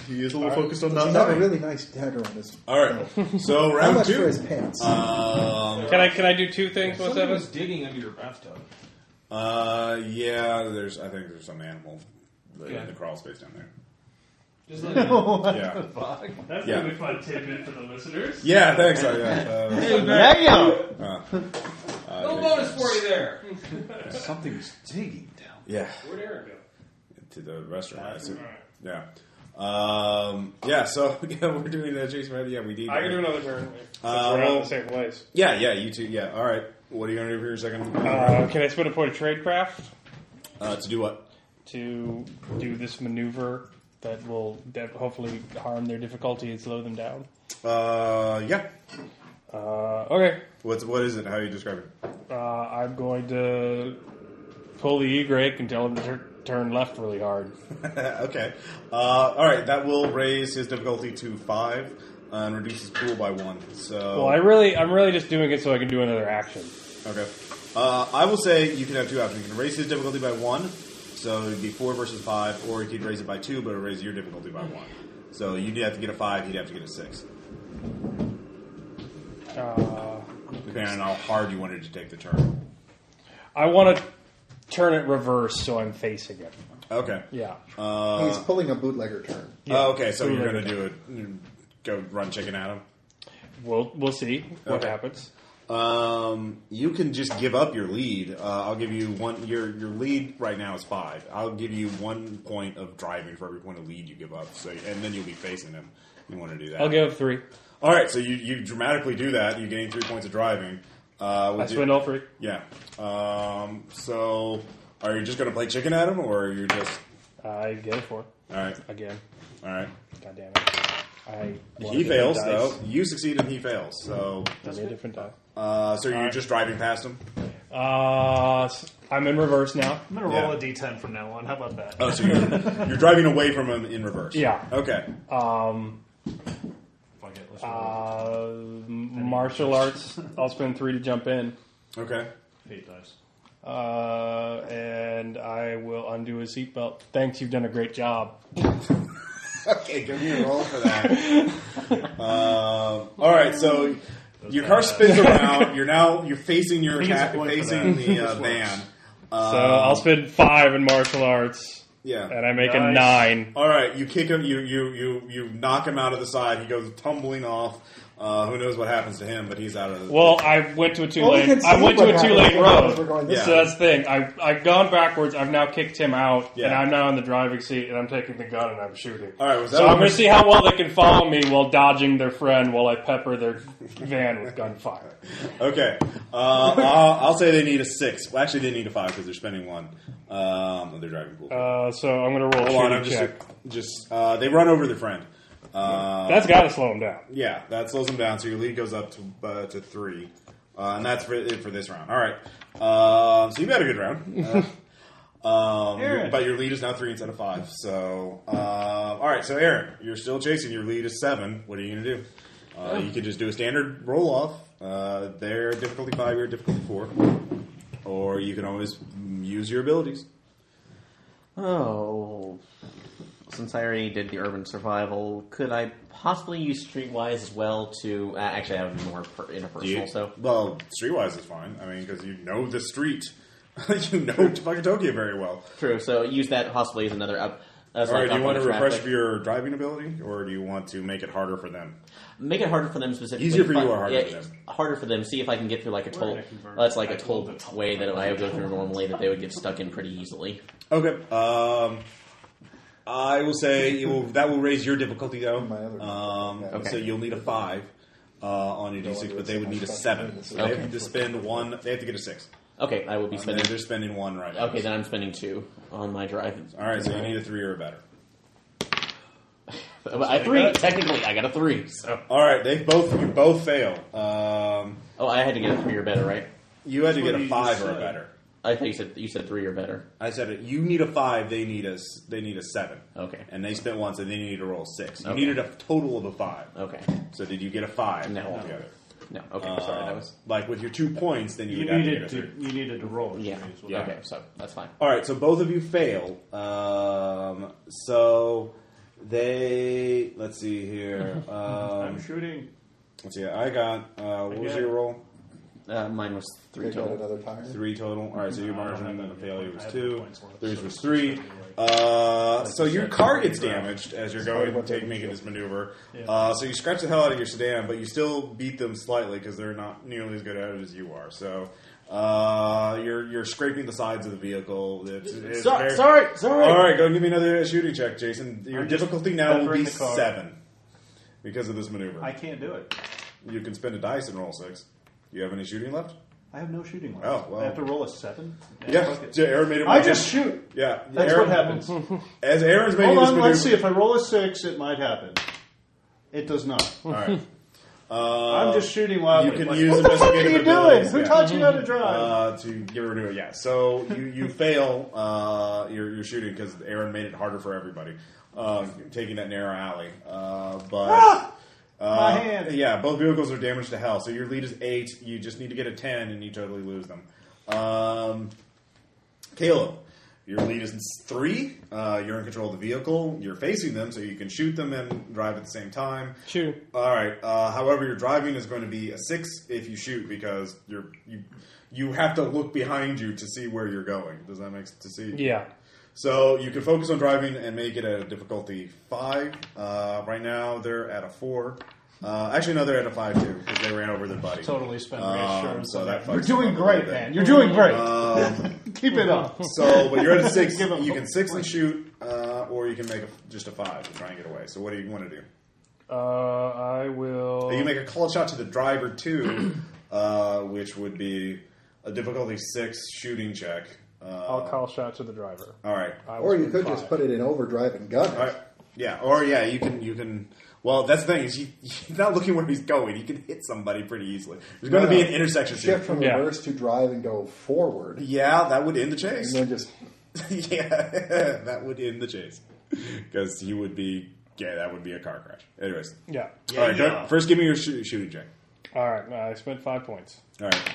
He is a little
All right.
focused on
He's
not
got a
dying.
really nice dagger on his.
All right, so
(laughs) How
round
much
two.
for his pants?
Um,
Can I can I do two things with
Somebody
seven?
was digging under your bathtub.
uh, yeah, there's. I think there's some animal in
Yeah.
the crawl space down there.
Just let it
yeah,
That's
Yeah.
be fun tidbit for the listeners.
yeah. Thanks. I, uh,
Damn!
uh, uh,
Little bonus for you there.
Something's digging down.
Yeah,
Where'd Eric go?
to the restaurant. I assume. Yeah. Um, yeah. So (laughs) yeah, we're doing the chase method. Yeah, we need.
I can do another turn.
Uh,
Since we're out in
well-
the same place.
Yeah, yeah. You two. Yeah. All right. What are you gonna do for your second?
Uh, can I spend a point of trade craft
Uh, to do what?
to do this maneuver that will de- hopefully harm their difficulty and slow them down?
Uh, yeah.
Uh, okay,
What's what is it? How you describe it?
uh, I'm going to pull the e-brake and tell him to tur- turn left really hard.
(laughs) okay. Uh, all right. That will raise his difficulty to five uh, and reduce his pool by one. So.
Well, I really, I'm really just doing it so I can do another action.
Okay. Uh, I will say you can have two options. You can raise his difficulty by one, so it'd be four versus five, or you could raise it by two, but it would raise your difficulty by one. So you'd have to get a five. He'd have to get a six,
Uh,
depending on how hard you wanted to take the turn.
I want to turn it reverse so I'm facing it. Uh,
Okay.
Yeah.
He's pulling a bootlegger turn.
Oh, okay. So
Yeah.
you're gonna do it. Go run chicken at him.
We'll we'll see what
Okay.
happens.
Um, you can just give up your lead. Uh, I'll give you one. Your your lead right now is five. I'll give you one point of driving for every point of lead you give up. So and then you'll be facing him. You want to do that?
I'll give up three.
All right, so you, you dramatically do that. You gain three points of driving. Uh,
I
would you-
spend all three.
Yeah. Um, so, are you just going to play chicken at him, or are you just
I get a four
all right?
again.
All right.
God damn it! I want a
he
different
fails
dice.
though. You succeed and he fails. So,
I need a different die.
uh, so you're just driving past him.
Uh, s- I'm in reverse now.
I'm gonna
Yeah.
roll a d10 from now on. How about that?
Oh, so you're, you're driving away from him in reverse.
Yeah.
Okay.
Um,
Fuck it, let's roll.
uh, martial arts. I'll spend three to jump in,
Okay.
Eight dice.
uh, and I will undo his seatbelt. Thanks, you've done a great job.
(laughs) Okay, give me a roll for that. (laughs) Um all right, so your car spins (laughs) around. You're now you're facing your
He gets a
attack,
point for
facing
that.
the uh,
This works.
van.
So
Um,
I'll spend five in martial arts,
yeah.
and I make a
Nice.
nine.
All right, you kick him. You you you you knock him out of the side. He goes tumbling off. Uh, who knows what happens to him? But he's out of the.
Well, I went to a two
Well, we
lane.
can
I
see
went to
what
a two
happens
lane
when
road.
we're going this
Yeah.
So that's the thing. I I've gone backwards. I've now kicked him out, and
Yeah.
I'm now in the driving seat, and I'm taking the gun and I'm shooting.
All right, was that
so
what
I'm going
we-
to see how well they can follow me while dodging their friend while I pepper their van with gunfire.
(laughs) okay, uh, I'll, I'll say they need a six. Well, actually, they need a five because they're spending one. Um, they're driving pool.
Uh, so I'm going to roll a
Hold on,
shooting
I'm just
check.
just uh, they run over their friend. Uh,
That's got to slow him down.
Yeah, that slows him down. So your lead goes up to uh, to three, uh, and that's for, it for this round. All right, uh, so you've had a good round, Uh, um,
Aaron.
but your lead is now three instead of five. So uh, all right, so Aaron, you're still chasing. Your lead is seven. What are you going to do? Uh, you could just do a standard roll off. Uh, their difficulty five, your difficulty four, or you can always mm, use your abilities.
Oh. Since I already did the urban survival, could I possibly use Streetwise as well to. Uh, actually, I have more per- interpersonal,
Do you-
so.
well, streetwise is fine. I mean, because you know (laughs) the street, you know fucking Tokyo very well.
True, so use that possibly as another up. That's
All
like
right, do you
up
want
on
to refresh
traffic.
for your driving ability, or do you want to make it harder for them?
Make it harder for them specifically.
Easier for
If I-
you or harder
yeah,
for them?
Harder for them. See if I can get through like a
We're
toll.
gonna convert
That's like a
back to
toll
the toll.
way that I would go through normally that they would get stuck in pretty easily.
Okay. Um, I will say it will, that will raise your difficulty though.
My other-
um,
Okay.
So you'll need a five uh, on your d6, but they would need a seven. So they have to spend one. They have to get a six.
Okay, I will be
And
spending.
then they're spending one right now.
Okay, then I'm spending two on my drive.
All right, so you need a three or better.
But I three technically. I got a three. So
All right, they both you both fail. Um,
oh, I had to get a three or better, right?
you had to get
What
a
you
five
just
or
said.
better.
I thought you said you said three or better.
I said it. You need a five. They need a s- they need a seven.
Okay.
And they spent one, so they needed to roll a six. You
Okay.
needed a total of a five.
Okay.
So did you get a five?
No.
Altogether?
No. Okay. sorry, that
Um,
was.
like with your two points, then you,
You
would have to get
needed
a
to
three.
you needed to roll.
Yeah.
Yeah.
Okay. So that's fine.
All right, so both of you fail. Um, so they let's see
(laughs)
here. Um,
I'm shooting.
let's see. I got uh, what was
got-
your roll?
Uh, mine was three
They got
total.
another tire.
Three total. All right, so your margin
I don't have
of
any
failure was
points. I have no
two.
points left,
Theirs
so
was
it's
three.
just gonna be
Uh, so
you
your
said,
car
it's
gets
gonna be
damaged as you're
part
going
of what
and take,
they
making this maneuver.
Yeah.
Uh, so you scratch the hell out of your sedan, but you still beat them slightly because they're not nearly as good at it as you are. So uh, you're you're scraping the sides of the vehicle. It's, it's
Sorry.
very-
Sorry. Sorry.
All right, go and give me another shooting check, Jason. Your
I'm just
difficulty now will
peppering
be
the car.
seven because of this maneuver.
I can't do it.
You can spend a dice and roll six. Do you have any shooting left?
I have no shooting left.
Oh, well.
I have to roll a seven.
Yeah,
Fuck it.
J- Aaron made a
I
move.
just shoot. Mm-hmm.
Yeah,
That's
Aaron-
what happens. Hold
As Aaron's making this
on,
maneuver,
let's see. If I roll a six, it might happen. It does not.
All
(laughs)
right.
I'm just shooting wildly.
Uh, you can
Like,
use
what the fuck are you
investigative
doing?
abilities,
Who
yeah.
taught you how to drive?
Uh, to get rid of it, yeah. So you,
(laughs)
you fail uh, your, your shooting because Aaron made it harder for everybody, uh, taking that narrow alley. Uh, but
Ah!
uh,
My hand.
yeah, both vehicles are damaged to hell. So your lead is eight. You just need to get a ten, and you totally lose them. Um, Caleb, your lead is three. Uh, you're in control of the vehicle. You're facing them, so you can shoot them and drive at the same time.
Shoo.
All right. Uh, however, your driving is going to be a six if you shoot because you're you you have to look behind you to see where you're going. Does that make s- to see?
Yeah.
So you can focus on driving and make it a difficulty five. Uh, right now they're at a four. Uh, actually, no, they're at a five too because they ran over their buddy.
Totally spent
Um,
reassurance.
so that
You're
fucks them
doing
up a
great,
little bit.
man. You're doing great.
Um,
(laughs) Keep it up.
so, but
(laughs)
you're at a six.
Give 'em
You can six and shoot, uh, or you can make a, just a five and try and get away. So, what do you want to do?
Uh, I will.
You make a clutch shot to the driver too,
(clears throat)
uh, which would be a difficulty six shooting check. Uh,
I'll call shot to the driver.
all right,
I will
Or you
spend
could
five.
just put it in overdrive and gun it.
all right, yeah, or yeah, you can you can. Well, that's the thing is he, (laughs) he's not looking where he's going. He can hit somebody pretty easily. There's going to
No,
be
no.
an intersection
Shift
soon.
from
Yeah.
reverse to drive and go forward.
Yeah, that would end the chase.
And then just
(laughs) yeah, (laughs) that would end the chase because he would be. Yeah, that would be a car crash. Anyways,
Yeah.
all right. go- First, give me your shoo- shooting check.
All right. I spent five points.
All right.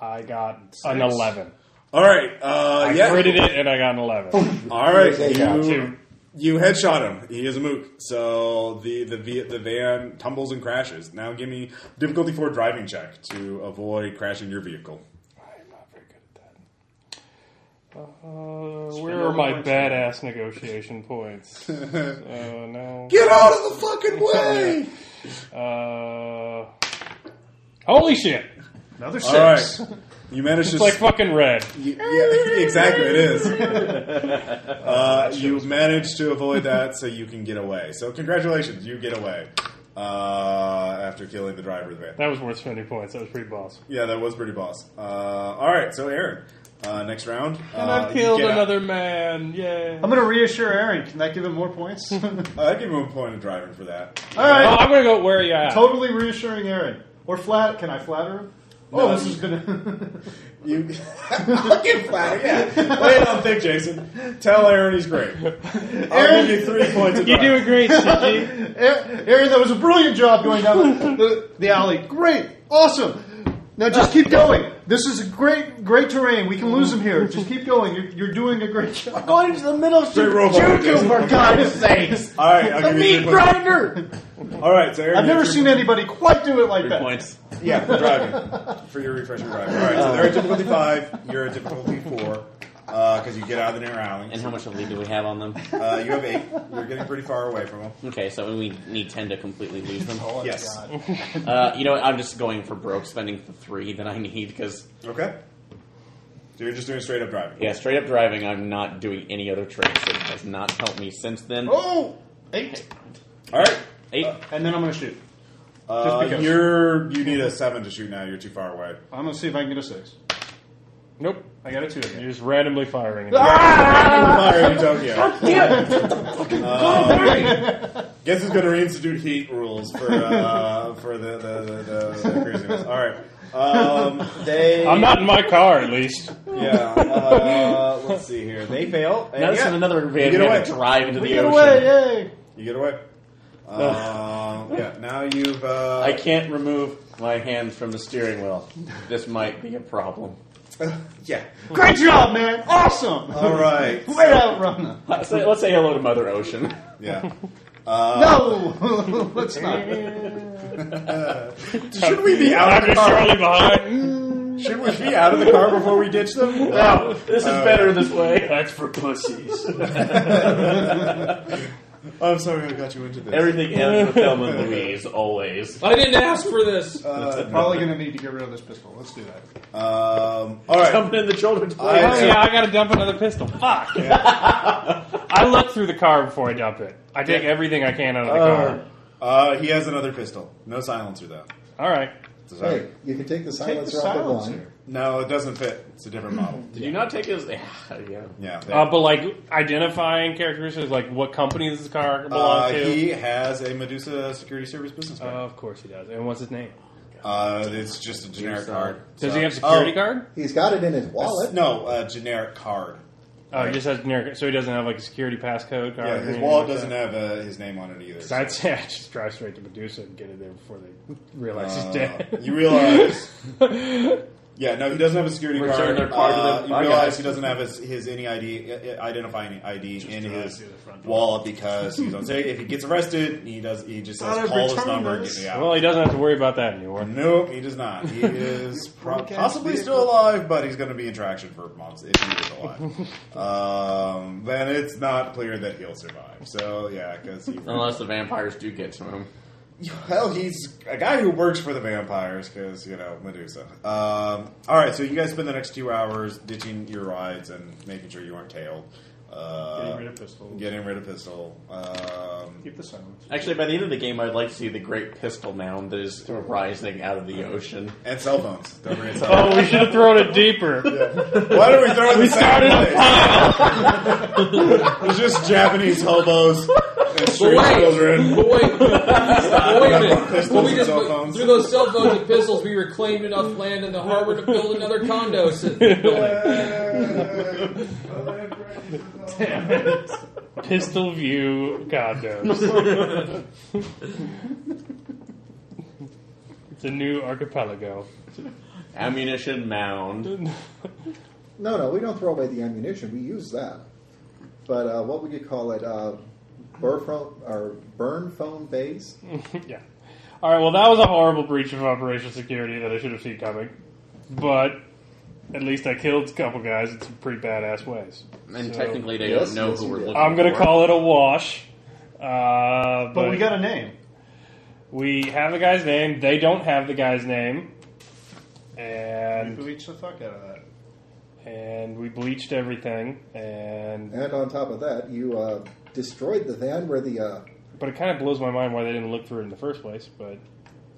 I got an eleven.
All right. Uh,
I
yeah.
critted it and I got an
Oh.
eleven.
All right,
They got
you,
you.
you headshot him. He is a mook. So the the ve- the van tumbles and crashes. Now give me difficulty four driving check to avoid crashing your vehicle.
I'm not very good at that. Uh, where are my badass negotiation points?
(laughs)
Oh no.
Get out of the fucking way!
Uh, holy shit!
Another
All
six.
right, you managed to.
It's like fucking red.
you- yeah, (laughs) exactly. It
(laughs)
is. Uh, you managed to avoid that, so you can get away. So congratulations, you get away uh, after killing the driver of the van.
That was worth spending points. That was pretty boss.
Yeah, that was pretty boss. Uh, all right, so Aaron, uh, next round.
And
uh,
I've
you
killed
get out-
another man. Yeah.
I'm going to reassure Aaron. Can that give him more points? (laughs) All
Uh, I give him a point of driving for that.
Oh,
right.
I'm gonna go. Where are you at?
Totally reassuring Aaron. Or flat. Can I flatter him?
No.
Oh, this is going to.
You (laughs) fucking flatter, yeah. Lay it on thick, Jason. Tell Aaron he's great. I'll give you three points. Of
You're
driving.
doing great, (laughs) CG.
Aaron, that was a brilliant job going down the, the, the alley. Great, awesome. Now just keep going. This is a great, great terrain. We can lose him here. Just keep going. You're, you're doing a great job.
Going to the middle.
Three roll points.
for God's sakes!
All right, I'll give you three points.
grinder.
All right, so Aaron,
I've
you
never
three-
seen anybody quite do it like
Three
that.
points.
Yeah, for driving for your refresher driving. All right, so they're at difficulty five. You're at difficulty four. because you get out of the near alley.
And how much of a lead do we have on them? (laughs)
Uh, you have eight. You're getting pretty far away from them.
Okay, so we need ten to completely lose
(laughs)
them.
yes.
Uh, you know, what, I'm just going for broke, spending the three that I need because
Okay. So you're just doing straight up driving.
yeah, straight up driving, I'm not doing any other tricks. It has not helped me since then.
Oh, eight. All right.
Eight.
And then I'm going to shoot.
Uh,
because.
you're you need a seven to shoot now. You're too far away.
I'm going to see if I can get a six.
Nope.
I got a two
You're
again.
just randomly firing.
(laughs)
it.
Fire in Tokyo. Um, guess who's going to reinstitute heat rules for uh, for the the, the, the, the craziness? All right. Um, they.
I'm not in my car, at least.
Yeah. Uh, let's see here. They fail. And
Notice
yeah,
in another
you
van, we
get
have to
away.
drive into the ocean.
yay!
You get away. Um, yeah. Now you've. Uh,
I can't remove my hands from the steering wheel. This might be a problem.
Yeah.
Great job, man! Awesome!
All right.
(laughs) Way out, Rana.
Let's say, let's say hello to Mother (laughs) Ocean.
Yeah.
No! (laughs) Let's not.
Should we be out of the
Dr.
car?
Shirley behind.
Should we be out of the car before we ditch
(laughs)
them? Oh.
Wow, this is better this way.
That's for pussies.
(laughs) I'm sorry I got you into this.
Everything ends with Thelma and Louise, always.
I didn't ask for this.
Probably going to need to get rid of this pistol. Let's do that.
um, all right.
Jumping in the shoulder to
I-
Oh yeah, I gotta dump another pistol. Fuck. I look through the car before I dump it. I take everything I can out of the car.
Uh, he has another pistol. No silencer though.
All right.
So-
Hey, you can take the
Take the
silencer off the line.
silencer.
No, it doesn't fit. It's a different model.
Did you not take his? Yeah, yeah.
Yeah. they-
Mm. Uh, but like identifying characteristics, like what company does this car belong
Uh,
to?
he has a Medusa Security Service business
Uh,
card.
of course he does. And what's his name?
Uh, it's just a generic card.
Does
So-
he have security
oh,
card?
He's got it in his
s-
wallet.
No, a generic card.
Oh, he just has generic. So he doesn't have like a security passcode card. or
Yeah, his
anything
wallet
like
doesn't
that?
have uh, his name on it either.
So I'd (laughs) say I just drive straight to Medusa and get it there before they realize he's
Uh,
dead. (laughs)
you
(laughs)
realize. Yeah, no, he doesn't have a security card.
Return their card to
Uh,
them.
you
I got
realize
it.
he doesn't have his, his any ID, uh, identifying ID in
drive
his
through the front door.
wallet because he's on safe. If he gets arrested, he does. He just says, "Call this number and get me out."
well, he doesn't have to worry about that anymore. (laughs)
Nope, he does not.
(laughs)
He is pro-
broadcast
possibly
vehicle.
still alive, but he's going to be in traction for months if he is
(laughs)
alive. um, then it's not clear that he'll survive. So yeah, because he
Unless the vampires do get to him.
Well, he's a guy who works for the vampires because you know Medusa. Um, all right, so you guys spend the next two hours ditching your rides and making sure you aren't tailed. Uh,
Getting rid of pistol.
Getting rid of pistol. Um,
Keep the silence. (laughs)
Actually, by the end of the game, I'd like to see the great pistol mound that is rising out of the ocean.
and cell phones. Don't forget (laughs) cell
Oh, we should have thrown it deeper.
phones. Why don't we throw it in the same place? (laughs) it's just Japanese hobos and street
wait.
children.
But (laughs) wait, but wait a minute.
Pistols
Well, we
and
just
cell
put-
phones.
through those cell phones and pistols, we reclaimed enough land in the harbor to build another condo. si- (laughs) building.
Pistol view, God knows.
(laughs)
it's a new archipelago. (laughs)
Ammunition mound.
No, no, we don't throw away the ammunition. We use that. But uh, what would you call it? Uh, burn phone or burn phone bays?
yeah. All right. Well, that was a horrible breach of operational security that I should have seen coming, but at least I killed a couple guys in some pretty badass ways.
And
So,
technically, they
Yes,
don't know
yes,
who
you
we're
did.
looking
I'm going to
for.
call it a wash. Uh, but,
But we got a name.
we have the guy's name. They don't have the guy's name,
We
and
bleached the fuck out of that.
and we bleached everything. And
And on top of that, you uh, destroyed the van where the uh,
but it kind of blows my mind why they didn't look for it in the first place. But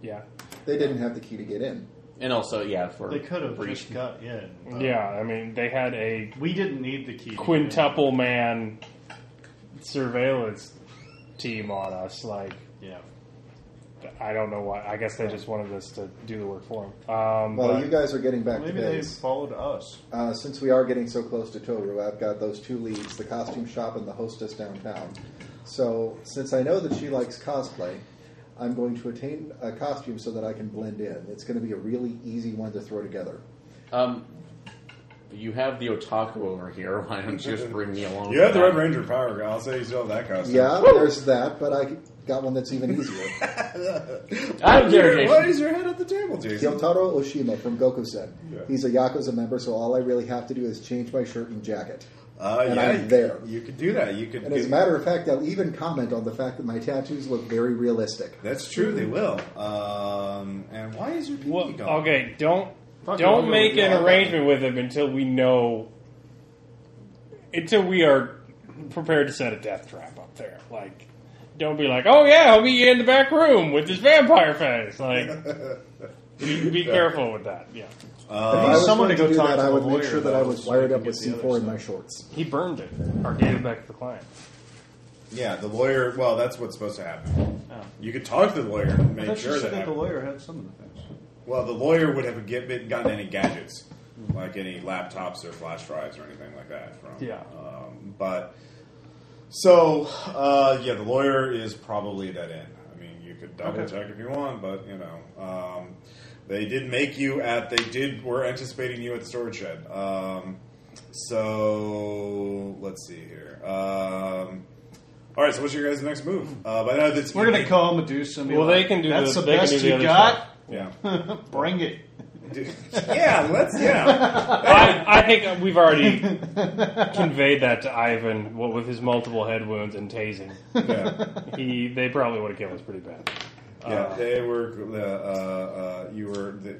yeah,
they didn't have the key to get in.
And also, yeah, for
They could have
breach.
just got in. but
yeah. I mean, they had a
We didn't need the key. to get in.
quintuple man surveillance team on us. Like,
Yeah.
I don't know why. I guess they just wanted us to do the work for them. Um,
Well,
but-
you guys are getting back
Maybe
to
they
base.
followed us.
Uh, since we are getting so close to Toru, I've got those two leads: the costume shop and the hostess downtown. So, since I know that she likes cosplay, I'm going to attain a costume so that I can blend in. It's going to be a really easy one to throw together.
Um, you have the otaku over here. (laughs) Why don't you just bring me along?
You have
for
the Red
that?
Ranger power. I'll say you still have that costume.
Yeah, there's that, but I Got one that's even easier.
Out of
Why
derogation.
is your head at the table, Jason?
Kyotaro Oshima from Goku-sen.
Yeah.
He's a Yakuza member, so all I really have to do is change my shirt and jacket.
Uh,
And
yeah,
I'm
you-
there.
You could do that. You could.
And as a
get-
matter of fact, they'll even comment on the fact that my tattoos look very realistic.
That's true. They will. Um, and why is your pinky
Well,
gone?
okay, don't
Fuck it, I'll
don't
go
make
with you.
an arrangement with him until we know until we are prepared to set a death trap up there. Like, don't be like, oh yeah, I'll be in the back room with this vampire face.
(laughs)
Like, be, be careful with that. Yeah,
If I
Uh,
was
someone
going
to go
do
talk
that,
to
I
the
would make
lawyer,
sure that
though,
I was
so
wired
we
up
can
with
get the other
C4 in
stuff.
my shorts.
he burned it or gave it back to the client.
yeah, the lawyer. Well, that's what's supposed to happen. You could talk to the lawyer and make sure that.
the
happens.
lawyer had some of the things.
Well, the lawyer would have get, been- gotten any gadgets, like any laptops or flash drives or anything like that. From
Yeah.
um, but so uh, yeah, the lawyer is probably dead end. I mean, you could double check if you want, but you know, um, they did make you at. They did were anticipating you at the storage shed. Um, so let's see here. Um, all right, so what's your guys' next move? Uh, by now, this
We're gonna
evening-
call Medusa. And be
Well,
like,
they can do
That's
the-
the
they can
best
do the
you
other
got.
Yeah,
(laughs) Bring it.
yeah. Let's yeah.
I, I think we've already conveyed that to Ivan. What with his multiple head wounds and tasing,
yeah.
he they probably would have killed us pretty bad.
Yeah, they were. Uh, uh, uh, you were. The,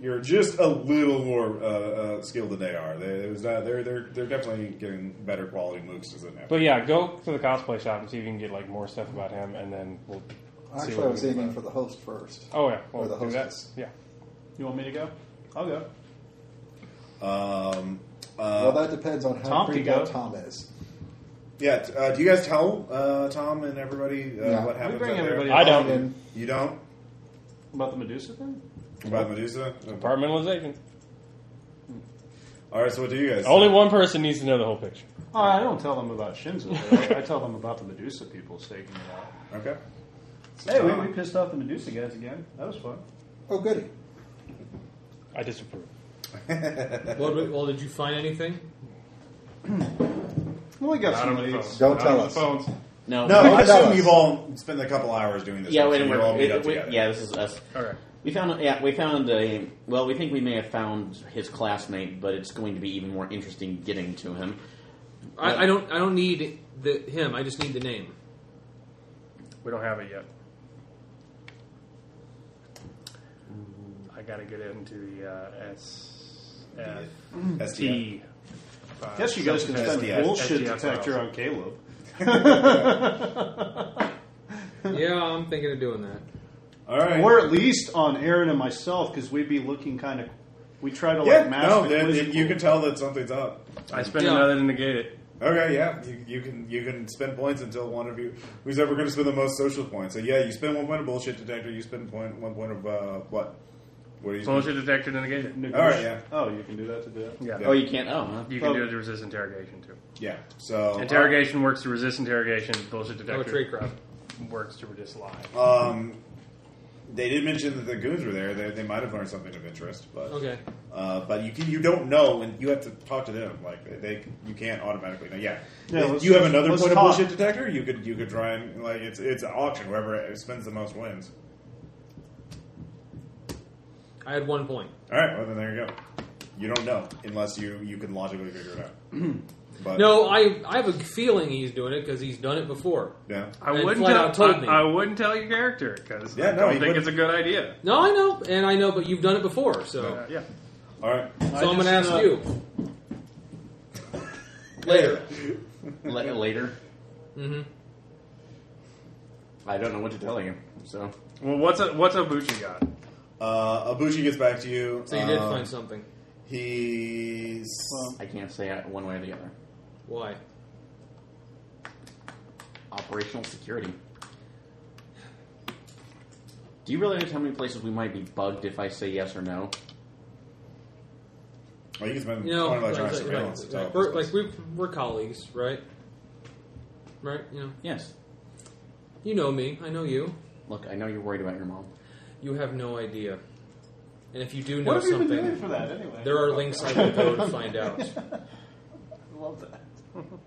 you're just a little more uh, uh, skilled than they are. They, it was not, they're they're they're definitely getting better quality moves as it happens.
But yeah, go to the cosplay shop and see if you can get like more stuff about him, and then we'll. see
Actually,
what
I
we
was
can do
aiming
about
for the host first.
it. Oh yeah, well,
or the
do that.
hostess.
Yeah,
You want me to go? I'll go.
Um, uh,
Well, that depends on how
Tom
freaked
can go.
out Tom is.
yeah. t- Uh, do you guys tell uh, Tom and everybody uh,
No.
what
We
happens?
bring
out there?
everybody
I
And
don't.
then
You don't
About the Medusa thing?
about Medusa. No.
Compartmentalization.
All right. So what do you guys?
Only one person needs to know the whole picture.
Oh, I don't tell them about Shinzo. but I tell them about the Medusa people staking it out.
(laughs) Okay.
Hey, we, we pissed off the Medusa guys again. That was fun.
Oh, goody.
I disapprove.
Well, did- well, did you find anything?
Well, we got some
on the
leads.
Don't
Not
tell
on
us.
The phones.
No.
No, I
Tell
assume
us.
you've all spent a couple hours doing this.
(laughs) Yeah,
so
wait,
you
wait,
all meet
wait,
up
wait,
together.
yeah, this is us.
Okay.
We found, yeah, we found a. Well, we think we may have found his classmate, but it's going to be even more interesting getting to him.
I, I don't. I don't need the him. I just need the name.
We don't have it yet. I gotta get into the uh, S F
SDF.
T. uh,
Guess you guys can spend
SDF.
bullshit
SDF
detector
files.
on
(laughs)
Caleb.
yeah, I'm thinking of doing that.
All right.
Or at least on Aaron and myself, because we'd be looking kind of. We try to
yeah.
like match
No,
the
then
quiz
you
pool.
can tell that something's up.
I spent
Yeah.
another to negate it.
Okay, yeah, you, you can you can spend points until one of you who's ever going to spend the most social points. So yeah, you spend one point of bullshit detector. You spend point one point of uh, what? What are you? spend?
Bullshit detector to negate it.
Negoti-
All right, yeah.
Oh, you can do that to do that.
Yeah.
Yeah.
Oh, you can't. Oh, huh.
You can do it to resist interrogation too.
Yeah. So uh,
Interrogation works to resist interrogation. Bullshit
Oh, a trade
detector
craft.
works to resist lie.
Um, they did mention that the goons were there. They, they might have learned something of interest, but
Okay.
Uh, but you can, you don't know, and you have to talk to them. Like they, they you can't automatically. know. Yeah,
Yeah,
If
let's-
you have another
let's
point
talk.
of bullshit detector. You could you could try and like it's it's an auction. Whoever spends the most wins.
I had one point.
All right, well then there you go. You don't know unless you you can logically figure it out.
(clears throat)
But
No, I I have a feeling he's doing it because he's done it before.
yeah,
I
And
wouldn't
flat
tell.
out told
I,
me.
I wouldn't tell your character because
Yeah,
I
no,
don't
you
think
wouldn't.
it's a good idea.
No, I know, and I know, but you've done it before, so
Uh, yeah.
all right.
so I'm gonna
just,
ask
uh,
you later.
La- later.
hmm
I don't know what to tell you. So
Well, what's a what's a Bucci got?
Uh, Abushi gets back to you.
So you did
Um,
find something.
He's
Well,
I can't say it one way or the other.
Why?
Operational security. Do you really know how many places we might be bugged if I say yes or no?
well, you can spend
You know,
point of
like,
electronic
like,
surveillance.
like,
to tell
we're,
this
like we we're colleagues, right? Right? You know,
Yes.
you know me. I know you.
Look, I know you're worried about your mom.
You have no idea. And if you do know
What have you been
something,
doing for that anyway?
there are links I will go to find out.
I love that.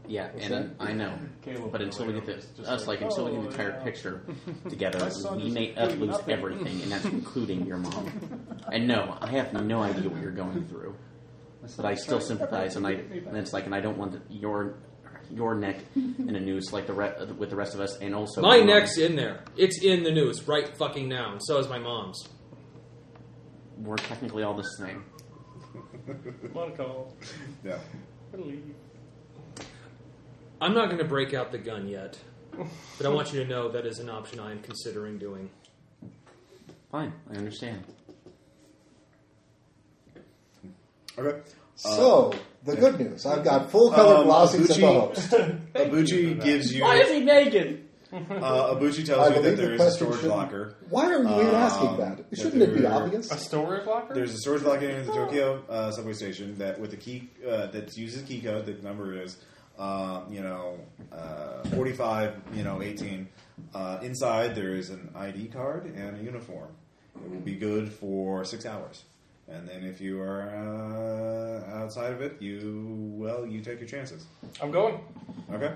Yeah, and uh, I know.
Caleb
but until we get the
is just
us like,
like,
until we
"Oh,
get the entire
yeah."
picture (laughs) together,
son
we
just
may
did
us lose
nothing.
everything,
(laughs)
and that's including your mom. And no, I have no idea what you're going through, but I still sympathize, and I and it's like, and I don't want the, your your neck in a noose like the re- with the rest of us, and also
My
mom.
neck's in there. It's in the news right fucking now, and so is my mom's.
We're technically all the same.
Monaco.
Yeah.
I'm not going to break out the gun yet, but I want you to know that is an option I am considering doing.
Fine, I understand.
Okay.
So, the good news. I've got full color
Um,
blouses at the
Gucci-
host.
(laughs) Abuchi gives you.
Why is he naked?
Uh, Abuchi
I
tells you that
believe the
there is a
question
storage
should-
locker.
Why are we
Um,
asking that?
but
Shouldn't it be
there-
obvious?
A storage locker?
There's a storage locker in the Tokyo uh, subway station that with the key uh, that uses key code. The number is, um, you know, uh, 45, you know, 18. Uh, inside there is an ID card and a uniform. It will be good for six hours, and then if you are uh, outside of it, you well, you take your chances.
I'm going.
Okay.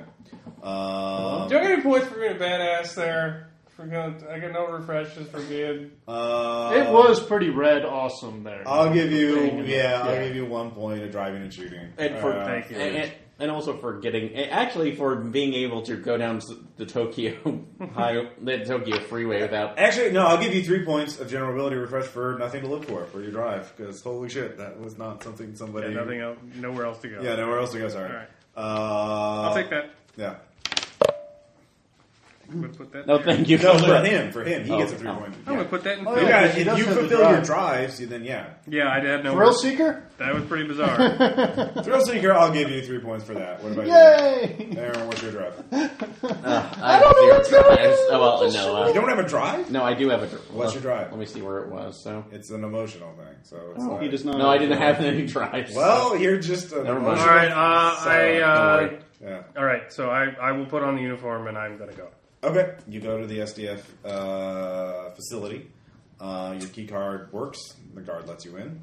Um,
Do I get any points for being a badass there? For going, I get no refreshes for being.
uh,
it was pretty red awesome there.
I'll give you,
Taking it.
yeah, I'll
Yeah.
give you one point of driving and shooting.
And for
Uh,
Thank you.
and, and, and also for getting and actually for being able to go down s- the Tokyo (laughs) high the Tokyo freeway without
Actually, no, I'll give you three points of general ability refresh for nothing to look for for your drive because holy shit, that was not something somebody.
Yeah, nothing else, nowhere else to go.
Yeah, nowhere else to go. Sorry.
All right.
Uh,
I'll take that.
Yeah.
I'm gonna put that.
No,
there.
thank you.
No, for
Philip.
him, for him, he
Oh,
gets a three
oh.
point.
I'm gonna put that in.
Oh,
You
yeah.
gotta-
He
if
does
you
have the
fulfill
drive.
your drives, you then yeah.
Yeah, I had no.
Thrill seeker?
That was
(laughs)
pretty bizarre.
Thrill seeker, I'll give you three points for that. What about
Yay!
you, Aaron? What's your drive?
Ah, I, don't know what's going on. Oh well, no,
You
uh,
don't have a drive?
no, I do have a.
What's your drive?
Let me see where it was. So
It's an emotional thing, so it's
Oh,
like,
he does not.
no, I didn't have any drives.
Well, you're just an
Never mind.
emotional.
all right, uh, I.
Don't
Uh,
worry.
Yeah.
all right, so I, I will put on the uniform and I'm gonna go.
Okay, you go to the SDF uh, facility. Uh, your key card works. The guard lets you in.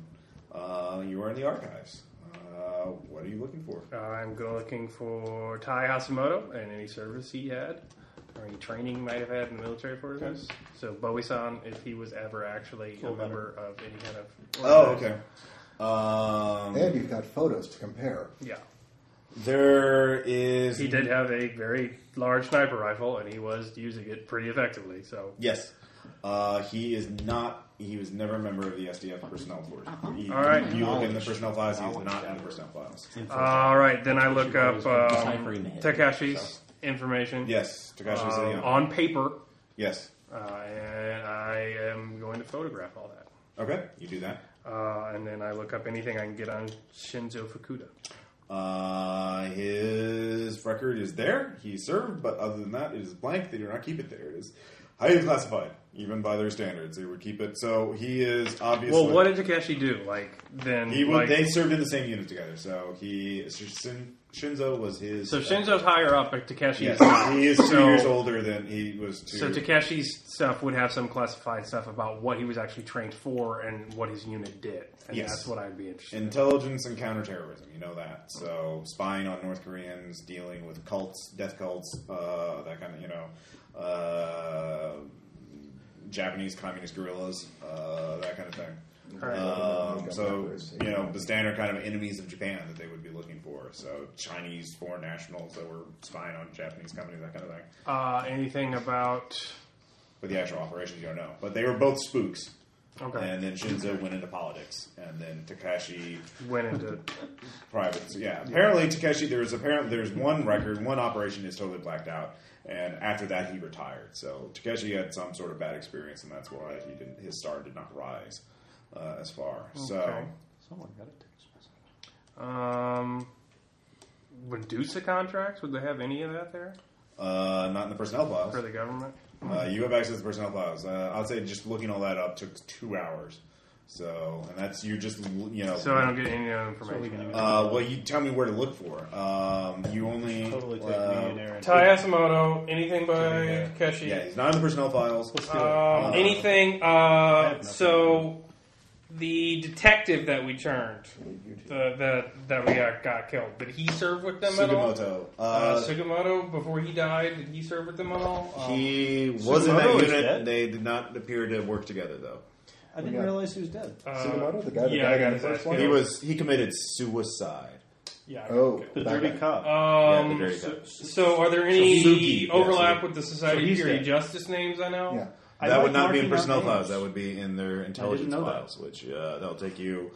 Uh, you are in the archives. Uh, what are you looking for?
I'm go looking for Tai Hashimoto and any service he had or any training he might have had in the military forces. So Bowie-san, if he was ever actually a member of any kind of.
Oh, okay. Um,
And you've got photos to compare.
Yeah,
there is.
he did have a very large sniper rifle and he was using it pretty effectively. So
Yes. Uh, he is not. He was never a member of the SDF personnel force. He-
All right.
You look in the personnel files. He is not in the personnel files.
all right, then I look up
Ciphering the
um,
head,
Takashi's information.
Yes, Takashi
uh,
Sadion.
on paper,
Yes.
uh, and I am going to photograph all that.
Okay, you do that.
Uh, and then I look up anything I can get on Shinzo Fukuda.
Uh, his record is there. He served, but other than that, it is blank. They do not keep it there. It is highly classified, even by their standards. They would keep it. So he is obviously.
Well, what did Takeshi do? Like then,
he would,
like,
They served in the same unit together. So he Shin, Shinzo was his.
so Shinzo's higher up, but Takeshi
Yes,
is not.
he is two
so,
years older than he was. Two.
So Takeshi's stuff would have some classified stuff about what he was actually trained for and what his unit did, and
Yes.
that's what I'd be interested.
Intelligence and counterterrorism, you know that. So spying on North Koreans, dealing with cults, death cults, uh, that kind of, you know, uh, Japanese communist guerrillas, uh, that kind of thing.
All right.
Um, so you know the standard kind of enemies of Japan that they would be looking for. So Chinese foreign nationals that were spying on Japanese companies, that kind of thing.
in. Uh, anything about?
But the actual operations, you don't know. But they were both spooks.
Okay.
And then Shinzo went into politics, and then Takashi
Went into
privates. Yeah. Apparently, Takeshi. There's apparently there's one record, one operation is totally blacked out, and after that he retired. So Takeshi had some sort of bad experience, and that's why he didn't. His star did not rise uh, as far. So
Okay. um, Medusa contracts. Would they have any of that there
uh, not in the personnel files.
for the government?
Uh, you have access to the personnel files. Uh, I'd say just looking all that up took two hours. So and that's you're just you know.
So I don't get any other information.
uh, well, you tell me where to look for. Um, you only
Totally take
uh,
me and Aaron.
Tai Yasumoto, anything by
Yeah.
Takeshi?
Uh, Yeah, he's not in the personnel files.
Um, anything? Uh, Um, so the detective that we turned,
You two.
the, the that we got, got killed, did he serve with them at all?
Sugimoto.
Uh,
Uh,
Sugimoto, before he died, did he serve with them at all? Um,
he was in that
Sugimoto is
unit.
dead.
They did not appear to work together, though.
I didn't
Yeah.
realize he was dead.
uh,
Sugimoto, the guy that
yeah,
died in
got
the
his
first
ass
one?
kicked.
He was he committed suicide.
Yeah. I
Oh,
got
The
that
dirty
guy.
cop.
Uh,
killed.
yeah, the
Um,
dirty
so,
guy.
so are there any
Suzuki, yeah,
overlap
Suzuki.
with the Society
So
of
he's
Purity
dead.
Justice names I know?
Yeah.
I
that
like
would not be in
marking out
personnel
names.
files. That would be in their intelligence
know that.
files, which uh, that'll take you.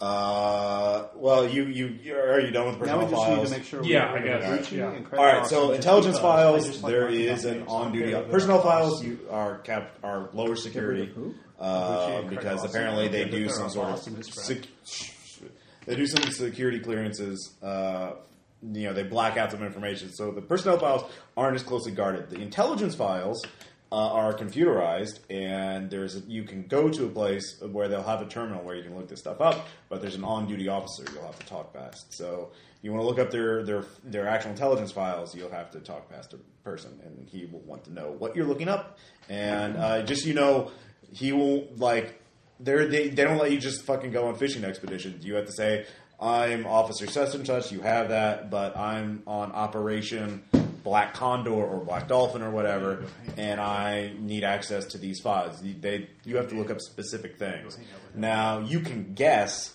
Uh, well, you you you're- are you done with personnel
Now we just
files?
need to make sure.
Yeah,
we
I guess, yeah.
All right, so intelligence files. There is an on-duty personnel files.
You,
You are kept are lower security
who?
uh,
Gucci and Craig
because
Lawson.
apparently they
Yeah, but
do
they're
some
on
sort of
Boston
sec- they do some security clearances. Uh, you know, they black out some information, so the personnel files aren't as closely guarded. The intelligence files. Uh, are computerized and there's you can go to a place where they'll have a terminal where you can look this stuff up, but there's an on-duty officer you'll have to talk past. So you want to look up their their their actual intelligence files, you'll have to talk past a person, and he will want to know what you're looking up. And uh, just so you know, he will like they're, they they don't let you just fucking go on fishing expeditions. You have to say, "I'm Officer such and such." You have that, but I'm on Operation Black Condor or Black Dolphin or whatever, and I need access to these files. You- They you have to look up specific things. Now you can guess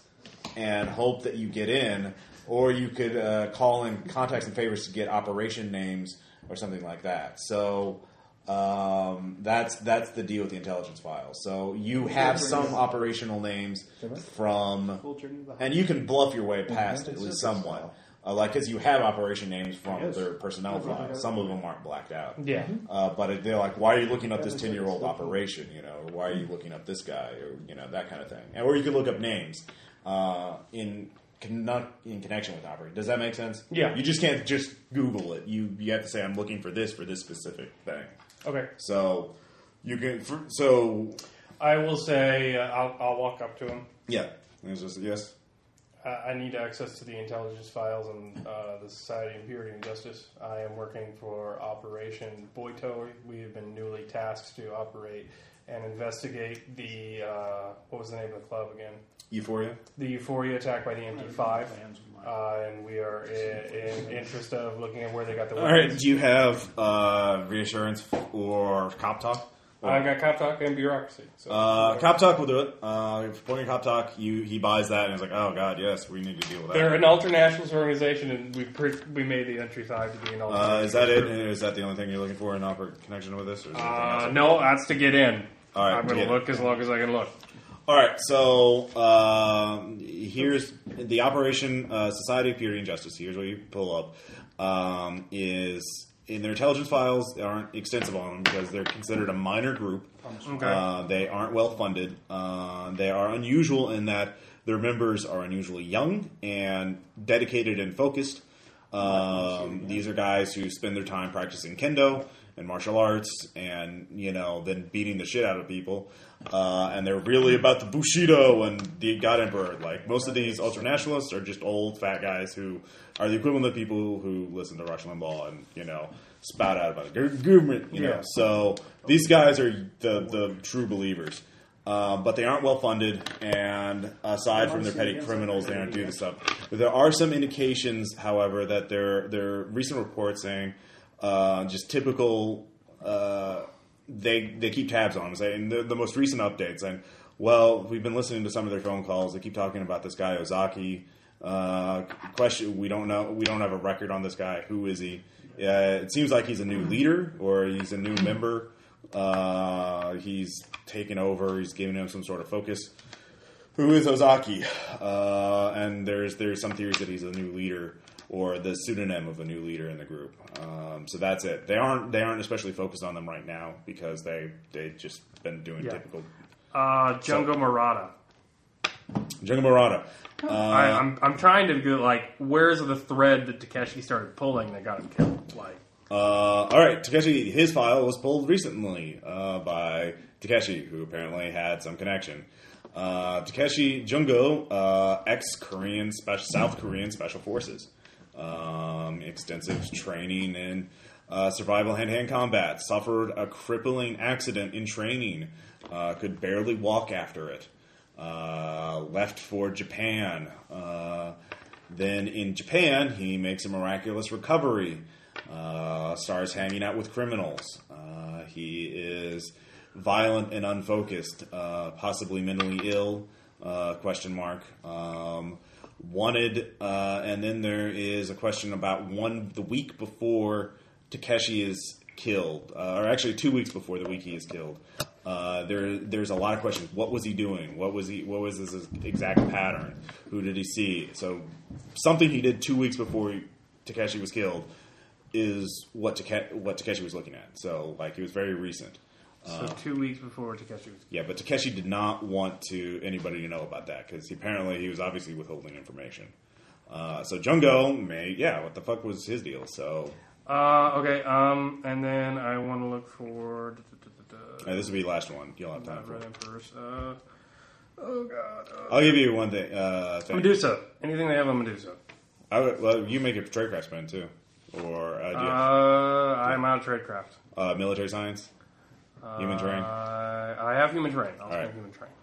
and hope that you get in, or you could uh, call in contacts and favors to get operation names or something like that. So um, that's that's the deal with the intelligence files. So you have some operational names from, and you can bluff your way past at least somewhat. Uh, like, because you have operation names from their personnel files. Some of them aren't blacked out.
Yeah.
Uh, but they're like, why are you looking up this 10 year old operation? You know, or why are you looking up this guy? Or, you know, that kind of thing. And- Or you could look up names uh, in conno- in connection with operation. Does that make sense?
Yeah.
You just can't just Google it. You, you have to say, I'm looking for this for this specific thing.
Okay.
So, you can, for, so,
I will say uh, I'll, I'll walk up to him.
yeah. It's just, yes.
Uh, I need access to the intelligence files and uh, the Society of Purity and Justice. I am working for Operation Boito. We have been newly tasked to operate and investigate the uh, what was the name of the club again?
Euphoria?
The Euphoria attack by the MD5. Uh, and we are in, in interest of looking at where they got the
All right.
weapons.
Do you have uh, reassurance or cop talk?
I got cop talk and bureaucracy. So
Uh, Cop Talk will do it. Uh, if playing Cop Talk, you he buys that and is like, oh god, yes, we need to deal with
They're
that.
an ultranationalist organization, and we pre- we made the entry five to be an ultranationalist.
Uh, is that it? Is that the only thing you're looking for in oper- connection with this? Or is there anything
Uh,
else?
no, that's to get in.
All right,
I'm going
get
to
in.
look as long as I can look.
All right. So um, here's the Operation uh, Society of Purity and Justice. Here's what you pull up. Um, is in their intelligence files they aren't extensive on them because they're considered a minor group.
Okay.
Uh, they aren't well funded. Uh, they are unusual in that their members are unusually young and dedicated and focused. Um, these are guys who spend their time practicing kendo and martial arts and, you know, then beating the shit out of people. Uh, and they're really about the Bushido and the God Emperor. Like, most of these ultranationalists are just old fat guys who are the equivalent of people who listen to Rush Limbaugh and, you know, spout out about the gov- government, you know.
Yeah.
So these guys are the, the true believers. Uh, but they aren't well funded, and aside from their petty criminals, they don't do this stuff. There are some indications, however, that their their recent reports saying uh, just typical. Uh, they they keep tabs on them, saying the, the most recent updates, and well, we've been listening to some of their phone calls. They keep talking about this guy Ozaki. Uh, question: We don't know. We don't have a record on this guy. Who is he? Uh, it seems like he's a new leader or he's a new member. Uh, he's taken over. He's giving him some sort of focus. Who is Ozaki? Uh, and there's there's some theories that he's a new leader or the pseudonym of a new leader in the group. Um, so that's it. They aren't they aren't especially focused on them right now because they they just been doing
Yeah.
typical
Uh, Jungo Murata.
Jungle Murata.
I, I'm, I'm trying to go, like, where's the thread that Takeshi started pulling that got him killed? Like,
Uh, all right, Takeshi. His file was pulled recently uh, by Takeshi, who apparently had some connection. Uh, Takeshi Jungo, uh, ex-Korean special, South Korean Special Forces, um, extensive training in uh, survival hand-to-hand combat. Suffered a crippling accident in training. Uh, could barely walk after it. uh, left for Japan. Uh, then in Japan, he makes a miraculous recovery, uh, starts hanging out with criminals. Uh, he is violent and unfocused, uh, possibly mentally ill, uh, question mark. Um, wanted, uh, and then there is a question about one, the week before Takeshi is killed, uh, or actually two weeks before the week he is killed. Uh, there, there's a lot of questions. What was he doing? What was he? What was his exact pattern? Who did he see? So, something he did two weeks before he, Takeshi was killed is what Take, what Takeshi was looking at. So, like, it was very recent.
So two weeks before Takeshi was
Yeah, but Takeshi did not want to anybody to know about that because apparently he was obviously withholding information. Uh, so Jungo may, yeah, what the fuck was his deal? So
Uh, okay, um, and then I want to look for.
uh, this will be the last one. You'll have time
I've
for
read
it.
them first. Uh, oh god. Uh,
I'll give you one thing. Uh, thing.
Medusa. Anything they have on Medusa.
I would, well, you make a trade craft spend too, or uh, do you-
Uh, I'm out of tradecraft.
uh, military science, human terrain.
Uh, I have human terrain. I'll spend
right.
human terrain.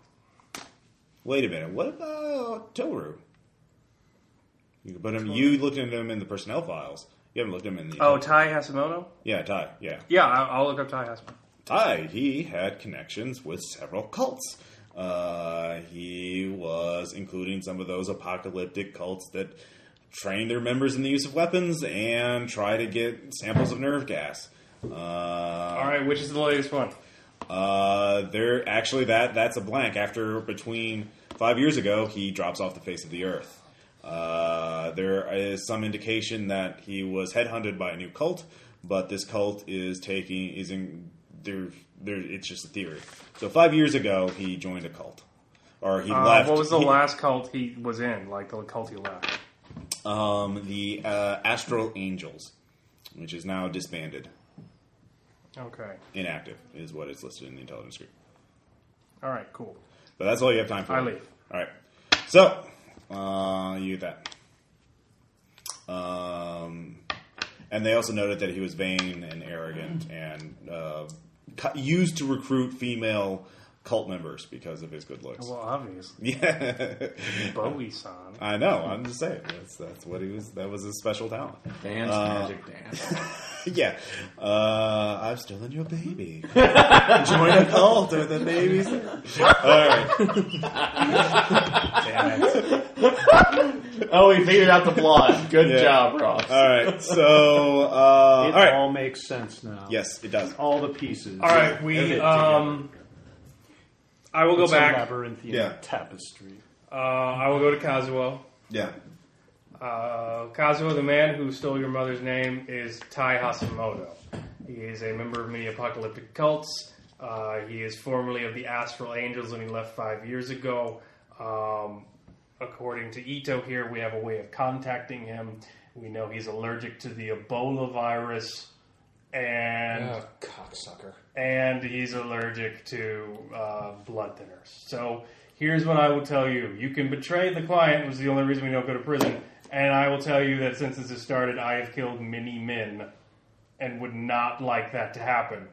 Wait a minute. What about Toru? You can put him. You looked at him in the personnel files. You haven't looked at him in the.
Oh, Tai Hasimono.
yeah, Ty. Yeah,
Yeah, I'll, I'll look up Tai Hasimono.
Ty, he had connections with several cults. Uh, he was including some of those apocalyptic cults that train their members in the use of weapons and try to get samples of nerve gas. Uh,
All right, which is the latest one?
uh, there actually that that's a blank. After between five years ago, he drops off the face of the earth. Uh, there is some indication that he was headhunted by a new cult, but this cult is taking is in there. There, it's just a theory. So five years ago, he joined a cult, or he
Uh,
left.
what was the
he-
last cult he was in? Like the cult he left.
Um, the uh, Astral Angels, which is now disbanded,
Okay.
inactive, is what it's listed in the intelligence group.
All right. Cool.
But that's all you have time for.
I leave.
All right. So, uh, you get that. Um, and they also noted that he was vain and arrogant and uh, cu- used to recruit female cult members because of his good looks.
Oh, Well, obviously,
(laughs) yeah,
Bowie-san.
I know. I'm just saying that's that's what he was. That was his special talent. (laughs)
Dance, magic, dance.
yeah, uh, I'm still in your
(laughs)
baby. Join a cult with the babies. All right. (laughs) Damn it.
oh, we figured out the plot. (laughs) Good
Yeah. Uh,
job, Ross.
All right. So, uh, all
It
right.
all makes sense now.
yes, it does.
All the pieces.
All right, we. Um, I will go
It's a
back.
labyrinthian
Yeah.
tapestry.
Uh, I will go to Kazuo.
Yeah.
Uh, Kazuo, the man who stole your mother's name, is Tai Hashimoto. He is a member of many apocalyptic cults. Uh, he is formerly of the Astral Angels, and he left five years ago. Um, according to Ito, here we have a way of contacting him. We know he's allergic to the Ebola virus, and
Ah,
Oh, cocksucker.
and he's allergic to uh, blood thinners. So here's what I will tell you: you can betray the client, was the only reason we don't go to prison. And I will tell you that since this has started, I have killed many men, and would not like that to happen.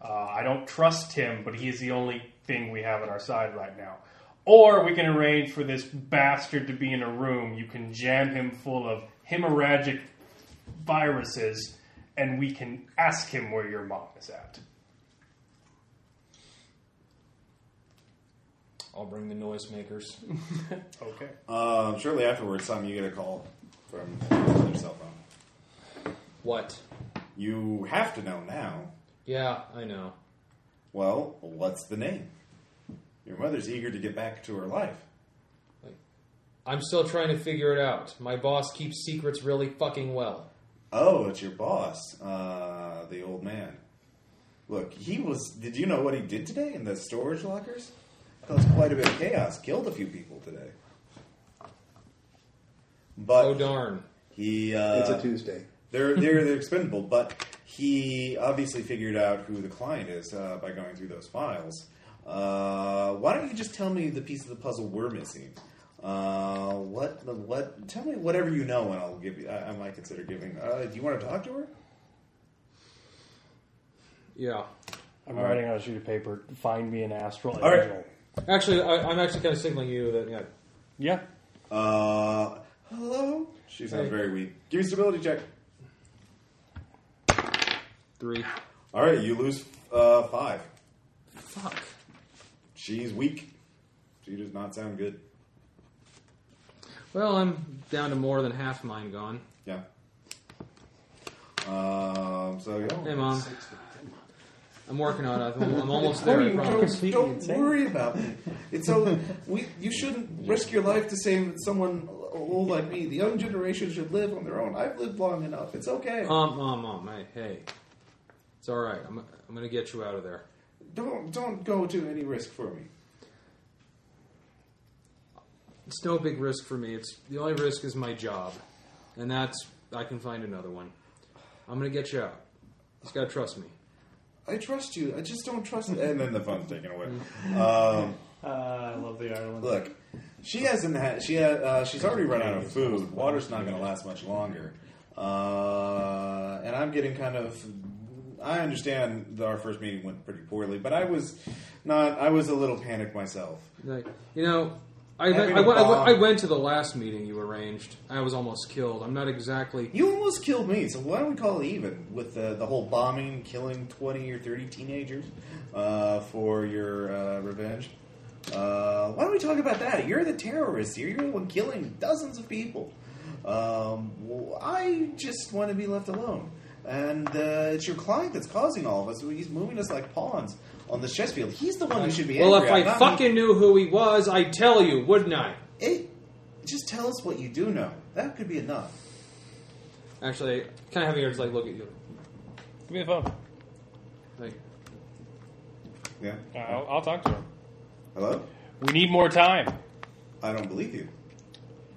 Uh, I don't trust him, but he is the only thing we have at our side right now. Or we can arrange for this bastard to be in a room. You can jam him full of hemorrhagic viruses, and we can ask him where your mom is at.
I'll bring the noisemakers.
Okay.
Um, shortly afterwards, Simon, you get a call from their cell phone.
What?
You have to know now.
Yeah, I know.
Well, what's the name? Your mother's eager to get back to her life.
I'm still trying to figure it out. My boss keeps secrets really fucking well.
Oh, it's your boss, uh, the old man. Look, he was. Did you know what he did today in the storage lockers? Caused quite a bit of chaos. Killed a few people today. But
Oh darn.
he. Uh,
it's a Tuesday.
They're they're they're expendable, but he obviously figured out who the client is uh, by going through those files. Uh, why don't you just tell me the piece of the puzzle we're missing? Uh, what the what? Tell me whatever you know, and I'll give you. I, I might consider giving. Uh, do you want to talk to her?
Yeah.
I'm writing on a sheet of paper. Find me an astral
All right.
angel.
Actually, I, I'm actually kind of signaling you that yeah,
Yeah.
Uh, hello? She sounds
Hey.
very weak. Give me stability check.
three.
All right, you lose uh, five.
Fuck.
She's weak. She does not sound good.
Well, I'm down to more than half mine gone.
Yeah. Um, so, yeah.
Hey, mom. I'm working on it. I'm, I'm almost
Why
there.
are
I
you
promise.
completely
Don't
insane?
worry about me. It's
(laughs)
so we. You shouldn't risk your life to save someone old like me. The young generation should live on their own. I've lived long enough. It's okay.
Mom, mom, mom. Hey, hey. It's all right. I'm I'm gonna get you out of there.
Don't don't go to any risk for me.
It's no big risk for me. It's the only risk is my job, and that's I can find another one. I'm gonna get you out. You just gotta trust me.
I trust you. I just don't trust. And then the fun's taken away. Um,
Uh,
I love the Ireland.
look, she hasn't had. She had. Uh, she's already run out of food. Water's not going to last much longer. Uh, and I'm getting kind of. I understand that our first meeting went pretty poorly, but I was not. I was a little panicked myself.
Like, you know, I,
Having
went-
a
I, went- I, went-
bomb.
I went to the last meeting you arranged. I was almost killed. I'm not exactly.
You almost killed me, so why don't we call it even with the, the whole bombing, killing 20 or 30 teenagers uh, for your uh, revenge? Uh, why don't we talk about that? You're the terrorist here. You're the one killing dozens of people. Um, well, I just want to be left alone. And uh, it's your client that's causing all of us. He's moving us like pawns on the chess field. He's the one who should be
Well, if
angry.
I
I'm not-
fucking knew who he was, I'd tell you, wouldn't I?
Hey, just tell us what you do know. That could be enough.
Actually, kind of having her just like look at you,
Give me the phone.
like
Yeah.
I'll, I'll talk to him.
Hello?
We need more time.
I don't believe you.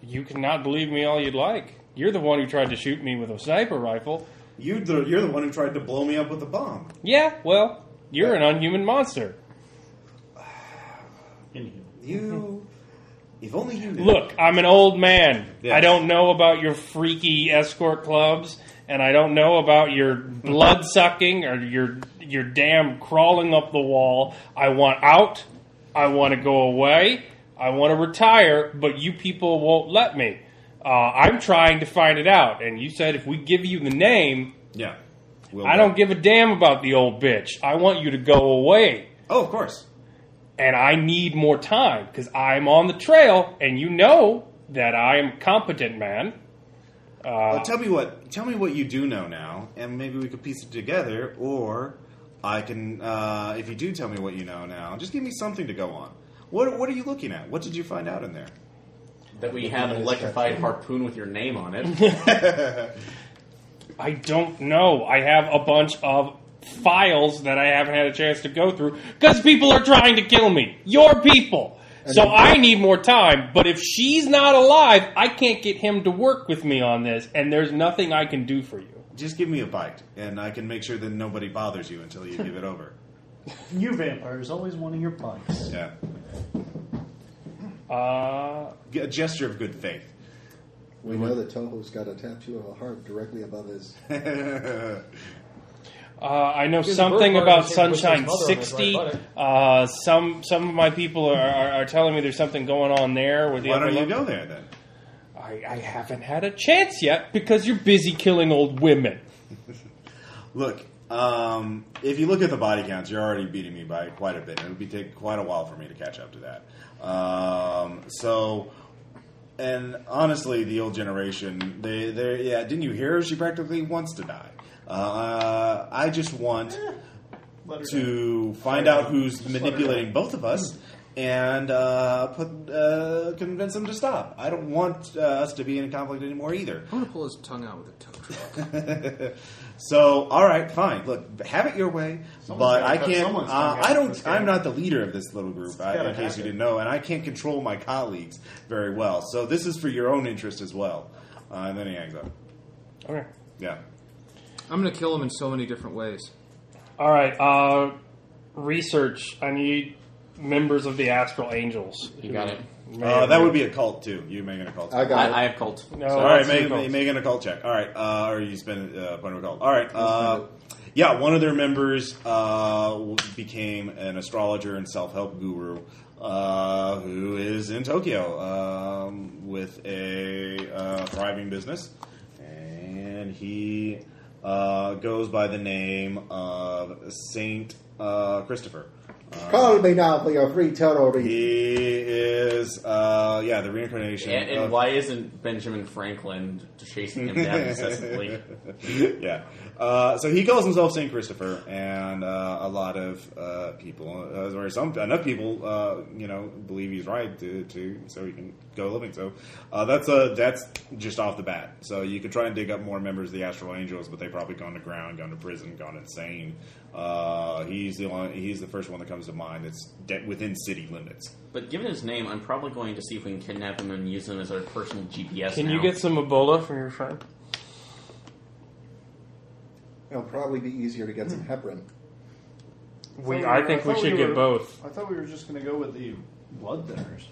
You cannot believe me all you'd like. You're the one who tried to shoot me with a sniper rifle.
You, the, you're the one who tried to blow me up with a bomb.
Yeah, well, you're an unhuman monster.
You, if only you knew.
Look, I'm an old man.
Yes.
I don't know about your freaky escort clubs, and I don't know about your blood sucking or your your damn crawling up the wall. I want out. I want to go away. I want to retire, but you people won't let me. Uh, I'm trying to find it out, and you said if we give you the name,
Yeah. Will
I
do.
don't give a damn about the old bitch. I want you to go away.
Oh, of course.
and I need more time because I'm on the trail, and you know that I am a competent man.
well, tell me what. Tell me what you do know now, and maybe we could piece it together. Or I can, uh, if you do tell me what you know now, just give me something to go on. What What are you looking at? What did you find out in there?
That we have an electrified harpoon with your name on (laughs) it.
I don't know. I have a bunch of files that I haven't had a chance to go through because people are trying to kill me. Your people. So I need more time, but if she's not alive, I can't get him to work with me on this, and there's nothing I can do for you.
Just give me a bite, and I can make sure that nobody bothers you until you give it over. (laughs)
You vampires always wanting your bites.
Yeah,
Uh,
G- a gesture of good faith. (laughs)
We know that Toho's got a tattoo of a heart directly above his.
Uh, I know
Because
something
Burkhart
about
was hit with his
Sunshine
mother on his
60.
right
Uh, some some of my people are, are, are telling me there's something going on there. With the
Why don't you
Overlook.
go there then?
I, I haven't had a chance yet because you're busy killing old women.
Look, um, if you look at the body counts, you're already beating me by quite a bit. It would be take quite a while for me to catch up to that. Um, so, and honestly, the old generation, they, they, yeah, didn't you hear? her? She practically wants to die. Uh, I just want to find out who's manipulating both of us and uh, put uh, convince them to stop. I don't want uh, us to be in conflict anymore either.
I'm gonna pull his tongue out with a tow truck.
So, all right, fine. Look, have it your way, but
gotta
I
cut-
can't.
someone's
Uh,
gotta cut
I
this
don't.
game.
I'm not the leader of this little group, I,
gotta
in case you
happen.
didn't know, and I can't control my colleagues very well. So this is for your own interest as well. Uh, and then he hangs up.
Okay.
Yeah.
I'm gonna kill him in so many different ways.
All right. Uh, research. I need members of the Astral Angels.
You got it.
Uh, that would be a cult too. You making a cult?
I
Check.
got it.
I, I have cult.
No,
All right,
that's
make,
difficult.
making a cult check. All right, uh, or you spend a uh, point of a cult. All right. Uh, yeah, one of their members uh, w- became an astrologer and self help guru uh, who is in Tokyo um, with a uh, thriving business. And he uh, goes by the name of Saint uh, Christopher. Uh,
Call me now for your free tarot reading.
he is, uh, yeah, the reincarnation.
And,
of-
and why isn't Benjamin Franklin chasing
(laughs)
him down incessantly?
yeah. Uh, so he calls himself Saint Christopher, and uh, a lot of uh, people, uh, or some enough people, uh, you know, believe he's right to, to so he can go living. So uh, that's uh that's just off the bat. So you could try and dig up more members of the Astral Angels, but they've probably gone to ground, gone to prison, gone insane. Uh, he's the only, he's the first one that comes to mind that's de- within city limits. (laughs)
But given his name, I'm probably going to see if we can kidnap him and use him as our personal GPS.
Can
now.
you get some Ebola from your friend?
It'll probably be easier to get some heparin.
We, I think we should get both.
I thought we were just going to go with the blood thinners.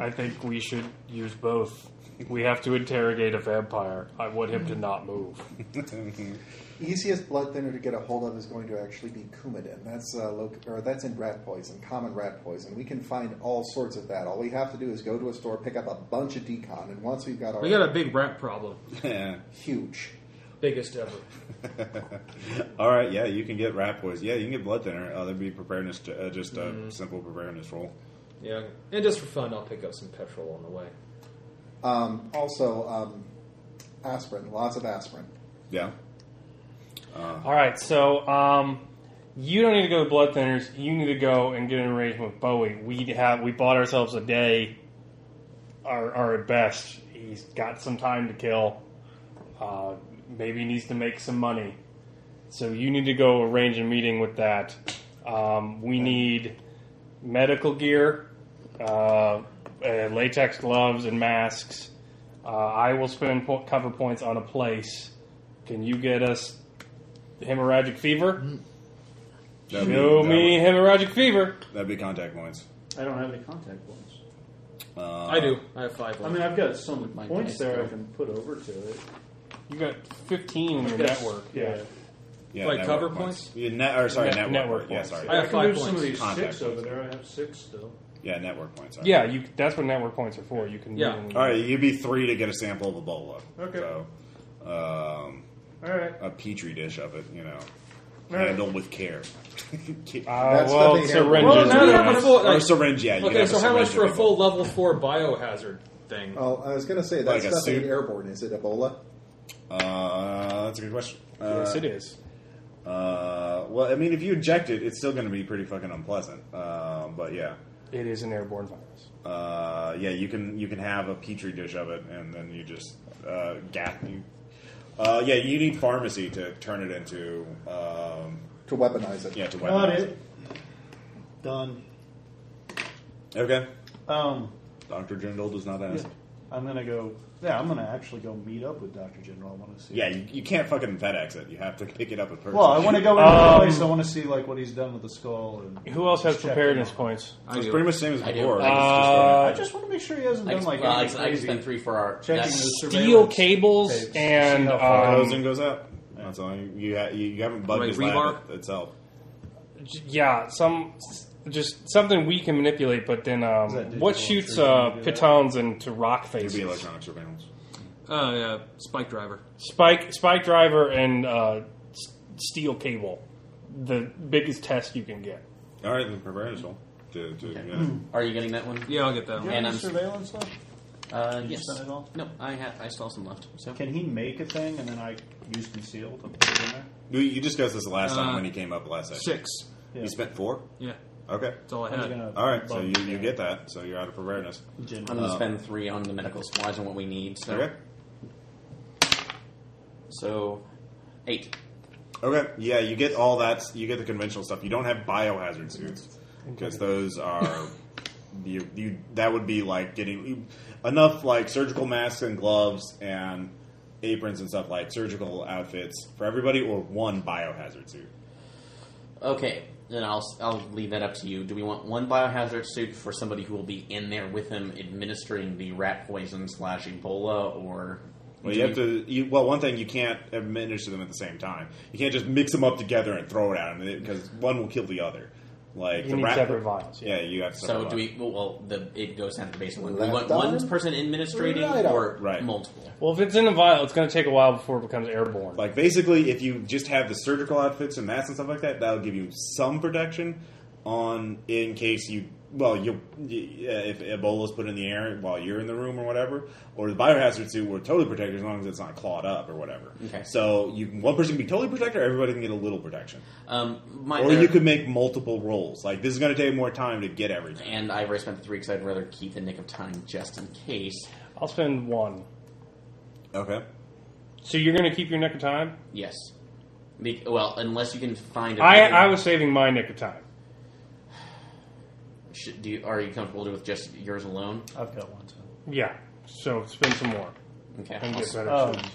I think we should use both. We have to interrogate a vampire. I want him to not move.
Easiest blood thinner to get a hold of is going to actually be Coumadin. That's uh, loc- or that's in rat poison, common rat poison. We can find all sorts of that. All we have to do is go to a store, pick up a bunch of decon, and once we've got our
We got a big rat problem.
Yeah.
huge.
Biggest ever.
All right, yeah, you can get rat poison. Yeah, you can get blood thinner. Uh, there'd be preparedness, to, uh, just a simple preparedness roll.
Yeah. And just for fun, I'll pick up some petrol on the way.
Um, also, um, aspirin, lots of aspirin.
Yeah,
All right, so um, you don't need to go to blood thinners. You need to go and get an arrangement with Bowie. We have we bought ourselves a day, or, or at best, he's got some time to kill. Uh, maybe he needs to make some money, so you need to go arrange a meeting with that. Um, we need medical gear, uh, uh, latex gloves, and masks. Uh, I will spend po- cover points on a place. Can you get us hemorrhagic fever?
That'd be-
Show
that
me
would-
hemorrhagic fever.
That'd be contact points.
I don't have any contact points.
Uh,
I do. I have five.
I
Left.
mean, I've got some
my
points
dice
there
go?
I can put over to it.
You got 15 in your
Yes.
network.
Yeah.
Yeah,
Like
network
cover points?
Yeah, net, or sorry, network,
Net- network
points.
points.
Yeah, sorry.
I
I,
have
can
five
move some of
points.
these
Contact
six over there. I have six still.
Yeah, network points. Sorry.
Yeah, you. That's what network points are for. You can.
Yeah.
you can-
All right, you'd be three to get a sample of Ebola.
Okay.
So, um,
All right.
a petri dish of it, you know,
right.
handled with care. (laughs) Oh,
Uh,
That's
well,
what they have.
syringes.
Well, now
are
we have a
nice.
full-
or
like-
a syringe. Yeah. you could
okay,
have
so how much
syringe
for a
of
full
Ebola.
level four biohazard thing?
Oh, I was going to say that
Like a
stuff ain't
soup?
airborne. Is it Ebola?
Uh, that's a good question. Uh,
Yes, it is.
Uh, well, I mean, if you inject it, it's still going to be pretty fucking unpleasant. Um, but yeah,
It is an airborne virus.
uh, yeah, you can you can have a petri dish of it, and then you just uh, gas. You, uh, yeah, you need pharmacy to turn it into um,
To weaponize it.
yeah to
Got
weaponize
it. Done.
Okay,
Um,
Doctor Jindal does not ask.
I'm gonna go. Yeah, I'm gonna actually go meet up with Doctor General. I want to see.
Yeah, you, you can't fucking FedEx it. You have to pick it up in person.
Well, I want to go into
Um,
the place. I want to see like what he's done with the skull. And
Who else has
Just check
preparedness
them
points?
So it's pretty much the same as
I do.
before.
I just-
Uh,
I just want to make sure he hasn't
I
done
can,
like
well, I,
anything
can, I can
crazy.
spend three for our.
Checking
that's-
the
Steel
surveillance
cables
tapes to see
and
how
It
far
goes
um,
in, goes out. That's all. You you, ha- you haven't bugged
Like
his lab
rebar?
it- itself.
j- yeah, some just something we can manipulate. But then, um,
that
what
digital
shoots
intrusion?
uh,
Can you do that?
pitons into rock
It'd
faces?
be electronic surveillance.
Uh, yeah, spike driver.
Spike, spike driver, and uh, s- steel cable. The biggest test you can get.
All right, then prepare as well. To, to, yeah.
Are you getting that one?
Yeah, I'll get that
Do you
one.
have
And
any
I'm-
surveillance left?
Uh,
you
yes.
spend it all?
No, I ha- I still have some left. So
Can he make a thing and then I use conceal to put it in there?
You- You discussed this last time
Uh,
when he came up last session.
Six.
You spent four.
Yeah,
Okay.
that's all I
I'm
had.
gonna
All right. So
bump
you,
it
you
down.
get that. So you're out of preparedness.
Gen-
I'm going to spend three on the medical supplies and what we need. So,
Uh, Okay.
so eight.
Okay. Yeah. You get all that. You get the conventional stuff. You don't have biohazard suits because those are (laughs) you, you. That would be like getting enough like surgical masks and gloves and aprons and stuff like surgical outfits for everybody or one biohazard suit.
Okay, then I'll I'll leave that up to you. Do we want one biohazard suit for somebody who will be in there with him administering the rat poison slash Ebola, or
Well, you have to. You, well, one thing you can't administer them at the same time. You can't just mix them up together and throw it at them because one will kill the other. Like
You
the
need
rat-
separate vials. Yeah.
Yeah, you have.
So
separate
do we? Well, well the it goes down to the basic one. We
Left
want
arm,
one person administrating
right arm.
or
Right.
multiple.
Well, if it's in a vial, it's going to take a while before it becomes airborne.
Like basically, if you just have the surgical outfits and masks and stuff like that, that'll give you some protection on in case you. Well, you yeah, if Ebola's put in the air while you're in the room or whatever, or the biohazard suit, we're totally protected as long as it's not clawed up or whatever.
Okay.
So you one person can be totally protected, or everybody can get a little protection,
Um, my
or you could make multiple rolls. Like this is going to take more time to get everything.
And I've already spent the three because I'd rather keep the nick of time just in case.
I'll spend one.
Okay.
So you're going to keep your nick of time?
Yes. Be- well, unless you can find.
I,
another-
I was saving my nick of time.
Should, do you, are you comfortable with just yours alone?
I've got one too.
Yeah. So spend some more
Okay.
and get better.
Um,
suits.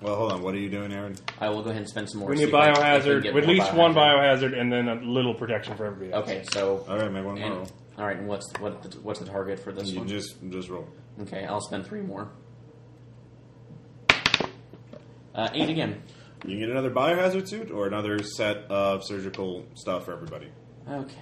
Well, hold on. What are you doing, Aaron?
I will go ahead and spend some more.
we
to
need
see if I- if we can
biohazard,
get
with at
more
least one biohazard, and then a little protection for everybody else.
Okay, so
All right, make one more
and-
roll.
all right. And what's what the, what's the target for this
You
one?
just just roll.
Okay, I'll spend three more. Uh, eight again.
You can get another biohazard suit or another set of surgical stuff for everybody.
Okay. Oh.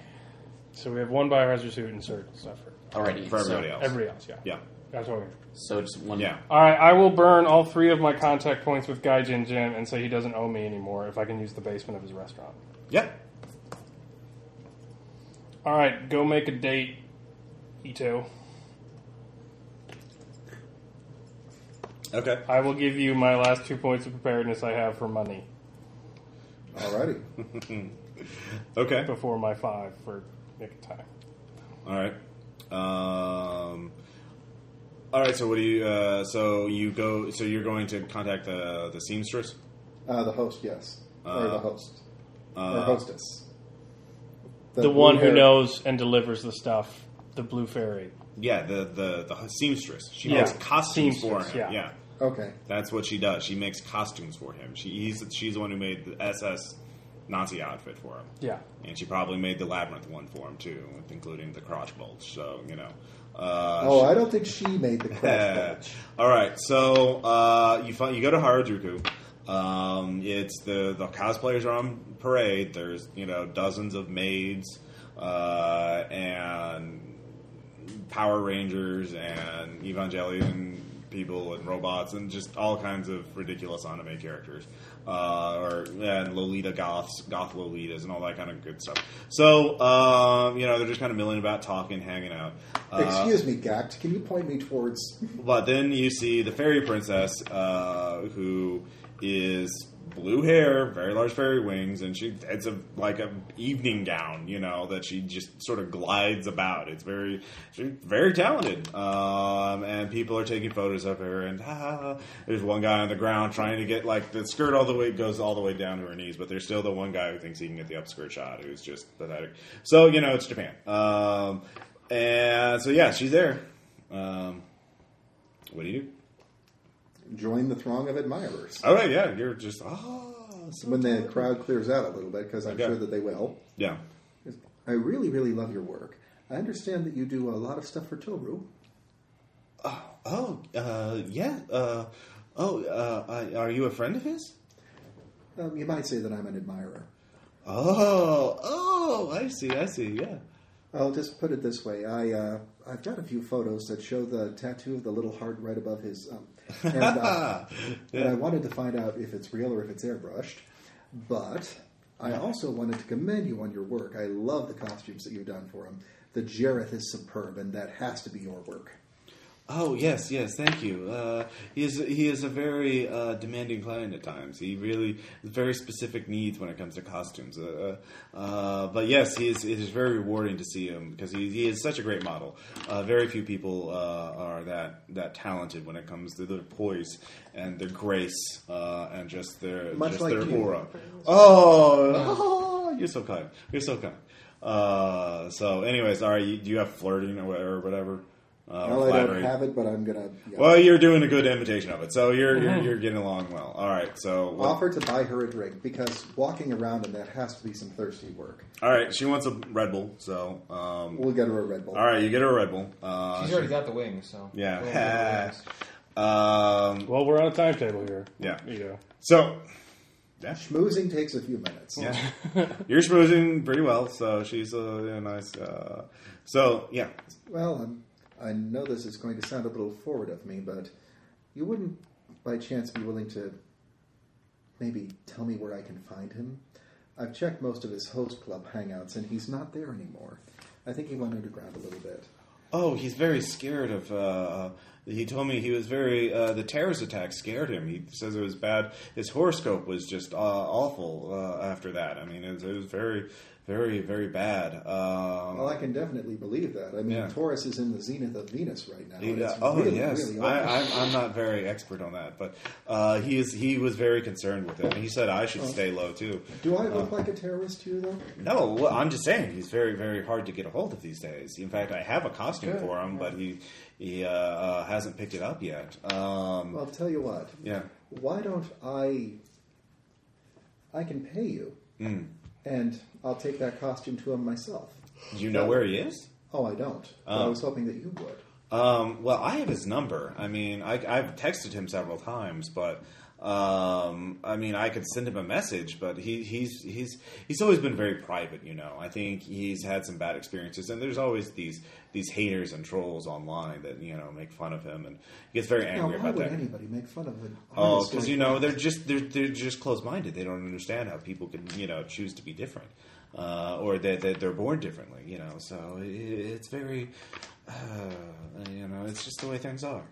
So we have one biohazard suit and surgical stuff for
Alrighty.
For
so, Um,
everybody else.
everybody else. Yeah.
Yeah.
That's what we
So just one.
Yeah.
All right, I will burn all three of my contact points with Guy Jin Jin and say he doesn't owe me anymore if I can use the basement of his restaurant.
Yeah.
All right, go make a date, Ito.
Okay.
I will give you my last two points of preparedness I have for money
(laughs)
Alrighty.
Okay.
before my five for nick of time.
All right. Um, all right. So what do you? Uh, so you go. So you're going to contact the the seamstress.
Uh, the host, yes. or
Uh,
the host. or
Uh,
hostess.
The, one who
blue-haired-
knows and delivers the stuff, the blue fairy.
Yeah. The the the seamstress. She
Yeah.
makes costumes for
Seamstress,
him.
yeah.
yeah.
Okay.
That's what she does. She makes costumes for him. She he's, she's the one who made the SS Nazi outfit for him.
Yeah.
And she probably made the labyrinth one for him too, with- including the crotch bulge. So you know. Uh,
Oh, I don't think she made the
Yeah.
crash
(laughs) All right, so uh, you find, you go to Harajuku. Um, it's the the cosplayers are on parade. There's you know dozens of maids uh, and Power Rangers and Evangelion people and robots and just all kinds of ridiculous anime characters, uh, or and Lolita goths, goth Lolitas, and all that kind of good stuff. So um, you know they're just kind of milling about, talking, hanging out. Uh,
Excuse me, Gact. Can you point me towards?
but then you see the fairy princess, uh, who is blue hair, very large fairy wings, and she it's a like a evening gown, you know, that she just sort of glides about. It's very she's very talented, um, and people are taking photos of her. And ah, there's one guy on the ground trying to get like the skirt all the way goes all the way down to her knees, but there's still the one guy who thinks he can get the upskirt shot, who's just pathetic. So you know, it's Japan, um, and so yeah, she's there. Um, what do you do?
Join the throng of admirers
All right, yeah, you're just oh, so
when the
talented.
crowd clears out a little bit, because I'm
Okay.
sure that they will.
yeah,
I really, really love your work. I understand that you do a lot of stuff for Toru.
oh, uh, yeah, uh, oh, uh, I- are you a friend of his?
Um, you might say that I'm an admirer.
Oh, oh, I see, I see, yeah.
I'll just put it this way: I uh, I've got a few photos that show the tattoo of the little heart right above his. Um, and,
(laughs)
uh, and I wanted to find out if it's real or if it's airbrushed. But I also wanted to commend you on your work. I love the costumes that you've done for him. The Jareth is superb, and that has to be your work.
Oh yes, yes. Thank you. Uh, he is he is a very uh, demanding client at times. He really has very specific needs when it comes to costumes. Uh, uh, but yes, he is, it is very rewarding to see him because he, he is such a great model. Uh, very few people uh, are that that talented when it comes to their poise and their grace uh, and just their
Much
just
like
their
you.
aura. Oh, oh, (laughs) you're so kind. You're so kind. Uh, so, anyways, all right. You, do you have flirting or whatever? whatever? Uh,
well, I don't
flattery?
have it, but I'm gonna yeah.
Well, you're doing a good imitation of it, so you're you're, you're getting along well. All right, so what-
offer to buy her a drink because walking around in that has to be some thirsty work.
all right, she wants a Red Bull, so um,
We'll get her a Red Bull.
all right, you get her a Red Bull. Uh,
She's already got the wings, so
Yeah. (laughs)
Go with the wings.
Um,
Well, we're on a timetable here.
yeah.
You know.
So, yeah,
Schmoozing takes a few minutes.
yeah. You're schmoozing pretty well, so she's a, a nice. Uh, so, yeah.
Well, I'm, I know this is going to sound a little forward of me, but you wouldn't by chance be willing to maybe tell me where I can find him? I've checked most of his host club hangouts, and he's not there anymore. I think he went underground a little bit.
Oh, he's very scared of. Uh, he told me he was very. Uh, the terrorist attack scared him. He says it was bad. His horoscope was just uh, awful uh, after that. I mean, it was, it was very, very, very bad. Um,
Well, I can definitely believe that. I mean,
Yeah.
Taurus is in the zenith of Venus right now. and
Yeah,
it's
oh
really,
yes,
really awful.
I, I'm, I'm not very expert on that, but uh, he is. He was very concerned with it. He said I
Oh.
should stay low too.
Do I
uh,
look like a terrorist to you, though?
No, well, I'm just saying he's very, very hard to get a hold of these days. In fact, I have a costume for him, but he he uh, uh, hasn't picked it up yet. Um,
Well, I'll tell you what.
yeah,
Why don't I? I can pay you,
Hmm.
and I'll take that costume to him myself.
Do you know where he is?
Oh, I don't. But I was hoping that you would.
Um, well, I have his number. I mean, I, I've texted him several times, but um, I mean, I could send him a message, but he, he's he's he's always been very private. You know, I think he's had some bad experiences, and there's always these these haters and trolls online that you know make fun of him, and he gets very
Now,
angry
why
about
would
that.
anybody make fun of an
Oh,
artist
because
like
you know
that?
they're just they're they're just closed-minded. They don't understand how people can you know choose to be different, uh, or that that they're born differently. You know, so it, it's very, uh, you know, it's just the way things are.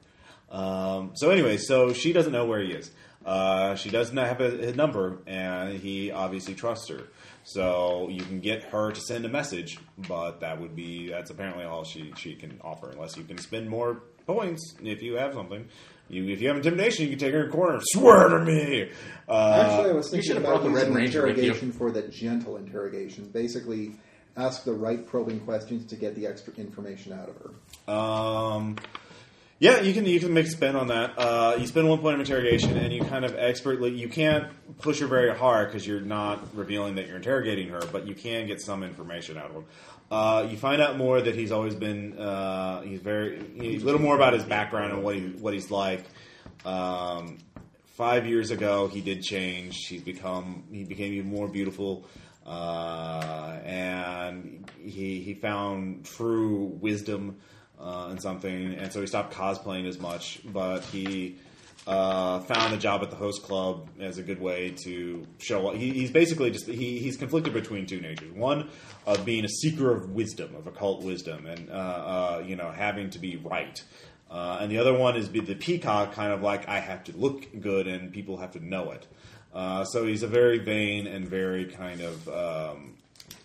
Um, so anyway, so she doesn't know where he is. Uh, she does not have a, his number, and he obviously trusts her. So you can get her to send a message, but that would be that's apparently all she she can offer, unless you can spend more points if you have something. You, if you have intimidation, you can take her in a corner. Swear to me. Uh,
Actually, I was
you
thinking
should have
about
brought the Red
using
Ranger with you.
interrogation for the gentle interrogation. Basically, ask the right probing questions to get the extra information out of her.
um, yeah, you can you can make a spin on that. Uh, you spend one point of interrogation, and you kind of expertly you can't push her very hard because you're not revealing that you're interrogating her, but you can get some information out of him. Uh, you find out more that he's always been uh, he's very a little more about his background and what he what he's like. Um, five years ago he did change he's become he became even more beautiful uh, and he he found true wisdom uh, in something and so he stopped cosplaying as much but he uh, found a job at the host club as a good way to show up. He, he's basically just he, he's conflicted between two natures: one of being a seeker of wisdom, of occult wisdom, and uh, uh, you know having to be right, uh, and the other one is be the peacock, kind of like I have to look good and people have to know it. Uh, so he's a very vain and very kind of um,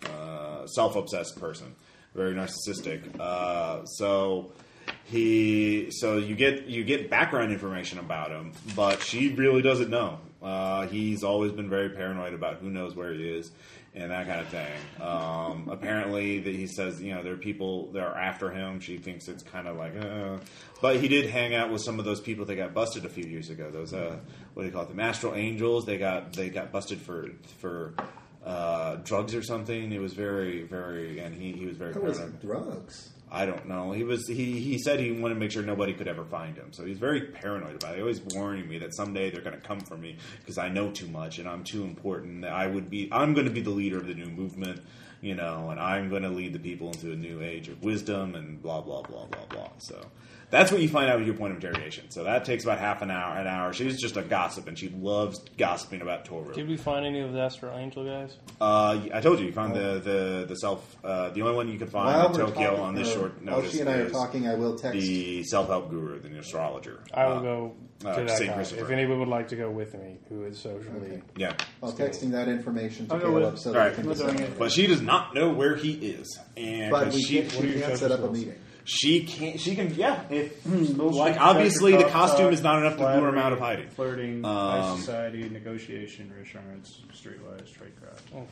uh, self-obsessed person, very narcissistic. Uh, so he, so you get you get background information about him, but she really doesn't know. Uh, he's always been very paranoid about who knows where he is and that kind of thing. Um, apparently, that he says you know there are people that are after him. She thinks it's kind of like, uh, but he did hang out with some of those people that got busted a few years ago. Those uh, what do you call it? The Astral Angels. They got they got busted for for uh, drugs or something. It was very very, and he, he was very.
That was
paranoid.
drugs.
I don't know. He was he he said he wanted to make sure nobody could ever find him. So he's very paranoid about it. He always warning me that someday they're going to come for me because I know too much and I'm too important. That I would be I'm going to be the leader of the new movement, you know, and I'm going to lead the people into a new age of wisdom and blah blah blah blah blah. So that's what you find out with your point of interrogation. So that takes about half an hour. An hour. She's just a gossip and she loves gossiping about Toru.
Did we find any of the Astral Angel guys?
Uh, I told you, you found the the the self uh, the only one you can find
Oh. While
in
we're
Tokyo
talking-
on this
uh,
short
While
notice.
she and I are
is
talking, I will text.
the self help guru, the astrologer.
I
Uh,
will go to
uh,
that
Saint
guy.
Christopher.
If anyone would like to go with me, who is socially
Okay.
Yeah,
While texting that information to
I'll go with
Caleb
it.
so
All
that
right.
we can
We're doing
decide.
it.
but she does not know where he is, and
But
'cause
we
she
can't, we
she-
can't set up a meeting.
she can't she can yeah. If,
Hmm,
like obviously the
uh,
costume is not enough to lure him out of hiding.
Flirting, high
Um,
society, negotiation, reassurance, streetwise, tradecraft.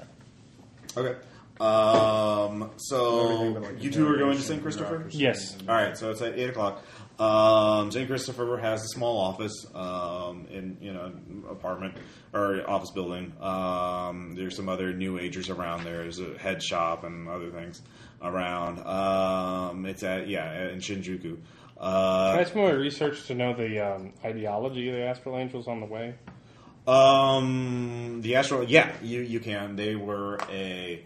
Okay. Um, so
like,
you two are going to
interrogation,
St. Christopher?
democracy.
Yes.
All right, so it's at eight o'clock. Um, St. Christopher has a small office um, in you know apartment or office building. Um, there's some other New Agers around. There's a head shop and other things around. Um, it's at yeah in Shinjuku. Uh,
That's more research to know the um, ideology of the astral angels on the way.
Um, the astral, yeah, you you can. They were a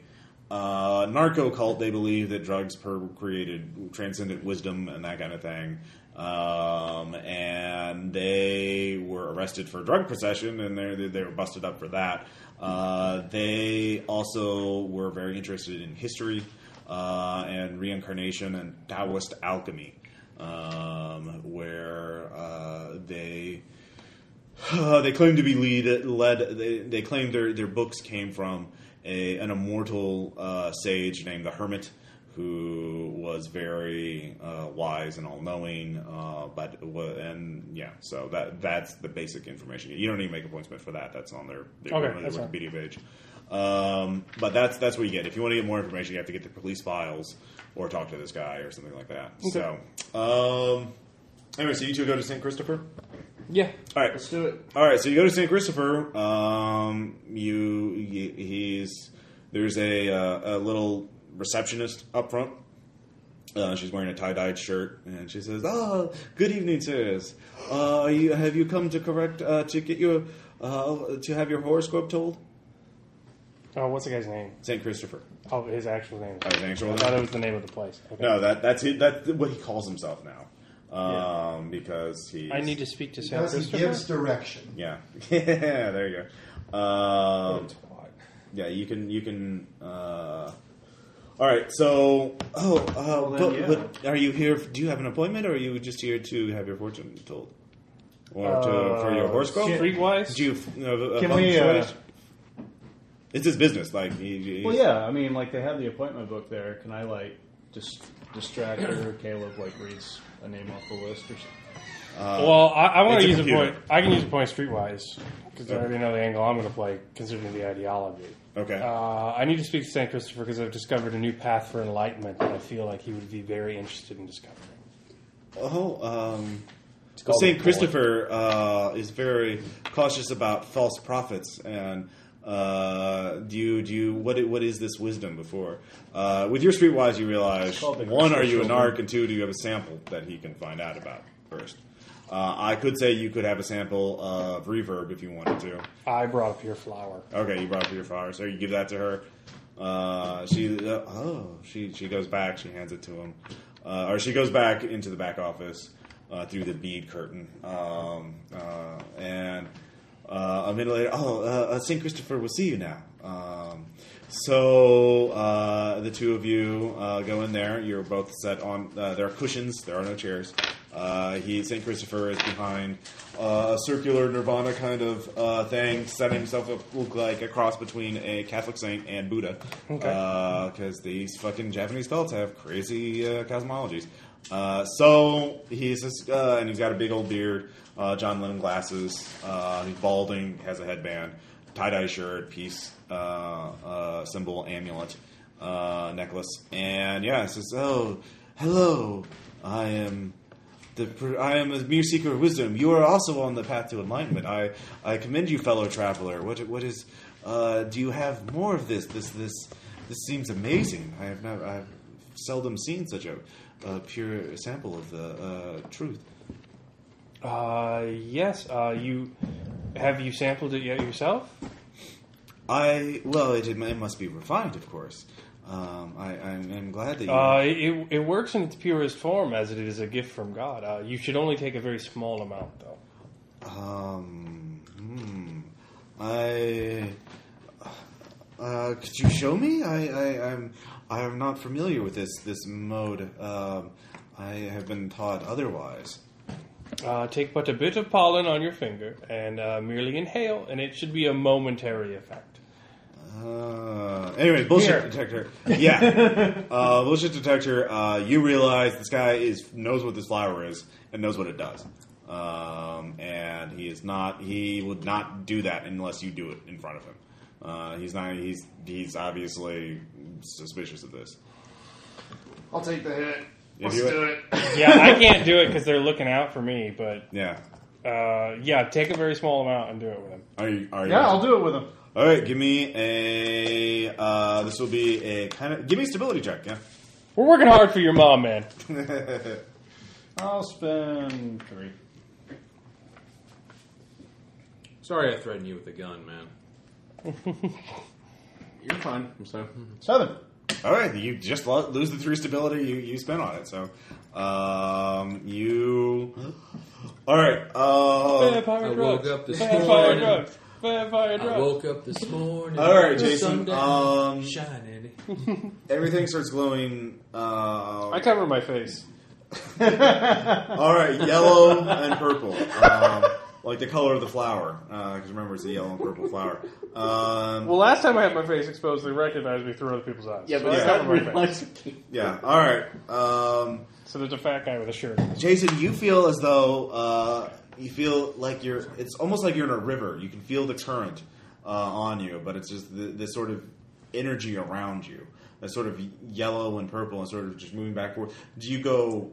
uh, narco cult. They believe that drugs per created transcendent wisdom and that kind of thing. Um, and they were arrested for drug possession, and they they were busted up for that. Uh, they also were very interested in history uh, and reincarnation and Taoist alchemy, um, where uh, they. Uh, they claim to be lead, led. They, they claim their, their books came from a, an immortal uh, sage named the Hermit, who was very uh, wise and all knowing. Uh, but wa- and yeah, so that that's the basic information. You don't need to make appointment for that. That's on their, their,
Okay,
their
that's fine.
Wikipedia page. Um, but that's that's what you get. If you want to get more information, you have to get the police files or talk to this guy or something like that. So, um, anyway, so you two go to St. Christopher.
Yeah.
All right,
Let's do it.
all right, so you go to St. Christopher. Um, you, y he's there's a, uh, a little receptionist up front. Uh, she's wearing a tie dyed shirt, and she says, "Ah, good evening, sirs. Uh, are you, have you come to correct uh, to get your uh, to have your horoscope told?"
Oh, what's the guy's name?
St. Christopher.
Oh, his actual name.
Oh, his actual
I thought
name?
it was the name of the place. Okay.
No, that that's it, that's what he calls himself now, um, because he.
I need to speak to San
Because he
Francisco.
gives direction.
Yeah, (laughs) yeah. There you go. Um,
Twat.
Yeah, you can. You can. Uh, all right. So, oh, uh,
then,
but,
yeah.
but are you here? Do you have an appointment, or are you just here to have your fortune told, or to, for your horoscope?
Streetwise?
Do you? Uh,
Uh, Can
uh,
we, uh,
it's his business. Like, he, he-
Well, yeah. I mean, like they have the appointment book there. Can I like just
(coughs)
distract her? Caleb like reads a name off the list or something.
well, I, I want
it's
to
a
use a
computer.
point. I can use a point streetwise because I already know the angle I'm going to play, considering the ideology.
Okay.
Uh, I need to speak to Saint Christopher because I've discovered a new path for enlightenment that I feel like he would be very interested in discovering.
oh, um,
called
Saint
a
Christopher uh, is very cautious about false prophets and. Uh, do you do you, what? i- What is this wisdom before? Uh, with your streetwise, you realize
called the
one, are you a
Christopher
narc, and two, do you have a sample that he can find out about first? Uh, I could say you could have a sample of reverb if you wanted to.
I brought up your flower.
Okay, you brought it for your father, so you give that to her. Uh, she uh, oh she she goes back. She hands it to him, uh, or she goes back into the back office uh, through the bead curtain. Um, uh, and uh, a minute later, oh, uh, uh, Saint Christopher will see you now. Um, so uh, the two of you uh, go in there. You're both set on. Uh, there are cushions. There are no chairs. Uh, he Saint Christopher is behind uh, a circular Nirvana kind of uh, thing, setting himself up look like a cross between a Catholic saint and Buddha, because these fucking Japanese cults have crazy uh, cosmologies. Uh, so he's just, uh, and he's got a big old beard, uh, John Lennon glasses. Uh, he's balding, has a headband, tie dye shirt, peace uh, uh, symbol, amulet, uh, necklace, and yeah, it says, "Oh, hello, I am." The, pr- I am a mere seeker of wisdom. You are also on the path to enlightenment. I, I commend you, fellow traveler. What what is? Uh, do you have more of this? This this this seems amazing. I have never, I've seldom seen such a, a pure sample of the uh, truth.
Uh, yes. Uh, you have you sampled it yet yourself?
I well, it, it must be refined, of course. Um, I I'm, I'm glad that you.
Uh, it, it works in its purest form as it is a gift from God. Uh, you should only take a very small amount, though.
Um, hmm. I. Uh, could you show me? I, I, I'm, I'm not familiar with this this mode. Um, I have been taught otherwise.
Uh, take but a bit of pollen on your finger and uh, merely inhale, and it should be a momentary effect.
Uh, anyway, bullshit detector.
(laughs)
Yeah, uh, bullshit detector. Uh, you realize this guy is knows what this flower is and knows what it does, um, and he is not. He would not do that unless you do it in front of him. Uh, he's not. He's he's obviously suspicious of this.
I'll take the hit. Let's
you-
do it.
yeah, I can't do it because they're looking out for me. But
Yeah.
uh, yeah, take a very small amount and do it with him.
Are you? Are you?
Yeah, I'll do it with him.
All right. Give me a. Uh, this will be a kind of. Give me a stability check. Yeah.
We're working hard for your mom, man.
I'll spend three.
Sorry, I threatened you with a gun, man.
You're fine. I'm sorry.
Seven.
All right, you just lo- lose the three stability you, you spent on it. So, um, you. All right. Uh,
Vampire
I
drugs.
woke up this
Vampire
morning.
drugs. Vampire
I
drugs.
woke up this morning.
all right, Jason.
Sunday.
Um,
Shine, Andy.
everything starts glowing.
I
Uh,
cover my face.
all right, yellow and purple, um, like the color of the flower. Because remember, it's a yellow and purple flower. Um,
Well, last time I had my face exposed, they recognized me through other people's eyes.
Yeah,
So
but
I
it's
Yeah.
not
cover my face.
realized.
yeah. All right. Um,
So there's a fat guy with a shirt.
Jason, you feel as though uh, you feel like you're. It's almost like you're in a river. You can feel the current uh, on you, but it's just the, this sort of energy around you, that sort of yellow and purple, and sort of just moving back forth. Do you go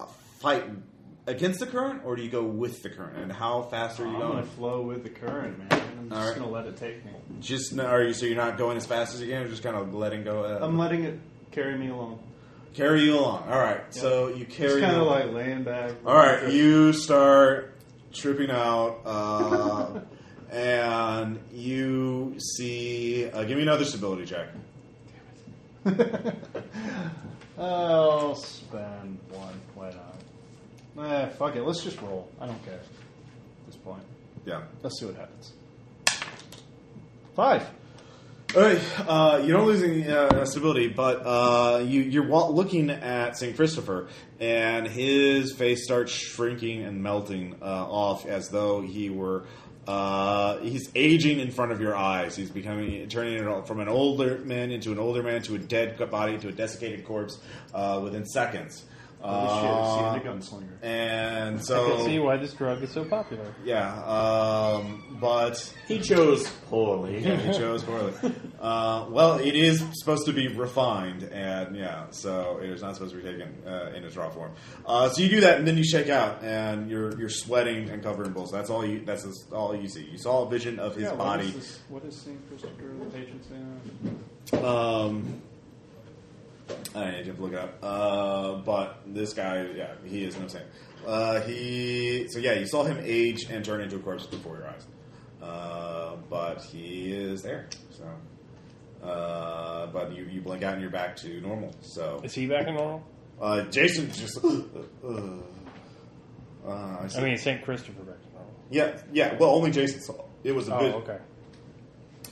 uh, fight against the current, or do you go with the current? And how fast are you
I'm gonna
going?
flow with the current, man. I'm just
All right.
gonna let it take me.
Just n- are you? So you're not going as fast as you can, or just kind of letting go? Uh,
I'm letting it carry me along.
carry you along. All right. So you
It's
carry.
kind of
along.
like laying back.
All right, you start tripping out, uh, (laughs) and you see. Uh, give me another stability check.
(laughs) I'll spend one. Why not? Eh, fuck it. Let's just roll. I don't care at this point.
Yeah.
Let's see what happens. Five.
All right, uh, you don't lose any uh, stability, but uh, you, you're wa- looking at St. Christopher, and his face starts shrinking and melting uh, off as though he were. Uh, he's aging in front of your eyes. He's becoming, turning it all- from an older man into an older man to a dead body to a desiccated corpse uh, within seconds. Uh,
Holy shit, it's the end of gunslinger.
and
Oh.
I can see
so,
why this drug is so popular.
yeah, um, but
He chose poorly.
yeah, he chose poorly. Uh, well, it is supposed to be refined, and yeah, so it is not supposed to be taken uh, in its raw form. Uh, so you do that, and then you shake out, and you're you're sweating and covered in bulls. That's all you. That's all you see. You saw a vision of his
Yeah, what
body.
is this- What is Saint Christopher of the Patient's name?
Um, I need to look it up. Uh, but this guy, yeah, he is no saint. Uh, he so yeah, you saw him age and turn into a corpse before your eyes. Uh, but he is there. So, uh, but you, you blink out and you're back to normal. So
Is he back in normal?
uh, Jason's just. Uh, I, see.
I mean, St. Christopher back in normal.
yeah, yeah. Well, only Jason saw. It was a
Oh,
bit.
okay.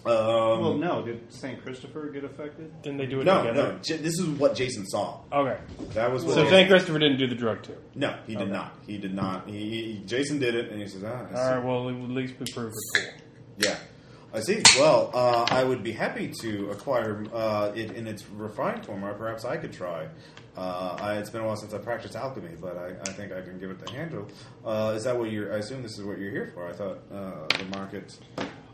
Um,
Well, no. Did Saint Christopher get affected?
Didn't they do it
no,
together?
no. J- this is what Jason saw.
Okay.
That was what
So
Jason-
St. Christopher didn't do the drug too.
No, he did not. He did not. He, he Jason did it, and he says, "Ah, I see."
All right. Well, at least we proved it cool.
yeah, I see." Well, uh, I would be happy to acquire uh, it in its refined form, or perhaps I could try. Uh, I, it's been a while since I practiced alchemy, but I, I think I can give it the handle. Uh, is that what you're? I assume this is what you're here for. I thought uh, the market.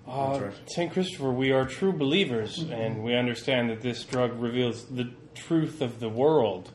Uh,
That's right.
St. Christopher, we are true believers, and we understand that this drug reveals the truth of the world.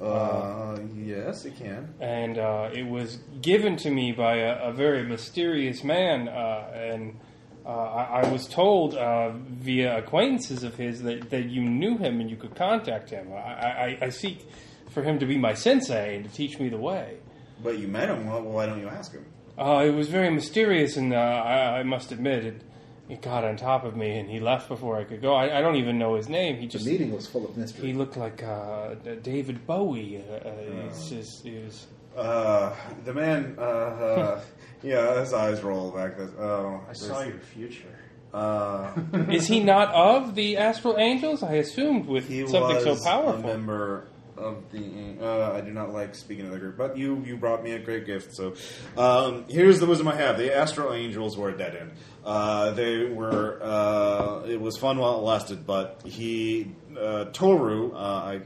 Uh, yes, it can.
And uh, it was given to me by a, a very mysterious man, uh, and uh, I, I was told uh, via acquaintances of his that, that you knew him and you could contact him. I, I, I seek for him to be my sensei and to teach me the way.
But you met him. Well, why don't you ask him?
Uh, it was very mysterious, and uh, I, I must admit, it, it got on top of me, and he left before I could go. I, I don't even know his name. He
The
just
meeting was full of
he
mystery.
looked like uh, D- David Bowie. Uh, uh, it's
Hmm.
just, it was,
Uh, the man. Uh, uh, (laughs) yeah, his eyes roll back. This. Oh,
I saw your future.
Uh,
is he not of the Astral Angels? I assumed with
He
something
was
so
a
powerful.
member of the. Uh, I do not like speaking of the group, but you you brought me a great gift. So um, here's the wisdom I have: the Astral Angels were a dead end. Uh, they were. Uh, it was fun while it lasted, but he uh, Toru. Uh,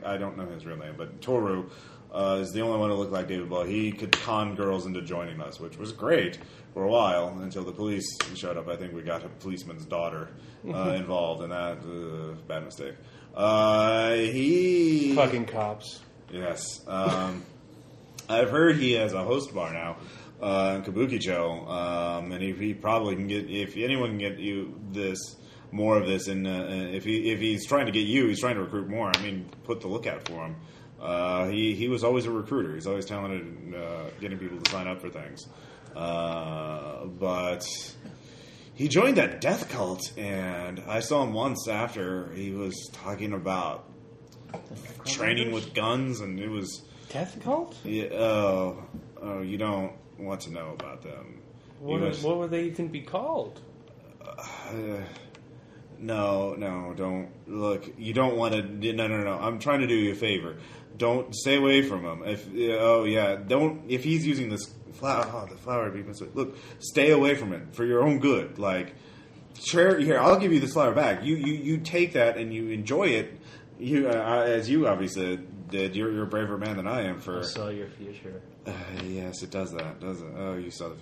I I don't know his real name, but Toru. uh, is the only one who looked like David Bowie. He could con girls into joining us, which was great for a while until the police showed up. I think we got a policeman's daughter
(laughs)
uh, involved, and that uh, bad mistake. Uh, he
Fucking cops.
Yes. Um, I've heard he has a host bar now uh, in Kabukicho, um, and if he probably can get, if anyone can get you this more of this, and uh, if he if he's trying to get you, he's trying to recruit more. I mean, put the lookout for him. Uh, he he was always a recruiter. He's always talented in uh, getting people to sign up for things. Uh, but he joined that death cult, and I saw him once after he was talking about training with guns, and it was
Death cult?
yeah, oh, oh, you don't want to know about them.
What,
He was-
what would they even be called?
uh, no, no, don't look. You don't want to. No, no, no. I'm trying to do you a favor. Don't stay away from him. If oh yeah, don't. If he's using this flower, oh, the flower would be mis- Look, stay away from it for your own good. Like, sure, here I'll give you this flower back. You you you take that and you enjoy it. You uh, I- as you obviously did. You're, you're a braver man than I am for
Sell your future.
uh, yes, it does that, does it? Oh, you saw the.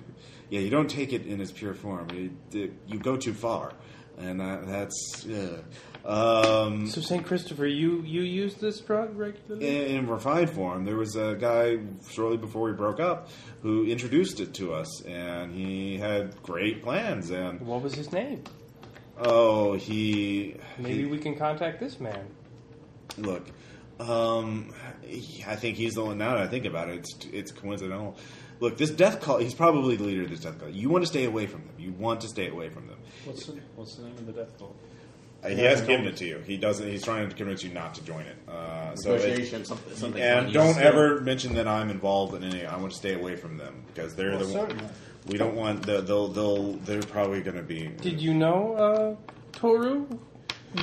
Yeah, you don't take it in its pure form. You, it- you go too far, and that, that's. Yeah. Um,
So Saint Christopher, you you use this drug regularly?
in, in refined form, there was a guy shortly before we broke up who introduced it to us, and he had great plans. And
What was his name?
oh, he
Maybe we can contact this man.
look. Um, he- I think he's the one. Now that I think about it, it's it's coincidental. Look, this death call. He's probably the leader of this death call. You want to stay away from them. You want to stay away from them.
What's the, what's the name of the death cult?
Uh, He hasn't given it to you. He doesn't. He's trying to convince you not to join it. Uh, so it-
Negotiation, something. something
and
funny.
don't
So-
ever mention that I'm involved in any. I want to stay away from them because they're the
certainly.
one. We don't want. The, they'll. They'll. They're probably going to be.
Did you know uh, Toru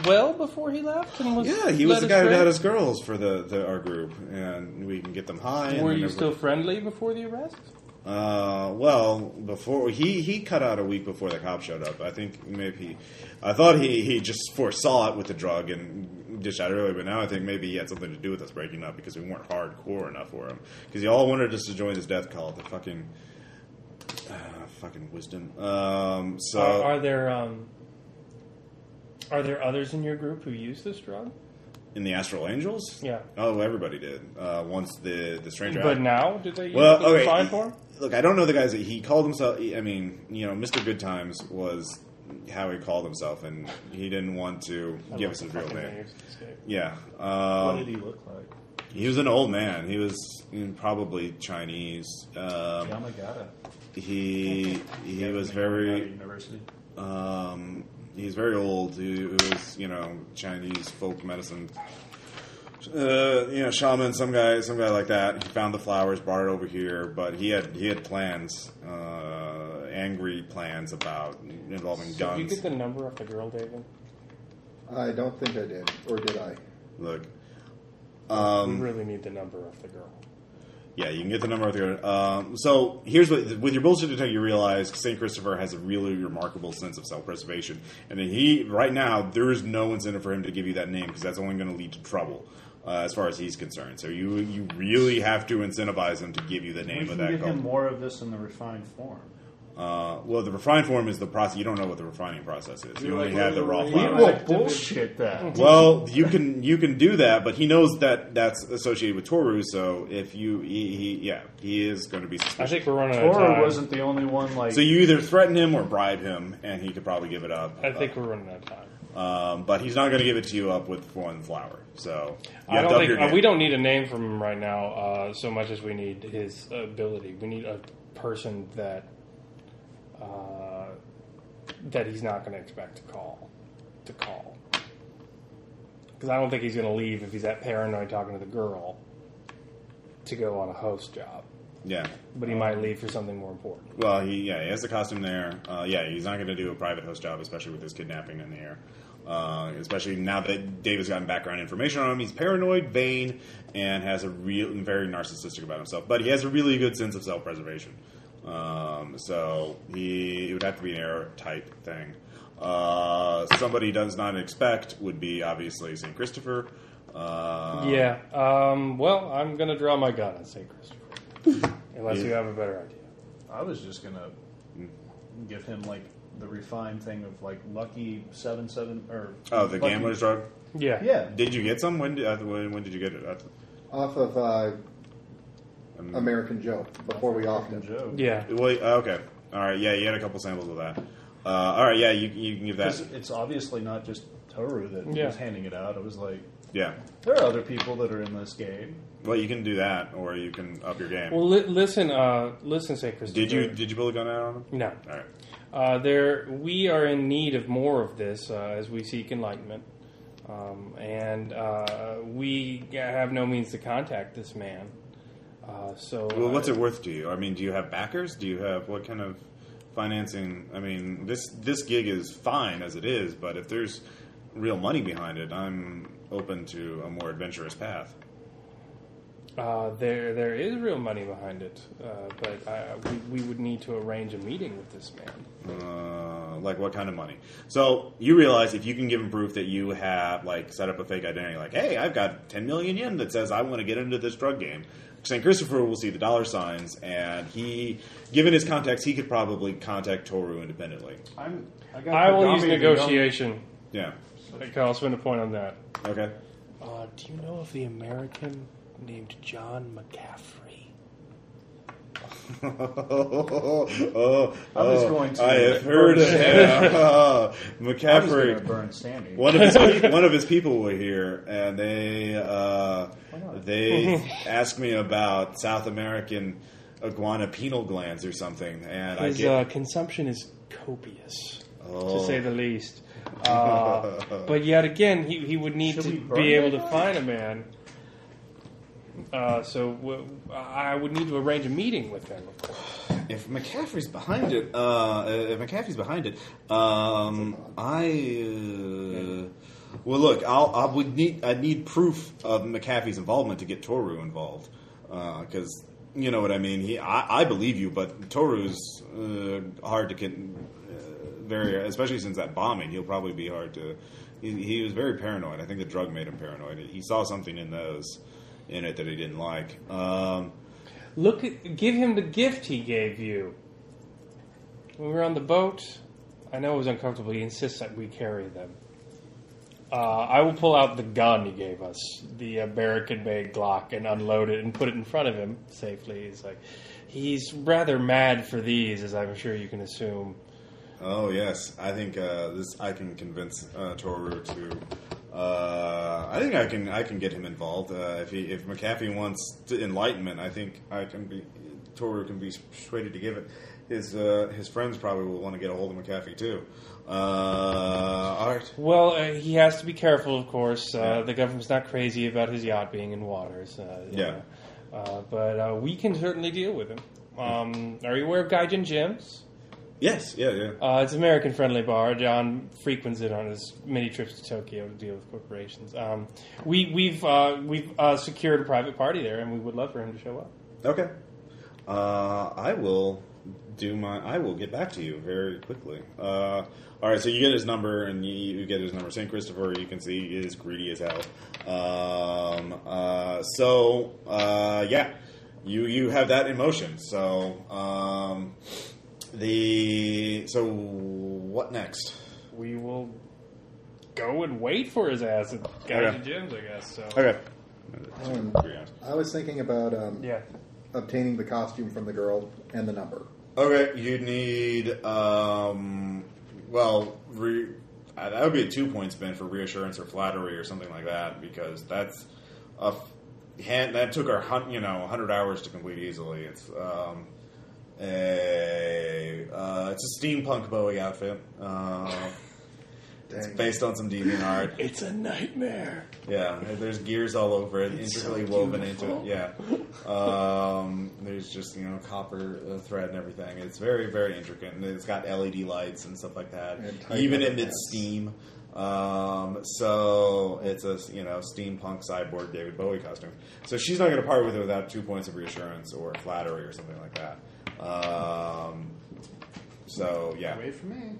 well before he left? And was
yeah, he was
led
the guy who
astray?
had us girls for the, the our group, and we can get them high. and
Were
then
you
every-
still friendly before the arrest?
Uh, well, before he he cut out a week before the cop showed up. I think maybe he, I thought he he just foresaw it with the drug and dished out earlier. But now I think maybe he had something to do with us breaking up because we weren't hardcore enough for him. Because he all wanted us to join his death cult. The fucking uh, fucking wisdom. Um, so
are, are there um, are there others in your group who use this drug?
in the Astral Angels,
Yeah.
Oh, everybody did. Uh, once the the stranger.
But now, do they use
Well,
the
okay.
sign form?
Look, I don't know the guys that he called himself. I mean, you know, Mr. Good Times was how he called himself, and he didn't want to give us his real name. Yeah,
What
um,
did he look like?
he-, was an old man. He was you know, probably Chinese. Um,
Yamagata.
he he was
Yamagata
very
University.
um, he's very old. He, he was you know Chinese folk medicine. Uh, you know, shaman, some guy, some guy like that. He found the flowers, brought it over here, but he had he had plans, uh, angry plans about involving
Did you
guns.
get the number off the girl, David?
I don't think I did, or did I?
Look,
we
um,
really need the number off the girl.
Yeah, you can get the number with your. Um, so here's what with your bullshit detector, you realize Saint Christopher has a really remarkable sense of self preservation, and then he right now there is no incentive for him to give you that name because that's only going to lead to trouble. Uh, as far as he's concerned, so you you really have to incentivize him to give you the name
We
of
can
that
give
cult.
him more of this in the refined form.
uh, well, the refined form is the process. You don't know what the refining process is. You,
You're
only
like,
have the raw
we
flour.
will bullshit that.
Well, you can you can do that, but he knows that that's associated with Toru. So if you he, he yeah he is going to be. Suspicious.
I think we're running out of
Tora
time.
wasn't the only one. Like
So you either threaten him or bribe him, and he could probably give it up.
I think we're running out of time.
um, but he's not going to give it to you up with one flower. So you
I
have to
don't
up
think
your
uh,
game.
we don't need a name from him right now, uh, so much as we need his ability. We need a person that uh, that he's not going to expect to call to call because I don't think he's going to leave if he's that paranoid talking to the girl to go on a host job.
Yeah.
But he might leave for something more important.
Well, he yeah he has the costume there. Uh, yeah, he's not going to do a private host job, especially with his kidnapping in the air. Uh, especially now that Dave has gotten background information on him, he's paranoid, vain, and has a real very narcissistic about himself. But he has a really good sense of self preservation. Um, so he it would have to be an air type thing. Uh, somebody does not expect would be obviously St. Christopher.
Uh,
yeah. Um, well, I'm going to draw my gun and say Christopher.
(laughs)
Unless you have a better idea.
I was just gonna give him like the refined thing of like lucky seven seven or
Oh, the
lucky-
gambler's drug.
Yeah.
Yeah,
Did you get some? When did, uh, when, when did you get it? Uh,
off of uh,
um,
American Joe before we offed him.
Joe.
Yeah.
Well, uh, okay. All right. Yeah, you had a couple samples of that. Uh, all right. Yeah, you, you can give that.
Because it's obviously not just Toru that
Yeah.
was handing it out. It was like
Yeah.
there are other people that are in this game.
Well, you can do that, or you can up your game.
Well, li- listen, uh, listen, say Christopher.
did you did you build a gun out on him?
No.
All right.
Uh, there, we are in need of more of this uh, as we seek enlightenment, um, and uh, we have no means to contact this man. Uh, so,
Well, what's
uh,
it worth to you? I mean, do you have backers? Do you have what kind of financing? I mean, this this gig is fine as it is, but if there's real money behind it, I'm open to a more adventurous path.
Uh, there, there is real money behind it, uh, but I, we, we would need to arrange a meeting with this man.
Uh, like what kind of money? So you realize if you can give him proof that you have like set up a fake identity, like, hey, I've got ten million yen that says I want to get into this drug game. Saint Christopher will see the dollar signs, and he, given his contacts, he could probably contact Toru independently.
I'm. I, got
I will
Kagami
use
to go-
negotiation.
Yeah.
Okay, I'll spend a point on that.
Okay.
Uh, do you know of the American named John McCaffrey?
oh, oh,
I was
oh,
going to-
I have heard of him. (laughs) Oh,
I was gonna
McCaffrey.
burn Sammy.
(laughs) One of his pe- one of his people were here, and they uh,
not?
they asked me about South American iguana penal glands or something, and I
His
get
uh, consumption is copious.
oh,
to say the least. Uh, but yet again, he, he would need
Should we
to
burn
be able
that
to find a man. Uh, so w- I would need to arrange a meeting with him. of course.
if McCaffrey's behind it, uh, if McCaffrey's behind it, um, I. Uh, well, look, I'll, I would need I need proof of McAfee's involvement to get Toru involved, because you know what I mean. He, I, I believe you, but Toru's uh, hard to get. Uh, very, especially since that bombing, he'll probably be hard to. He, he was very paranoid. I think the drug made him paranoid. He saw something in those, in it that he didn't like. Um,
Look at, give him the gift he gave you. When we were on the boat, I know it was uncomfortable. He insists that we carry them. Uh, I will pull out the gun he gave us, the American-made Glock, and unload it and put it in front of him safely. He's like, he's rather mad for these, as I'm sure you can assume.
Oh yes, I think uh, this I can convince uh, Toru to. Uh, I think I can I can get him involved uh, if he if McAfee wants to enlightenment. I think I can be Toru can be persuaded to give it. His uh, his friends probably will want to get a hold of McAfee too. Uh, all right.
Well, uh, he has to be careful, of course. Uh,
Yeah.
The government's not crazy about his yacht being in waters. Uh, you
Yeah.
know. Uh, but uh, we can certainly deal with him.
Hmm.
Um, are you aware of Gaijin Jim's?
Yes. Yeah. Yeah.
Uh, it's an American friendly bar. John frequents it on his many trips to Tokyo to deal with corporations. Um, we, we've uh, we've uh, secured a private party there, and we would love for him to show up.
Okay. Uh, I will do my. I will get back to you very quickly. Uh, all right. So you get his number, and you, you get his number. Saint Christopher. You can see he is greedy as hell. Um, uh, so uh, yeah, you you have that in motion. So um, the so what next?
We will go and wait for his ass at Gaijin
Okay.
Jim's, I guess. So.
Okay.
Um,
Three hours.
I was thinking about um,
Yeah.
obtaining the costume from the girl and the number.
Okay, you need. Um, well, re, uh, that would be a two point spin for reassurance or flattery or something like that because that's a f- hand that took our hun- you know hundred hours to complete easily. It's um, a uh, it's a steampunk Bowie outfit. Uh, it's
Dang.
based on some deviant art.
It's a nightmare.
Yeah, there's gears all over it, intricately woven into it. Yeah, um, there's just you know copper uh, thread and everything. It's very very intricate, and it's got LED lights and stuff like that.
And tight
Even
leather
emits
pants.
steam. Um, so it's a you know steampunk cyborg David Bowie costume. So she's not going to part with it without two points of reassurance or flattery or something like that. Um, so yeah,
Wait for me.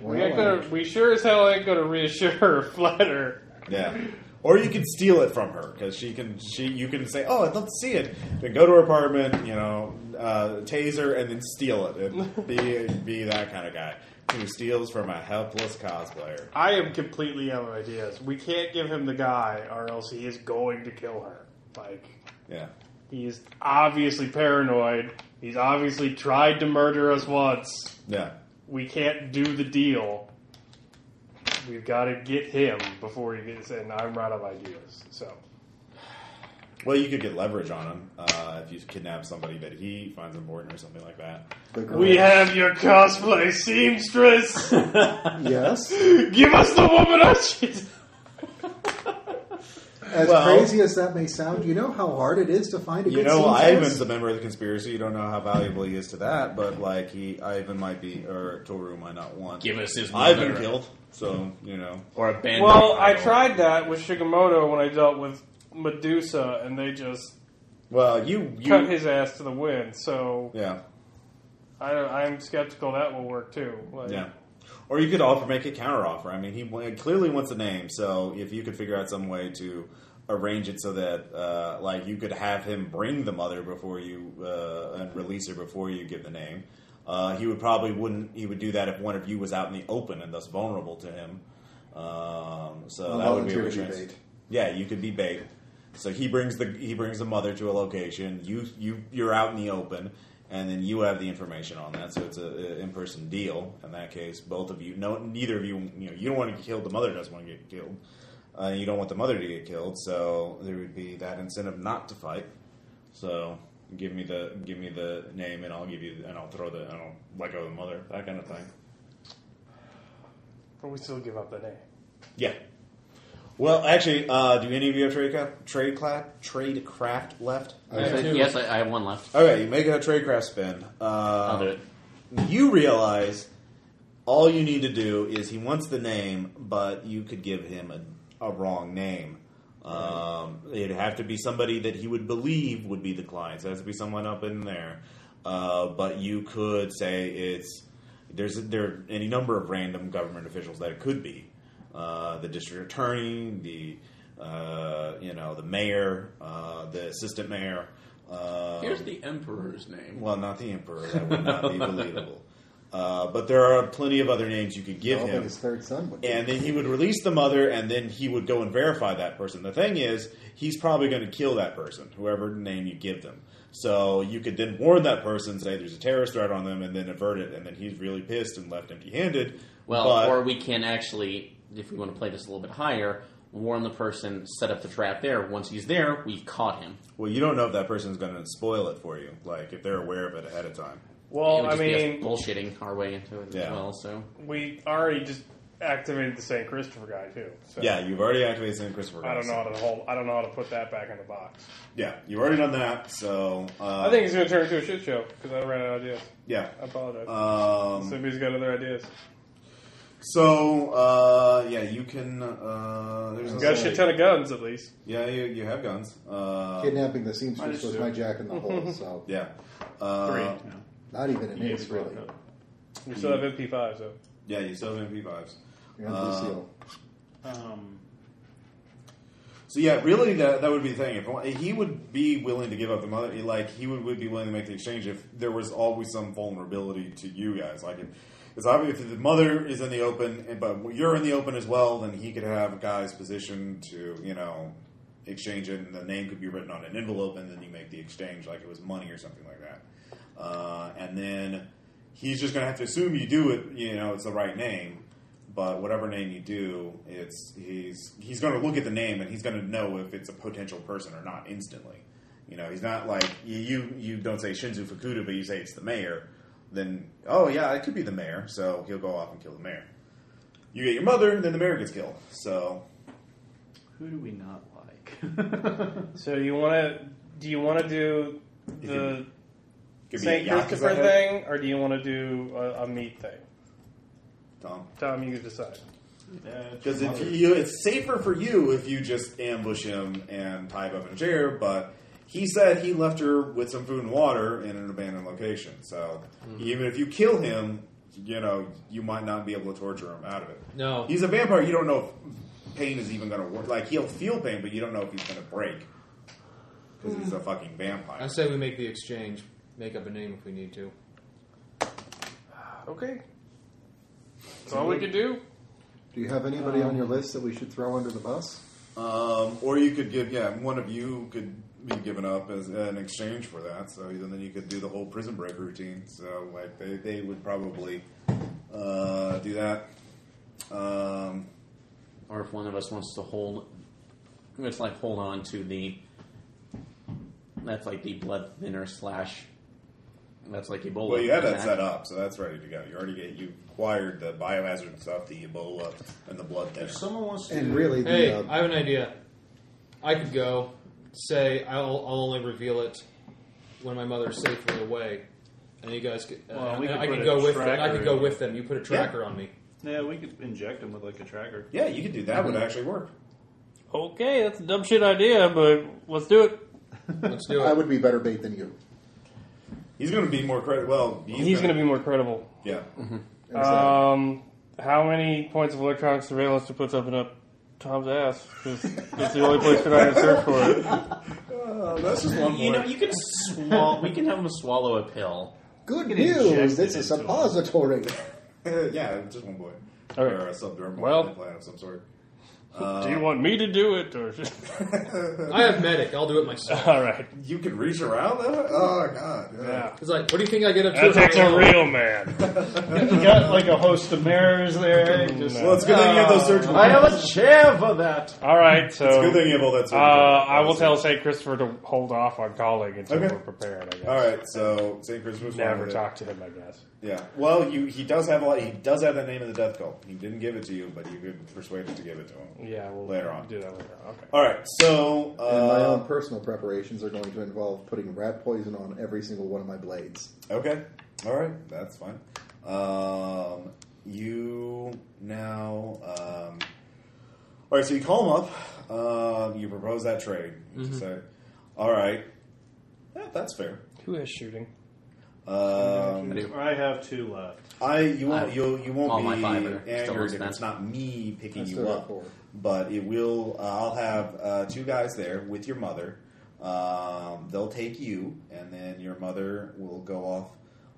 Well,
we, ain't gonna, we sure as hell ain't gonna reassure or (laughs) flatter.
yeah. Or you can steal it from her because she can. She you can say, "Oh, I'd love to see it." Then go to her apartment, you know, uh, taser, and then steal it,
(laughs)
and be be that kind of guy who steals from a helpless cosplayer.
I am completely out of ideas. We can't give him the guy, or else he is going to kill her. Like
Yeah,
he is obviously paranoid. He's obviously tried to murder us once.
yeah.
We can't do the deal. We've got to get him before he gets in. I'm out of ideas. So
Well, you could get leverage on him uh, if you kidnap somebody that he finds important or something like that.
The girl.
we have your cosplay seamstress.
yes.
Give us the woman. Our shit.
As
Well-
crazy as that may sound, you know how hard it is to find a
You
good
know,
seamstress?
Ivan's a member of the conspiracy. You don't know how valuable he is to that, but like he, Ivan might be, or Toru might not want.
Give us his
I've been
mother.
killed, so you know.
or a band.
Well, I tried that with Shigemoto when I dealt with Medusa, and they just
Well, you, you
cut his ass to the wind. So
yeah,
I, I'm skeptical that will work too. Like,
yeah. Or you could offer make a counter offer. I mean, he wa- clearly wants a name, so if you could figure out some way to arrange it so that uh, like you could have him bring the mother before you uh, and release her before you give the name. Uh, he would probably wouldn't. He would do that if one of you was out in the open and thus vulnerable to him. Um, so
I'll
that would be a
volunteer to be
restraint.
bait.
Yeah, you could be bait. So he brings the he brings the mother to a location. You you you're out in the open, and then you have the information on that. So it's a, in person deal. In that case, both of you no neither of you you know you don't want to get killed. The mother doesn't want to get killed. Uh, you don't want the mother to get killed. So there would be that incentive not to fight. So give me the give me the name, and I'll give you and I'll throw the and I'll let go of the mother. That kind of thing.
But we still give up the name.
Yeah. Well, actually, uh, do any of you have trade craft, trade craft, trade craft left?
I said, yes, I, I have one left.
Okay, you make a trade craft spin.
I'll do
Uh,
it.
you realize all you need to do is he wants the name, but you could give him a, a wrong name. Um, it'd have to be somebody that he would believe would be the client. So it has to be someone up in there. Uh, but you could say it's there's there are any number of random government officials that it could be. Uh, the district attorney, the uh, you know the mayor, uh, the assistant mayor. Uh,
Here's the emperor's name.
well, not the emperor. That would not be believable. Uh, but there are plenty of other names you could
I
give
don't think
him,
his third son would. be.
and then he would release the mother, and then he would go and verify that person. The thing is, he's probably going to kill that person, whoever name you give them. So you could then warn that person, say there's a terrorist threat on them, and then avert it, and then he's really pissed and left empty-handed.
Well,
but,
or we can actually, if we want to play this a little bit higher, warn the person, set up the trap there. Once he's there, we've caught him.
well, you don't know if that person's going to spoil it for you, like if they're aware of it ahead of time.
It
Well,
would
I
just be us
mean,
bullshitting our way into it as
Yeah.
well. So
we already just activated the Saint Christopher guy too. So
Yeah, you've already activated Saint Christopher.
I don't know
Robinson.
how to hold. I don't know how to put that back in the box.
Yeah, you've already done that. So uh,
I think it's going to turn into a shit show because I ran out of ideas.
yeah.
I apologize.
Um,
Somebody's got other ideas.
So uh, yeah, you can. Uh, there's
We
no
got a shit ton of guns at least.
Yeah, you, you have guns. Uh,
Kidnapping the seamstress was my jack in the hole, so
yeah. Uh,
Three.
not even an ace, really.
We still have MP5, so
Yeah, you still have MP vibes.
You're on
Uh,
Blue Seal.
Um,
So yeah, really, that that would be the thing. If one- he would be willing to give up the mother, like he would, would be willing to make the exchange if there was always some vulnerability to you guys. Like if it's obvious if the mother is in the open, and but you're in the open as well, then he could have a guy's position to you know exchange it, and the name could be written on an envelope, and then you make the exchange like it was money or something like that. Uh, and then he's just going to have to assume you do it. You know, it's the right name but whatever name you do, it's he's he's going to look at the name and he's going to know if it's a potential person or not instantly. You know, he's not like you you, you don't say Shinzu Fukuda, but you say it's the mayor. Then oh yeah, it could be the mayor, so he'll go off and kill the mayor. You get your mother, and then the mayor gets killed. So
who do we not (laughs) like?
So you want to? Do you want to do the
it could be
Saint
Yakuza
Christopher
head.
thing, or do you want to do a, a meat thing?
Tom.
Tom, you can decide.
Because if you, it's safer for you if you just ambush him and tie him up in a chair. But he said he left her with some food and water in an abandoned location. So even if you kill him, you know you might not be able to torture him out of it.
No.
He's a vampire. You don't know pain is even going to work. Like he'll feel pain, but you don't know if he's going to break because he's a fucking vampire.
I say we make the exchange. Make up a name if we need to.
Okay. That's all we can do.
Do you have anybody on your list that we should throw under the bus?
Um, or you could give, yeah, one of you could be given up as an exchange for that. So then you could do the whole prison break routine. So like they, they would probably uh, do that. Um,
or if one of us wants to hold, it's like hold on to the. That's like the blood thinner slash. That's like Ebola.
well, you had that
Back.
set up, so that's ready to go. You already get you acquired the biohazard and stuff, the Ebola, and the blood thinner.
If someone wants to,
And really, the,
Hey,
uh,
I have an idea. I could go say I'll, I'll only reveal it when my mother's safely away, and you guys could. Uh,
Well, we
and
could
I
put
could
a
go with them. I
tracker
could go
in.
with them. You put a tracker on me.
yeah, we could inject him with like
(laughs)
a tracker.
Yeah, you could do that. Would actually work.
Okay, that's a dumb shit idea, but let's do it.
Let's do
I
Um,
it.
would be better bait than you.
He's going to be more credit. Well, he's,
He's, going to be more credible.
be. Yeah.
Um, how many points of electronic surveillance to put up and up Tom's ass? 'Cause that's the only place that I can search for it.
that's just one
You know, you can swallow. we can have him swallow a
(laughs)
pill.
Good
inject
news! It's
it
a
into him.
suppository.
(laughs) yeah, just one boy.
Okay.
Or a subdermal
Well-
implant of some sort.
do you want me to do it? Or
(laughs)
I have medic. I'll do it myself.
All right.
You can reach around that? Oh, God.
Yeah.
It's like, what do you think I get up to?
That takes
on my
a
own?
real man.
You got like a host of
(laughs)
mirrors there. Just
Well, it's a good thing you have those surgical
I have a chair for that.
All right, so
It's a good thing you have all that
uh,
surgical
I will tell St. Christopher to hold off on calling until
Okay.
we're prepared, I guess.
All right, so St. Christmas.
Never
wanted it.
talk to him, I guess.
Yeah. Well, you he does have a lot. He does have the name of the death cult. He didn't give it to you, but you could persuade him to give it to him.
Yeah, we'll
Later on.
do that later on. Okay.
All right, so
and my own
uh,
personal preparations are going to involve putting rat poison on every single one of my blades.
okay, all right, that's fine. Um, you now. Um, all right, so you call him up. Um, you propose that trade. You
Mm-hmm.
say, all right, yeah, that's fair.
Who is shooting?
Um,
I have two
(laughs)
left.
I you
I-
won't you you won't
all
be
my fiber still
angered
is
if
that.
it's not me picking
I
you
still got
up.
four.
But it will. Uh, I'll have uh, two guys there with your mother. Um, they'll take you, and then your mother will go off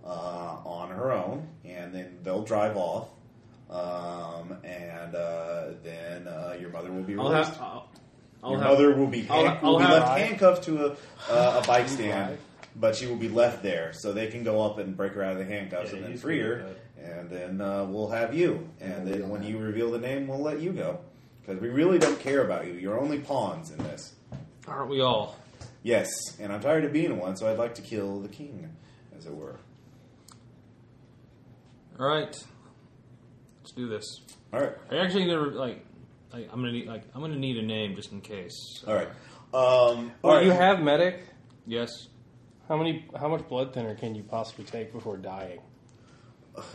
uh, on her own, and then they'll drive off. Um, and uh, then uh, your mother will be
I'll
released.
have. I'll, I'll
Your
have.
mother will be,
I'll-
hand-
I'll
will be
have-
left handcuffed to a, uh,
(laughs)
a bike stand, but she will be left there, so they can go up and break her out of the handcuffs
Yeah,
and then
he's
free
good
her, and then uh, we'll have you. And
we'll be
then
on
when
that.
you reveal the name, we'll let you go because we really don't care about you. You're only pawns in this.
Aren't we all?
Yes, and I'm tired of being one, so I'd like to kill the king, as it were.
All right. Let's do this.
All right,
I actually never like. I, I'm gonna need like I'm gonna need a name just in case.
all right. Um, all
Well,
right.
you have medic.
Yes.
How many? How much blood thinner can you possibly take before dying?
Uh,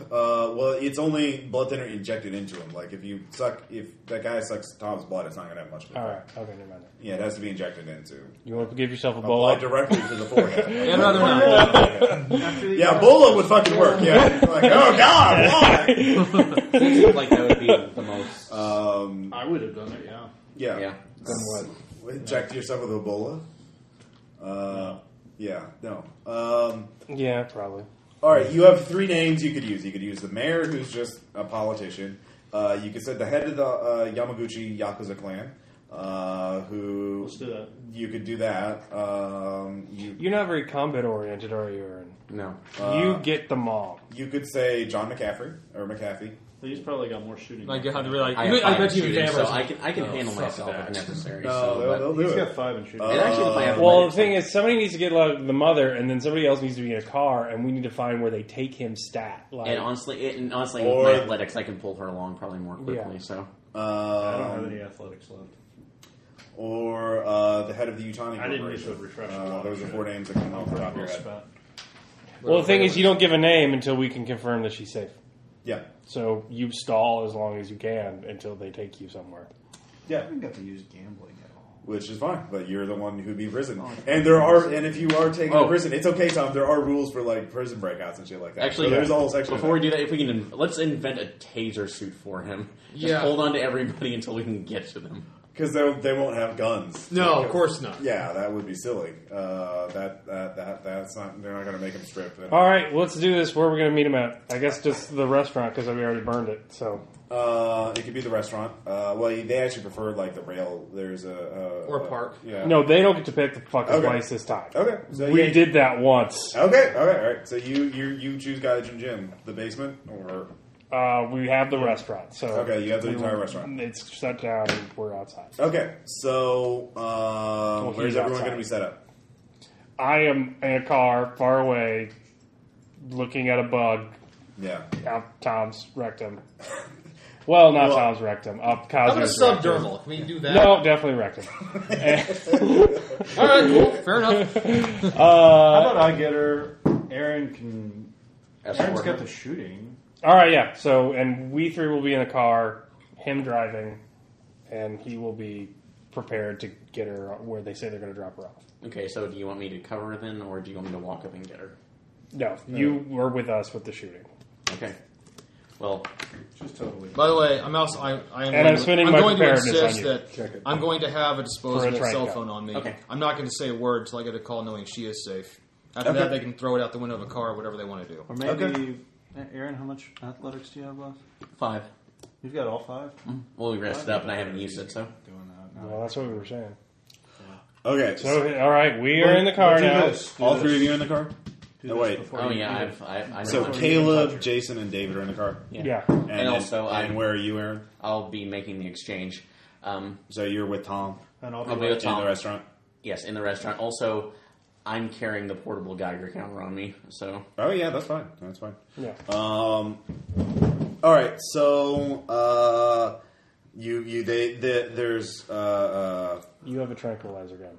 well, it's only blood thinner injected into him. Like if you suck, if that guy sucks Tom's blood, it's not gonna have much. of an
All
effect.
right. Okay, never mind.
Yeah, it has to be injected into.
You want to give yourself a
Applied
bullet?
directly to the forehead.
Yeah, rather not.
yeah, Bola would fucking work. Yeah, like oh god, why?
like that would be the most.
Um,
I would have done it. Yeah.
yeah.
yeah.
Then what?
Inject yourself with Ebola. Uh, yeah, no. Um,
yeah, probably.
all right, you have three names you could use. You could use the mayor, who's just a politician. Uh, you could say the head of the uh, Yamaguchi Yakuza clan. Uh, who
Let's do that.
you could do that. Um, you
You're not very combat oriented, are you, Aaron?
No.
Uh,
you get the mom.
you could say John McCaffrey or McAfee.
But he's probably got more shooting.
Like
than-
how to be like.
I,
I,
have five
bet you
shooting,
can
so I can I can
Oh,
handle
fuck
myself
that.
if necessary.
No,
so,
they'll,
but-
they'll do
He's
it.
got five in shooting.
and actually, if I have
Well,
my-
the thing is, somebody needs to get like, the mother, and then somebody else needs to be in a car, and we need to find where they take him stat. Like,
and honestly, it, and honestly,
Or-
with my athletics, I can pull her along probably more quickly.
Yeah.
So
I don't have
Um,
any athletics left.
or uh, the head of the Utani.
I didn't use
Corporation.
a refresher.
Uh, those are four names that come off the top of your head.
well, the thing is, you don't give a name until we can confirm that she's safe.
Yeah,
So you stall as long as you can until they take you somewhere.
Yeah, I haven't got to use gambling at all.
which is fine. But you're the one who'd be prison,
Oh,
and there are, and if you are taken
Oh.
to prison, it's okay, Tom. There are rules for like prison breakouts and shit like that.
Actually,
so there's a whole section.
Before we
of
do that, if we can, in- let's invent a taser suit for him. Just
Yeah.
hold on to everybody until we can get to them.
because they, they won't have guns.
No, of course not.
Yeah, that would be silly. Uh, that that that that's not. They're not going to make him strip.
All right, let's do this. Where are we going to meet him at? I guess just the restaurant because we already burned it. So
Uh, it could be the restaurant. Uh, well, they actually preferred like the rail. There's a, a
Or a park.
Yeah.
no, they don't get to pick the fucking
Okay.
place this time.
Okay. So
we
yeah.
did that once.
Okay. All right. All right. So you you you choose Gaijin Gym, the basement, or
Uh, we have the restaurant. So
okay, you have the
we
entire
will-
restaurant.
It's shut down. and We're outside.
Okay. So uh,
Well,
where's
he's
everyone
outside.
going to be set up?
I am in a car far away, looking at a bug
Yeah.
out Tom's (laughs) rectum. Well, not
Well-
Tom's rectum. Up
How about a
Kazu's rectum.
subdermal? Can we do that?
No, definitely rectum.
All right, cool. Fair enough.
Uh, How about I get her? Aaron can. Aaron's
Escort
got
her.
the shooting.
All right, yeah. So, and we three will be in a car, him driving, and he will be prepared to get her where they say they're going to drop her off.
Okay, so do you want me to cover her then, or do you want me to walk up and get her?
No, you were with us with the shooting.
Okay. Well,
She's totally.
By the way, I'm also I, I am
And I'm spending
I'm
my
going to
preparedness
insist
on you.
Check it.
that I'm going to have a
For a
disposable
train
cell
cut.
phone on me.
Okay.
I'm not going to say a word until I get a call knowing she is safe. After that, they can throw it out the window of a car, whatever they want to do.
Or maybe Aaron, how much athletics do you have left?
five.
You've got all five.
Well, we rested up, and I haven't used it, so
Doing that.
Well, that's what we were saying.
Okay. So
So, all right, we are in the car
do
now.
this. Do
all
this.
three of you in the car.
Do
No,
this
wait.
before
Oh
you-
yeah, I've I, I
So
know.
Caleb, Jason, and David are in the car.
Yeah.
And,
also,
and,
I'm-
where are you, Aaron?
I'll be making the exchange. Um,
So you're with Tom
And I'll be
I'll be
like-
with
in the
Tom.
restaurant.
Yes, in the restaurant. Also, I'm carrying the portable Geiger counter on me, so
Oh yeah, that's fine. That's fine.
Yeah.
Um. All right. So uh, you you they, the there's uh,
You have a tranquilizer gun.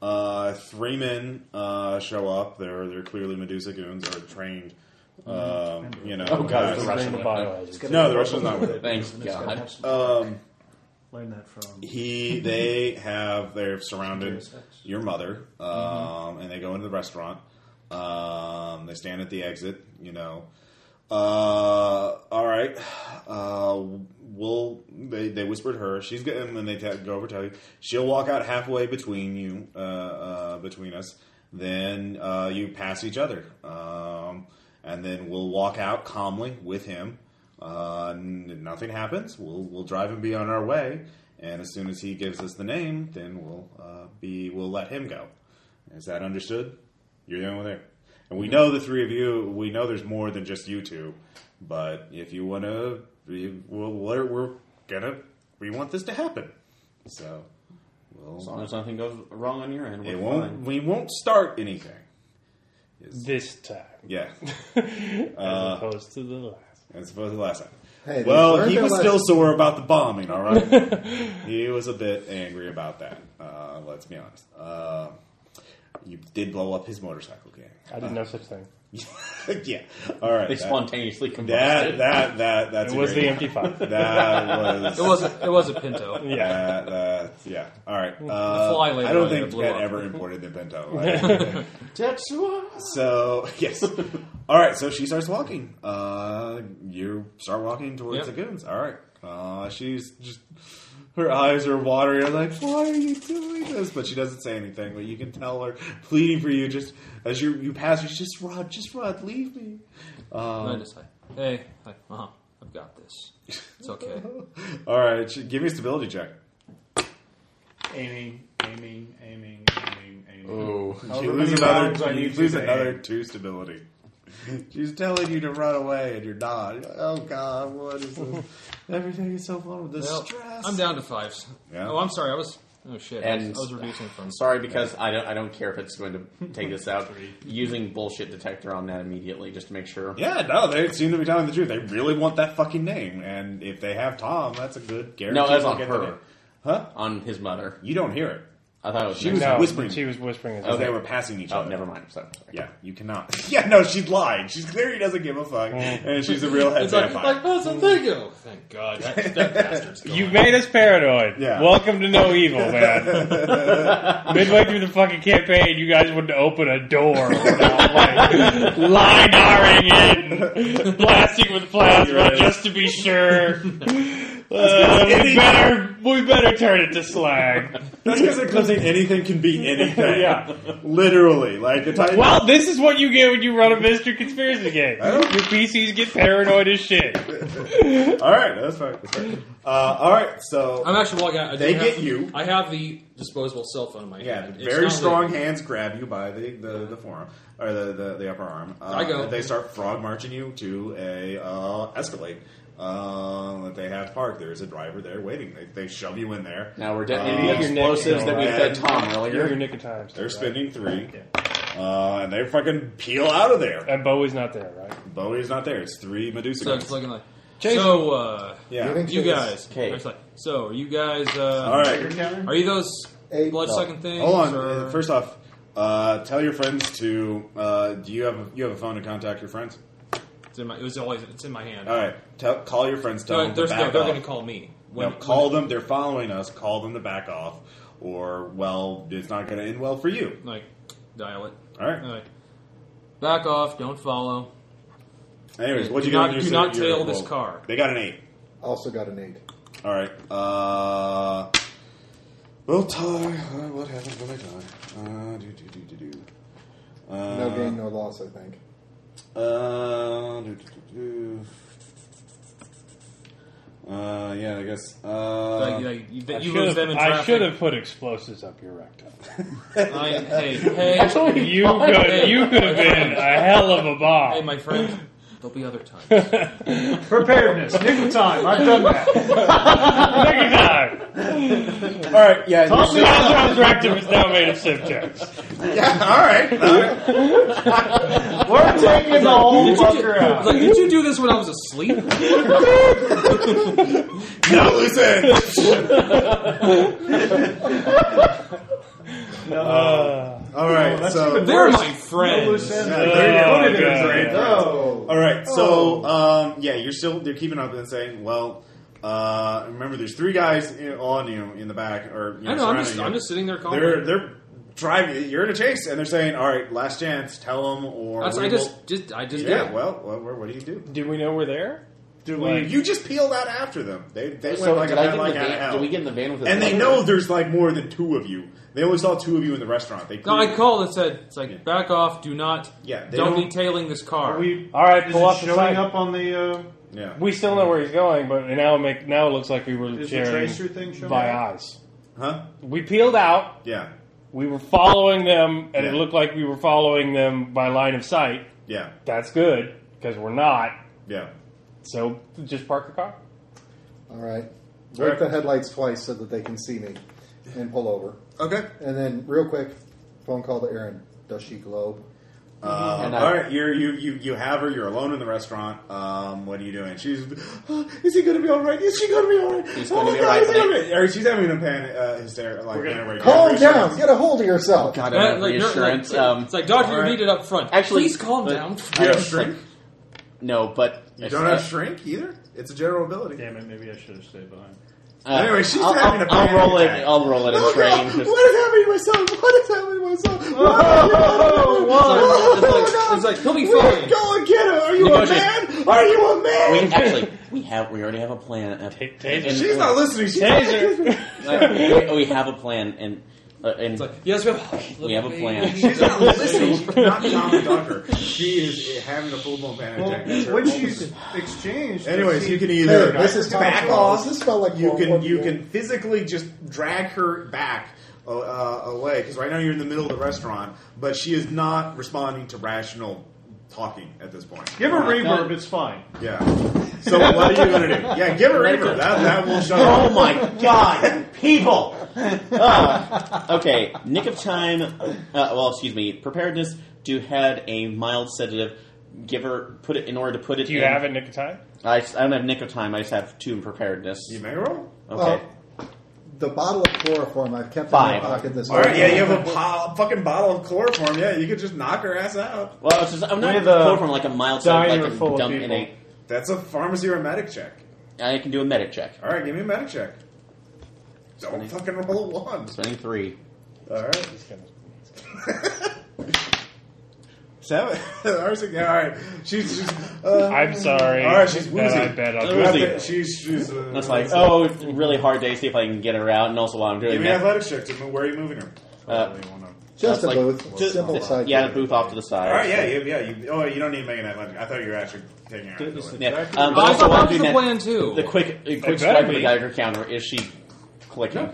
uh, uh, three men uh, show up. They're they're clearly Medusa goons or trained. Um, you know. Oh
Mm-hmm. God, the Russian
Bring the
one.
biohazard.
No, the Russian's not with it.
thanks
It's gotta
God.
have some-
(laughs) Um,
learn that from.
he they have they're surrounded your mother
Mm-hmm.
um, and they go into the restaurant um, they stand at the exit you know uh, all right uh, we'll they, they whispered her she's good and then they ta go over to you she'll walk out halfway between you uh, uh, between us then uh, you pass each other um, and then we'll walk out calmly with him uh, n- nothing happens. We'll we'll drive and be on our way. And as soon as he gives us the name, then we'll uh, be we'll let him go. Is that understood? You're the only one there, and
Mm-hmm.
we know the three of you. We know there's more than just you two. But if you want to, we, we'll, we're, we're gonna we want this to happen. So
As
we'll,
long as nothing goes wrong on your end,
it
we're
won't
fine.
we won't start anything.
This time.
(laughs)
Yeah, Uh,
As opposed to the last.
as opposed to the last time.
Hey, they
Well,
learned
he
their
was
lesson.
still sore about the bombing, all right?
(laughs)
he was a bit angry about that, uh, let's be honest. Uh, you did blow up his motorcycle gang.
I didn't know such thing.
(laughs) yeah, all right.
They
that-
spontaneously combusted.
That, that, that, that's
It
a
was
great-
the empty five.
(laughs) That was...
It was a, it was a
(laughs) Yeah.
Pinto.
Hmm.
that- that- yeah. All right. Uh,
fly later
I don't
on
think
that blew
Ted
up.
ever imported the
(laughs)
bento. So (laughs) yes. All right. So she starts walking. Uh, you start walking towards
Yep.
the goons. All right. Uh, she's just her eyes are watery. I'm like, why are you doing this? But she doesn't say anything. But you can tell her pleading for you. Just as you you pass, her, she's just Rod, just Rod, leave me.
And I
Um,
just like, hey, like, uh-huh, I've got this. It's okay.
all right. She, give me a stability check.
Aiming, aiming, aiming, aiming, aiming.
Oh.
You
However
lose
many rounds I
another. You
need
lose
to
another
aim.
two stability. She's telling you to run away, and you're not. You're like, oh God, what is this? Everything is so vulnerable. The
Well,
stress.
I'm down to fives.
Yeah.
Oh, I'm sorry. I was. Oh shit. I was-
And-
I was reducing from.
Sorry, because I don't. I don't care if it's going to take this
(laughs)
out. Using bullshit detector on that immediately, just to make sure.
Yeah, no, they seem to be telling the truth. They really want that fucking name, and if they have Tom, that's a good guarantee.
No, that's
they'll
on
get the
her.
name. Huh?
On his mother.
You don't hear it.
I thought it was
She
next
was
to-
No,
whispering.
She was whispering. As
Oh, they
well.
were passing each
Oh,
other.
never mind. So, sorry.
Yeah, you cannot. (laughs) Yeah, no, she lied. She's clearly doesn't give a fuck,
Mm.
and she's a real head
It's like,
vampire.
like oh, so there you go. Thank God. That, that
(laughs)
bastard's gone.
You made us paranoid.
Yeah.
Welcome to No Evil,
(laughs)
man. Midway through the fucking campaign, you guys wouldn't open
(laughs)
a door without like lidaring it, blasting with plasma
Right.
just to
(laughs)
be sure. Uh, we better we better turn it to slag.
That's because eclipsing anything can
(laughs)
be anything.
Yeah.
literally, like the type.
Well, this is what you get when you run a mystery conspiracy game.
I
Your
don't-
PCs get paranoid as shit.
all right, that's fine. That's fine. Uh, all right, so
I'm actually logging out. I do
They
have-
get you.
I have the disposable cell phone in my
Yeah,
hand. It's
very
not
strong
leaving.
hands grab you by the, the, the forearm or the, the, the upper arm. Uh,
I go.
and They start frog marching you to a uh, Escalade uh, that they have parked. There's a driver there waiting. They, they shove you in there.
Now we're
Uh,
detonating the
your neck,
explosives
you know,
that we
right?
fed Tom
You're your
earlier.
nick of time.
They're spinning three, uh, and they fucking peel out of there.
And Bowie's not there, right?
Bodie's not there. It's three Medusa.
So
guys.
it's looking like.
Jason.
So uh,
yeah.
You think
you
so?
guys.
Okay.
It's like, so are you guys? Uh,
All right.
Are you those
Eight.
bloodsucking things?
Hold on.
Or...
Uh, First off, uh, tell your friends to. Uh, do you have a, you have a phone to contact your friends?
it's in my, it was always it's in my hand.
All right. Tell, call your friends. Tell
No,
them
they're
to
they're
Uh, back
going
off.
to call me.
No, call them. They're following us. Call them to back off, or well, it's not going to end well for you.
Like dial it.
All right.
Like, back off! Don't follow.
Anyways, what
Do
you
not-
got? in your
do
sa-
not
your
tail
roll?
this car.
They got an eight.
Also got an eight.
All right. Uh, we'll tie. Uh, what happens when I die? Uh, do do do do do. Uh,
No gain, no loss, I think.
Uh, do, do, do, do. uh, yeah, I guess.
Like,
Uh,
like, you that
I
you
should
lose
have-
them in
I should
traffic.
have put explosives up your rectum.
I
(laughs)
hey hey
You could, you could have been a hell of a
hey
bomb.
my friend. There'll be other times.
Preparedness, nick of time. I've done that.
Second time.
all right, yeah,
Tom Lazarus rectum is now made of Simtex.
yeah, all right. (laughs) All right.
We're taking the whole fucker
I was
out.
like, did you do this when I was asleep?
Now listen.
Uh,
All right, so
They're my friends.
Loose ends.
Yeah, they're-
Oh,
they're-
God.
they're- they're-
Oh.
All right, so um, yeah, you're still they're keeping up and saying, well, uh, remember, there's three guys in, on you in the back, or you know,
I know.
surrounding
I'm just
you.
I'm just sitting there calling.
They're they're driving. You're in a chase, and they're saying, all right, last chance, tell them or
That's,
we
I
will-
just just I just
yeah.
did.
Well, what, what, what do you do?
do we know we're there? Do
Like, you just peeled out after them. They they went
(laughs) So
like
did
a
I
bat
get in
like
the
out of
van?
hell.
Did we get in the van with? the
and they
van?
know there's like more than two of you. They only saw two of you in the restaurant. They
No, I
clearly-
called and said, "It's like
Yeah.
back off. Do not.
Yeah, they
don't,
don't-
be tailing this car."
Are we?
All right,
Is
pull
it
up the
showing
side.
up on the? Uh,
yeah.
We still know where he's going, but now it make now it looks like we were
is the
sharing
tracer thing showing
by
up?
eyes.
huh?
We peeled out.
Yeah.
We were following them, and it
Yeah.
looked like we were following them by line of sight.
Yeah.
That's good because we're not.
Yeah.
So just park the car.
All right. Break the headlights twice so that they can see me and pull over.
Okay.
And then, real quick, phone call to Erin. Does she globe?
Um,
And I-
all right, you're, you you you have her. You're alone in the restaurant. Um, what are you doing? She's (gasps) "Oh, is he going to be all right? Is she going to be all right?
He's
oh
gonna
my
be
God,
all right,
is he
but-
gonna be-" Or she's having a panic, uh, hysteria, like panic break.
Calm
You're pretty
down. Oh,
sure-
Get a hold of yourself.
God, I
That,
have
like, you're-
reassurance.
like,
um,
it's like, Doctor, you
alright.
need it up front.
Actually,
please calm
but-
down.
You
I
have
was
shrink.
no, but
You don't have shrink either. It's a general ability.
Damn it! Maybe I should have stayed behind.
uh,
Anyway, she's
I'll,
having
I'll,
a panic
I'll roll it.
attack.
I'll roll it
Oh,
and train.
God, What is happening to my son? What is happening to my son?
It's like- it's
Oh,
like- it's like, he'll be
Wait,
fine.
Go and get her. Are you a
Negotiate.
man? Are you a
we
man?
actually we have we already have a plan. Uh,
Take taser.
and-
She's not listening. She's
Taser.
uh, we, we have a plan, and uh, and
It's like, yes, we have.
We have a plan.
She's not listening. She's not Tom Ducker. She is having a full blown panic attack. That's her
Well, when
full-
she's exchanged,
Anyways, you can
Hey,
either
this is
back
Tom's
off.
fault. This felt like
you
World
can
War
you
II.
can physically just drag her back uh, uh, away because right now you're in the middle of the restaurant, but she is not responding to rational talking at this point.
give her reverb. It's fine.
Yeah. So what are you gonna do? Yeah, give her reverb. That that will shut her. Oh my god, people!
okay, nick of time. Uh, well, excuse me, preparedness to had a mild sedative. Give her put it in order to put it.
Do you
in,
have it, Nick of Time?
I, I don't have nick of time. I just have two in preparedness.
You may roll.
Okay.
Well, the bottle of chloroform I've kept
Five.
in my pocket this
All right,
whole
yeah, you
time.
have a pile, fucking bottle of chloroform. Yeah, you could just knock her ass out.
Well, it's just, I'm not
With a
chloroform like a mild side,
diner
like a
full of
dump in a.
people.
That's a pharmacy or a medic check.
I can do a medic check.
All right, give me a medic check. Don't fucking roll a one.
Spending three.
All right,
He's gonna-
(laughs) seven. Ours again. (laughs) All right, she's. she's uh,
I'm sorry.
All right, she's
that
woozy.
I bet I'll
Uh,
do
I
woozy.
bet she's she's. Uh,
That's like,
Mm-hmm.
oh, it's really hard day. See if I can get her out, and also while I'm doing
Give me
that,
an athletics check. To, where are you moving her?
Uh,
Just a
like-
booth,
just-
simple side.
yeah, the
table.
booth off to the side.
All right, yeah, you, yeah. You, oh, you don't need to make an athletic. I thought you were actually taking her. out.
Yeah, um, but
I
also
thought
while I'm
that was
doing
the plan
that,
too.
the quick, the
better
quick strike of
be.
the Geiger counter is she clicking?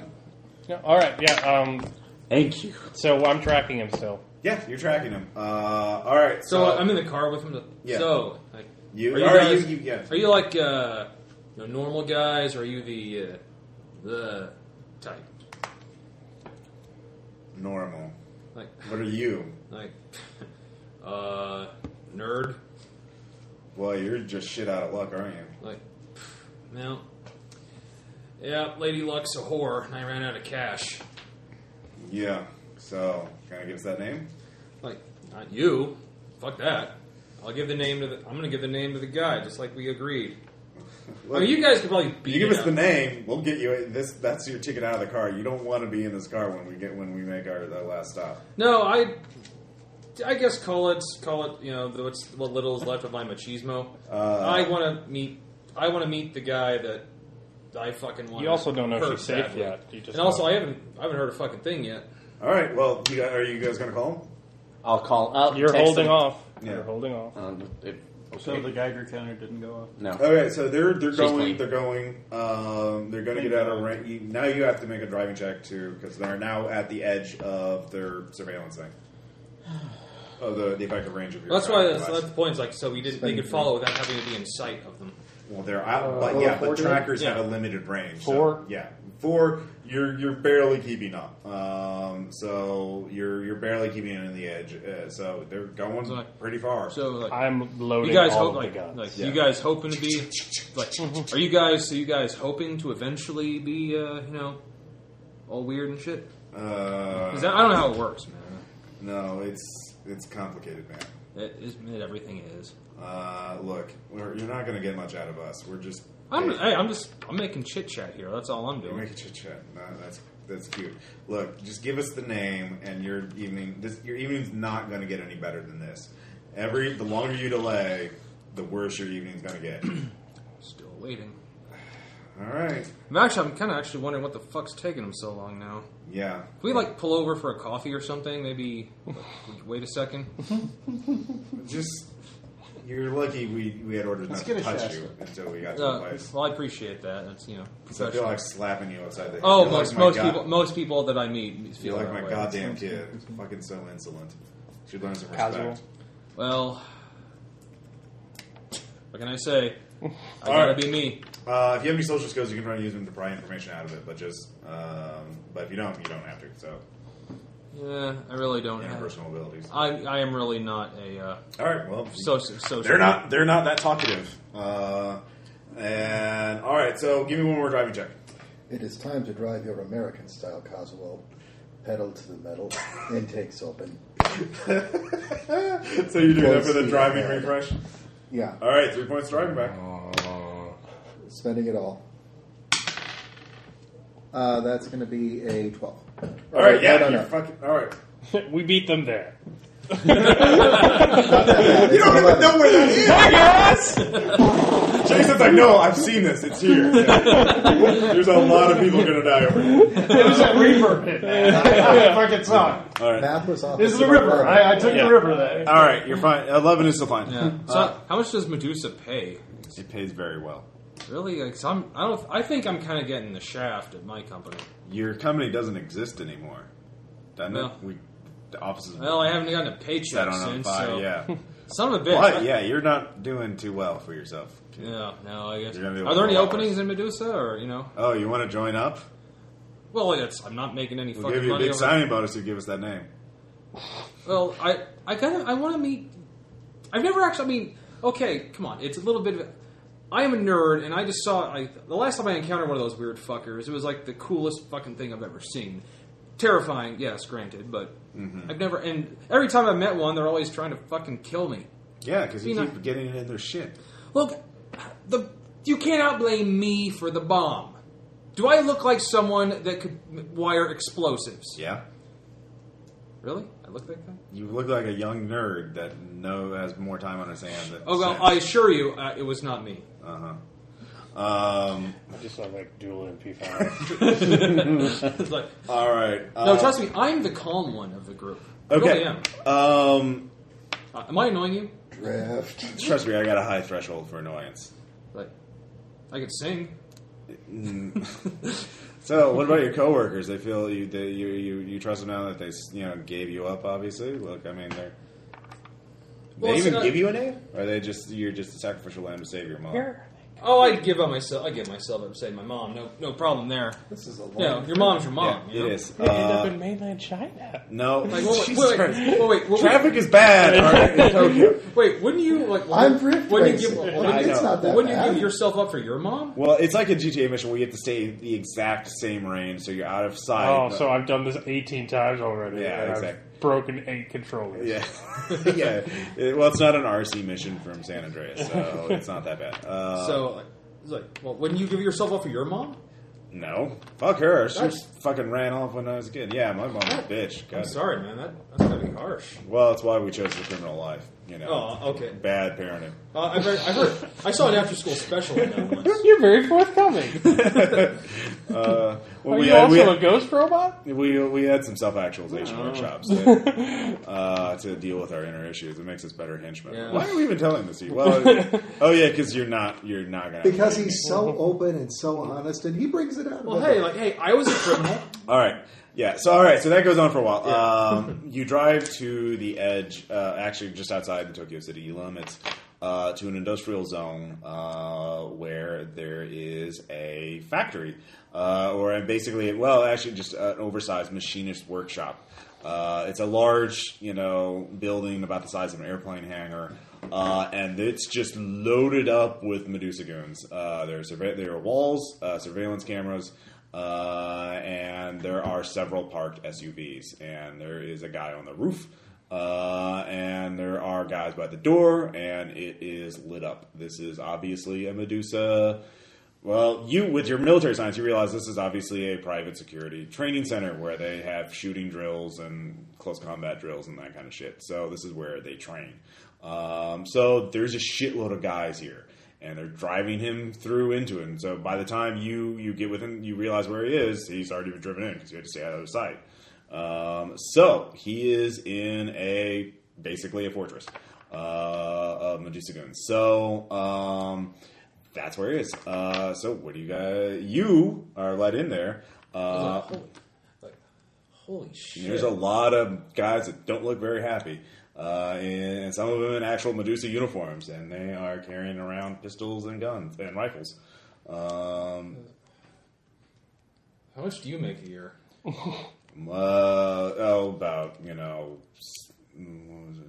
No, all right, yeah. Um,
Thank you.
so I'm tracking him still.
Yeah, you're tracking him. Uh, all right.
so
So,
I'm in the car with him. To,
Yeah.
So, like,
you.
are you
all right,
guys-
you, you, yeah.
are you like uh, you know, normal guys, or are you the uh, the type?
normal?
Like,
What are you?
like, (laughs) uh, nerd.
Well, you're just shit out of luck, aren't you?
Like, no. Yeah, Lady Luck's a whore, and I ran out of cash.
Yeah. So, can I give us that name?
Like, not you. Fuck that. I'll give the name to the. I'm gonna give the name to the guy, just like we agreed. I mean, you guys could probably beat
You give
it
us
up.
the name, we'll get you this. That's your ticket out of the car. You don't want to be in this car when we get when we make our, our last stop.
No, I. I guess call it call it. You know, the- what's what little is left of my machismo.
Uh,
I want to meet. I want to meet the guy that I fucking want.
You also don't know if
hurt
she's safe
badly.
yet. You just
and also,
know.
I haven't I haven't heard a fucking thing yet.
All right. Well, you, are you guys going to call
I'll call. I'll
You're
text
holding
him.
off.
Yeah.
You're holding off.
Um, it-
Oh, So the Geiger counter didn't go (laughs) off.
no.
him? Okay. So they're they're
She's
going.
clean.
They're going. Um, they're going to get out of range. You, now you have to make a driving check too, because they're now at the edge of their surveillance thing. (sighs) Of the, the effective range of your.
That's why.
driving
That's,
device.
that's the point. Is like, so we didn't. They could follow without having to be in sight of them.
Well, they're out, but yeah, but trackers have a limited range. so-
Four?
yeah, four. You're you're barely keeping up. Um, so you're you're barely keeping it in the edge. Uh, so they're going
So-
pretty far.
So like,
I'm loading.
you guys
all
hope
of the guns.
like, like
Yeah.
you guys hoping to be like are you guys so you guys hoping to eventually be uh, you know all weird and shit
uh,
'Cause that, i don't know how it works man
no, it's it's complicated, man.
it, it's- it, everything is
Uh, look, we're, you're not going to get much out of us. We're just
i'm
hey,
hey i'm just i'm making chit chat here that's all i'm
you're
doing
making chit chat. No, that's that's cute. Look, just give us the name, and your evening this your evening's not going to get any better than this. Every the longer you delay, the worse your evening's going to
(clears throat)
get.
still waiting
All right.
i'm actually i'm kind of actually wondering what the fuck's taking them so long now
Yeah.
can we like pull over for a coffee or something maybe like, wait
(laughs)
a second Uh,
Just you're lucky we, we had orders not to
get a
touch
Shasta.
you until we got to the
uh,
place.
well i appreciate that that's you know
So I feel
professional.
like slapping you outside the.
oh
you're
most,
like my
most
god-
people most people that i meet
You're
feel
like
that
my
way.
goddamn kid. Fucking so insolent. Should learn some respect.
Casual.
Well, what can I
(laughs)
say? I
All
gotta
right.
be me.
Uh, if you have any social skills, you can try to use them to pry information out of it. But just, um, but if you don't, you don't have to. So
Yeah, Uh, I really don't have.
interpersonal abilities.
I I am really not a uh,
All right. Well,
social. social
they're not they're not that talkative. Uh, and all right. So give me one more driving check. (laughs)
It is time to drive your American style Coswell. Pedal to the metal, intakes open.
So you do that
Full
for the
speed
driving
ahead.
refresh.
Yeah,
All right, three points driving back.
Oh.
spending it all. Uh, that's going to be a 12.
All right, yeah,
no,
you
no, no.
fucking. All right,
we beat them there.
(laughs) you don't even know where that is. Jason's like, no, I've seen this. It's (laughs) here. Yeah. There's a lot of people gonna die over here.
It was that reaper pit, man. fucking song.
Math was off.
This is the river. I, I took
Yeah.
the river there.
All right, you're fine. Eleven is still fine. Uh,
Yeah. So, how much does Medusa pay?
It pays very well.
Really? Like, so I'm, I don't. I think I'm kind of getting the shaft at my company.
Your company doesn't exist anymore. Doesn't
No.
it? We the offices
Well, I haven't gotten a paycheck
set on
since.
fire.
so
Yeah,
(laughs) Son of a bitch.
but yeah, you're not doing too well for yourself.
Yeah, no, I guess.
You're gonna be
Are there any
$100.
openings in Medusa, or you know?
Oh, you want to join up?
Well, it's, I'm not making any
We'll
fucking
give you a
money.
big
over
signing bonus if you give us that name.
Well, I I kind of I want to meet. I've never actually. I mean, okay, come on. It's a little bit. of I am a nerd, and I just saw I, the last time I encountered one of those weird fuckers. It was like the coolest fucking thing I've ever seen. Terrifying, yes, granted, but I've never. And every time I met one, they're always trying to fucking kill me.
Yeah, because you
You know-
keep getting it in their shit.
Look, the you cannot blame me for the bomb. Do I look like someone that could m- wire explosives?
Yeah.
Really? I look like that?
You look like a young nerd that no has more time on his hands. than-
Oh well, I assure you, uh, it was not me. (laughs)
Uh-huh. Um,
I just sound like dual MP5.
It's like,
all right.
no,
uh,
trust me, I'm the calm one of the group. I
Okay.
really am.
Um,
Uh, am I annoying you?
Draft.
trust me, I got a high threshold for annoyance.
Like, I could sing.
So, what about your coworkers? They feel you they, you, you you trust them now that they you know gave you up. Obviously, look, I mean they're. They
Well, it's
even
not-
give you a name, or they just you're just a sacrificial lamb to save your mom.
Oh, I give up myself. I give myself up. Say my mom. No, no problem there.
This is a long.
Yeah, your mom's your mom.
Yeah,
you know?
it is.
You end up
Uh,
in mainland China.
no,
Like, well, wait,
Jesus
wait,
Christ.
wait, wait, wait, wait,
traffic is bad all right, in Tokyo.
(laughs) wait, wouldn't you like?
I'm drift
Wouldn't you
racing.
give?
Like,
Wouldn't
I
you,
it's
know.
not that
wouldn't you
bad.
give yourself up for your mom?
Well, it's like a GTA mission where you have to stay the exact same range, so you're out of sight.
Oh,
but-
so I've done this 18 times already.
Yeah,
and
exactly.
I've broken eight controllers.
(laughs) yeah, (laughs) yeah. It- well, it's not an RC mission from San Andreas, so it's not that bad. Uh,
so, like, it's like, well, wouldn't you give yourself up for your mom?
no, fuck her. She just fucking ran off when I was a kid. Yeah, my mom's a bitch. God.
I'm sorry, man. That, that's gonna be harsh.
Well, that's why we chose the criminal life. You know,
Oh, okay.
bad parenting.
Uh, I've heard, I heard. I saw an after-school special on that once.
You're very forthcoming.
Uh, well,
Are
we,
you
had,
also
we,
a
had,
ghost robot?
we, we had some self actualization
Oh.
workshops
(laughs)
to, uh, to deal with our inner issues. It makes us better henchmen.
Yeah.
Why are we even telling this? to you?
(laughs)
Well, oh yeah, because you're not you're not gonna
Because he's so open and so honest, and he brings it out.
Well,
of it.
hey, like, hey, I was a (coughs) criminal.
All right. Yeah. So all right. So that goes on for a while. Um, you drive to the edge, uh, actually just outside in Tokyo City limits, uh, to an industrial zone uh, where there is a factory, uh, or basically, well, actually, just an oversized machinist workshop. Uh, it's a large, you know, building about the size of an airplane hangar, uh, and it's just loaded up with Medusa goons. Uh, there, are surve- there are walls, uh, surveillance cameras, uh, and there are several parked SUVs. And there is a guy on the roof, uh, and there are guys by the door, and it is lit up. This is obviously a Medusa. Well, you with your military science, you realize this is obviously a private security training center where they have shooting drills and close combat drills and that kind of shit. So this is where they train. Um, so there's a shitload of guys here, and they're driving him through into it. And so by the time you you get with him, you realize where he is. He's already been driven in because you had to stay out of his sight. Um, so he is in a basically a fortress uh, of Medusa goons. So. Um, that's where it is. Uh, so what do you guys? You are let in there. Uh,
holy, like, holy shit!
there's a lot of guys that don't look very happy, uh, and some of them in actual Medusa uniforms, and they are carrying around pistols and guns and rifles. Um,
How much do you make a year?
uh, oh, about you know.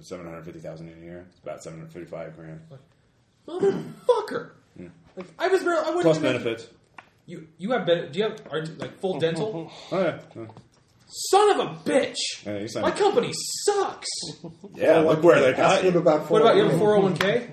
Seven hundred fifty thousand in a year. It's about seven hundred fifty-five grand
Motherfucker! Like, I was barely. I wouldn't
plus
have been-
benefits.
You you have ben- do you have are, you- like full (laughs) dental?
Oh yeah, yeah.
Son of a bitch!
Yeah, you sound-
My company sucks.
yeah. Look where they
Ask
got
him
you.
about
What about you have a
401k.
four hundred one k?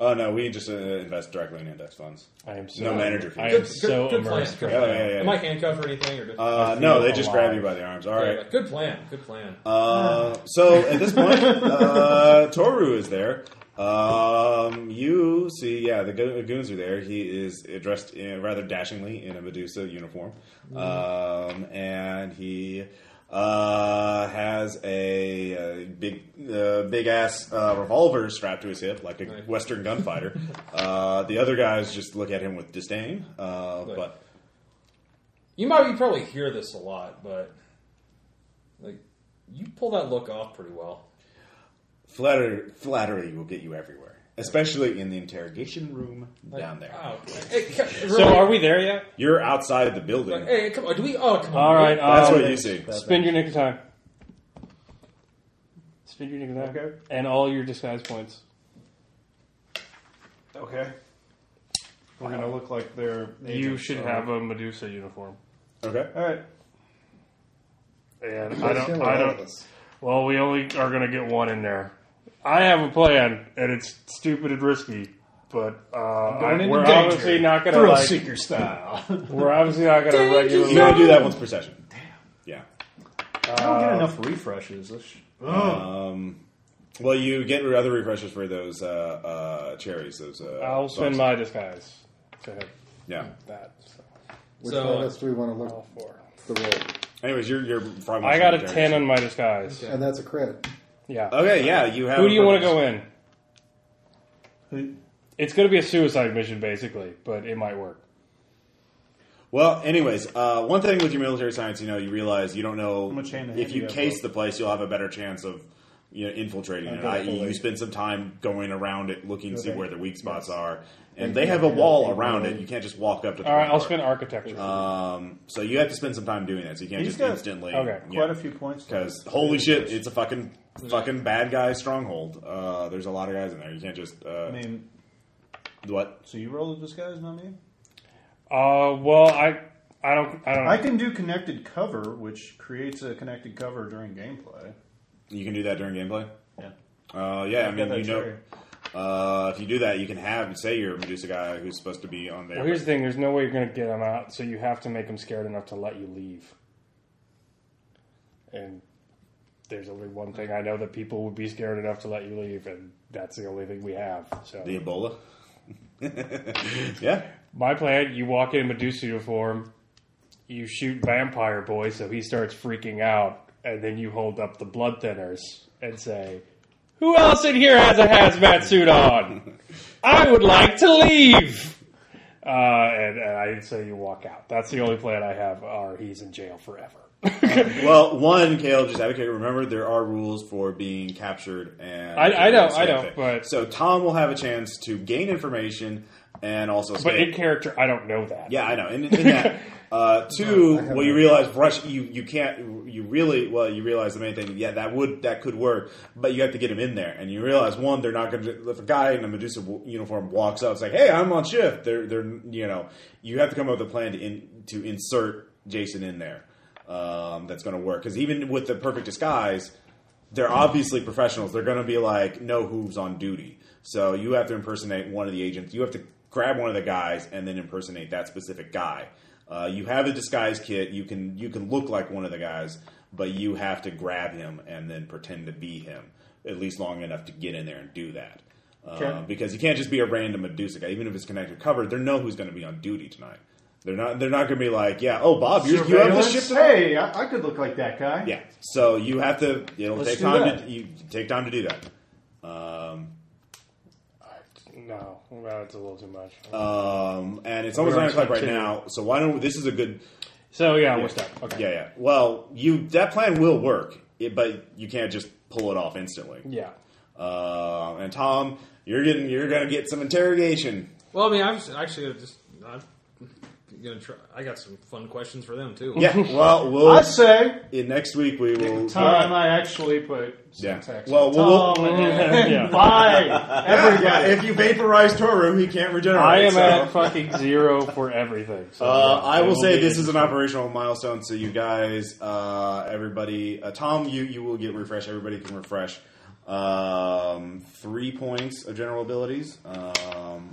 Oh no, we just uh, invest directly in index funds.
I am so
No manager
I
Good-
am so
good- good
immersed
plan.
right
Yeah,
now.
yeah, yeah.
Am I handcuffed or anything? Or just,
Uh, no, they
feel
just
alive.
grab you by the arms. All
Yeah,
right.
like, good plan. Good plan.
Uh, so at this point, uh, (laughs) Toru is there. Um, you see, yeah, the go- goons are there. He is dressed in, rather dashingly in a Medusa uniform,
Mm-hmm.
um, and he uh, has a, uh big, uh, big ass uh, revolver strapped to his hip, like a
Nice.
Western gunfighter. uh, the other guys just look at him with disdain, uh,
Like-
but
you might you probably hear this a lot, but like you pull that look off pretty well.
Flatter, flattery will get you everywhere, especially in the interrogation room down there.
ah.
Wow. Hey, ca-
So are we there yet?
You're outside the building.
like, hey, come on. Do we? Oh, come on.
All right.
That's
um,
what you see.
Spend your nickel time. Spend your nickel time. And all your disguise points.
Okay.
We're gonna look like they're.
You should have a Medusa uniform.
Okay.
All right.
And
There's
I don't.
still a
I
lot of
don't.
us.
Well, we only are going to get one in there. I have a plan, and it's stupid and risky, but uh,
going
I,
into
we're
danger.
obviously not going to
Thrill
like.
seeker (laughs) style. I
We're obviously not going to regularly.
You gotta do that once per session. Damn. Yeah.
don't get enough refreshes. Let's- Oh.
Um, well, you get other refreshes for those uh, uh, cherries. Those. Uh,
I'll
bugs.
spend my disguise to hit
Yeah.
that. So
Which
So,
one of
uh,
us three want to look
all four.
the roll?
Anyways, you're you're. far
I got a
more
ten
cherries.
on my disguise.
And that's a credit.
Yeah.
Okay. Yeah. You have.
Who do you want to
to
go in?
Uh,
It's going to be a suicide mission, basically, but it might work.
Well, anyways, uh, one thing with your military science, you know, you realize you don't know
much hand to hand
if
you
you
have
case
left?
the place, you'll have a better chance of you know infiltrating it. I, e, you spend some time going around it, looking to see where the weak spots are, and they have a wall around it. You can't just walk up to. the
All right,
front
I'll
door.
spend architecture.
Um, so you have to spend some time doing that. So you can't
He's
just
got-
instantly.
okay,
Quite a few points.
Because holy shit, it's a fucking fucking bad guy stronghold. Uh, there's a lot of guys in there. You can't just uh,
I mean,
what?
so you roll the disguise, not me.
uh, well, I, I don't, I don't.
I can do connected cover, which creates a connected cover during gameplay.
You can do that during gameplay.
Yeah.
Uh, yeah, I
Got
mean
that
you know.
cherry.
Uh, if you do that, you can have say you're a Medusa guy who's supposed to be on there.
well, here's the thing: there's no way you're going to get them out, so you have to make them scared enough to let you leave. And there's only one thing I know that people would be scared enough to let you leave, and that's the only thing we have. So
the Ebola. (laughs) yeah,
My plan: you walk in Medusa uniform, you shoot Vampire Boy, so he starts freaking out, and then you hold up the blood thinners and say, "Who else in here has a hazmat suit on? I would like to leave." Uh, and, and I say you walk out. That's the only plan I have. Or he's in jail forever. (laughs)
Well, one, Kale, just out of character, remember there are rules for being captured and.
I- I know, I know,
Thing.
but-
so Tom will have a chance to gain information and also.
but
escape.
in character, I don't know that.
yeah, I know. In, in that, uh, two,
have
well, you
no-
realize rush. You you can't. You really well. You realize the main thing. Yeah, that would that could work, but you have to get him in there, and you realize one, they're not going to. If a guy in a Medusa w- uniform walks up, it's like, hey, I'm on shift. They're they're you know, you have to come up with a plan to in, to insert Jason in there. Um, that's going to work because even with the perfect disguise, they're obviously professionals. They're going to be like, know who's on duty. So you have to impersonate one of the agents. You have to grab one of the guys and then impersonate that specific guy. Uh, you have a disguise kit. You can you can look like one of the guys, but you have to grab him and then pretend to be him at least long enough to get in there and do that. Uh, Because you can't just be a random Medusa guy, even if it's connected cover. They know who's going to be on duty tonight. They're not. They're not going to be like, yeah, oh Bob, you're, you have the
Surveillance?
shift tonight.
Hey, I, I could look like that guy.
Yeah. So you have to. It'll
Let's
take
do
time.
that.
To, you take time to do that. Um,
No, well, it's a little too much.
um, and it's almost
We're
nine o'clock
on
right
two.
now. So why don't this is a good?
so yeah, we're stuck. Okay.
Yeah, yeah. Well, you that plan will work, it, but you can't just pull it off instantly.
Yeah.
Uh, and Tom, you're getting you're gonna get some interrogation.
Well, I mean, I'm just- actually gonna just I'm gonna try. I got some fun questions for them too.
Yeah. Well,
I
we'll
say
in next week we will.
time I actually put
Yeah.
syntax.
Well,
(laughs)
we'll, (laughs)
Tom and
Yeah.
Bye,
yeah,
everybody.
if you vaporize Toru, he can't regenerate.
I am
so-
at fucking zero for everything. So
Uh,
yeah,
I
it
will say
be
this is an operational milestone, so you guys, uh, everybody, uh, Tom, you you will get refresh. Everybody can refresh um, three points of general abilities, um,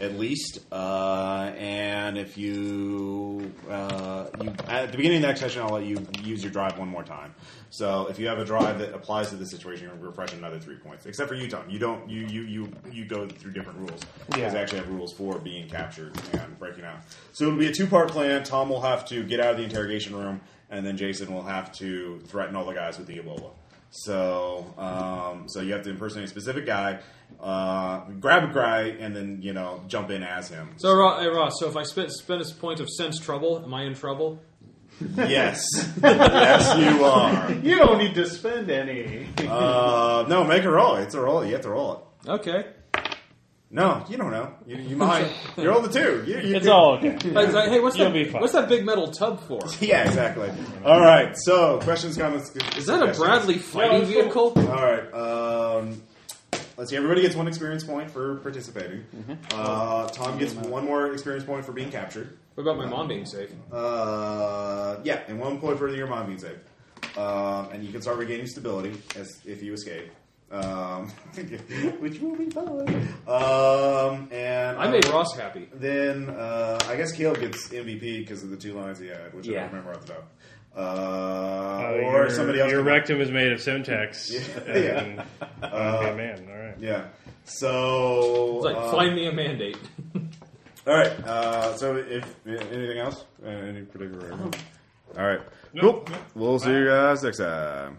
at least. Uh, and if you, uh, you at the beginning of the next session, I'll let you use your drive one more time. So if you have a drive that applies to this situation, you're going to refresh another three points. Except for you, Tom, you don't you you you you go through different rules.
Yeah.
Because actually have rules for being captured and breaking out. So it'll be a two part plan. Tom will have to get out of the interrogation room, and then Jason will have to threaten all the guys with the Ebola. So, um, so you have to impersonate a specific guy, uh, grab a guy, and then you know jump in as him.
So Ross, hey, Ross, so if I spent spend a point of sense trouble, am I in trouble?
(laughs) yes, yes, you are.
You don't need to spend any.
Uh, no, make a roll. It's a roll. You have to roll it.
Okay.
No, you don't know. You,
(laughs)
you might. You're all the two. You, you
It's
could-
all okay.
But it's like, hey, what's
You'll
that?
be fine.
What's that big metal tub for?
Yeah, exactly. All right. So, questions, comments.
Is that a Bradley fighting vehicle?
All right. Um, Let's see. Everybody gets one experience point for participating.
Mm-hmm.
Uh, Tom gets one more experience point for being captured.
What about my mom being safe?
Uh, yeah, and one point for your mom being saved. Um, and you can start regaining stability as if you escape, um, (laughs) which will be fun. Um, and
I made Ross happy.
Then uh, I guess Caleb gets MVP because of the two lines he had, which I
Yeah.
don't remember off the top. Uh,
Uh,
or
your,
somebody else.
Your
can-
rectum is made of syntax.
Yeah.
And,
(laughs)
okay, man. All right.
Yeah. So
It's like,
uh,
find me a mandate.
All right. Uh, so, if anything else, Uh, any particular? All right.
Nope,
Cool.
nope.
We'll see you guys next time.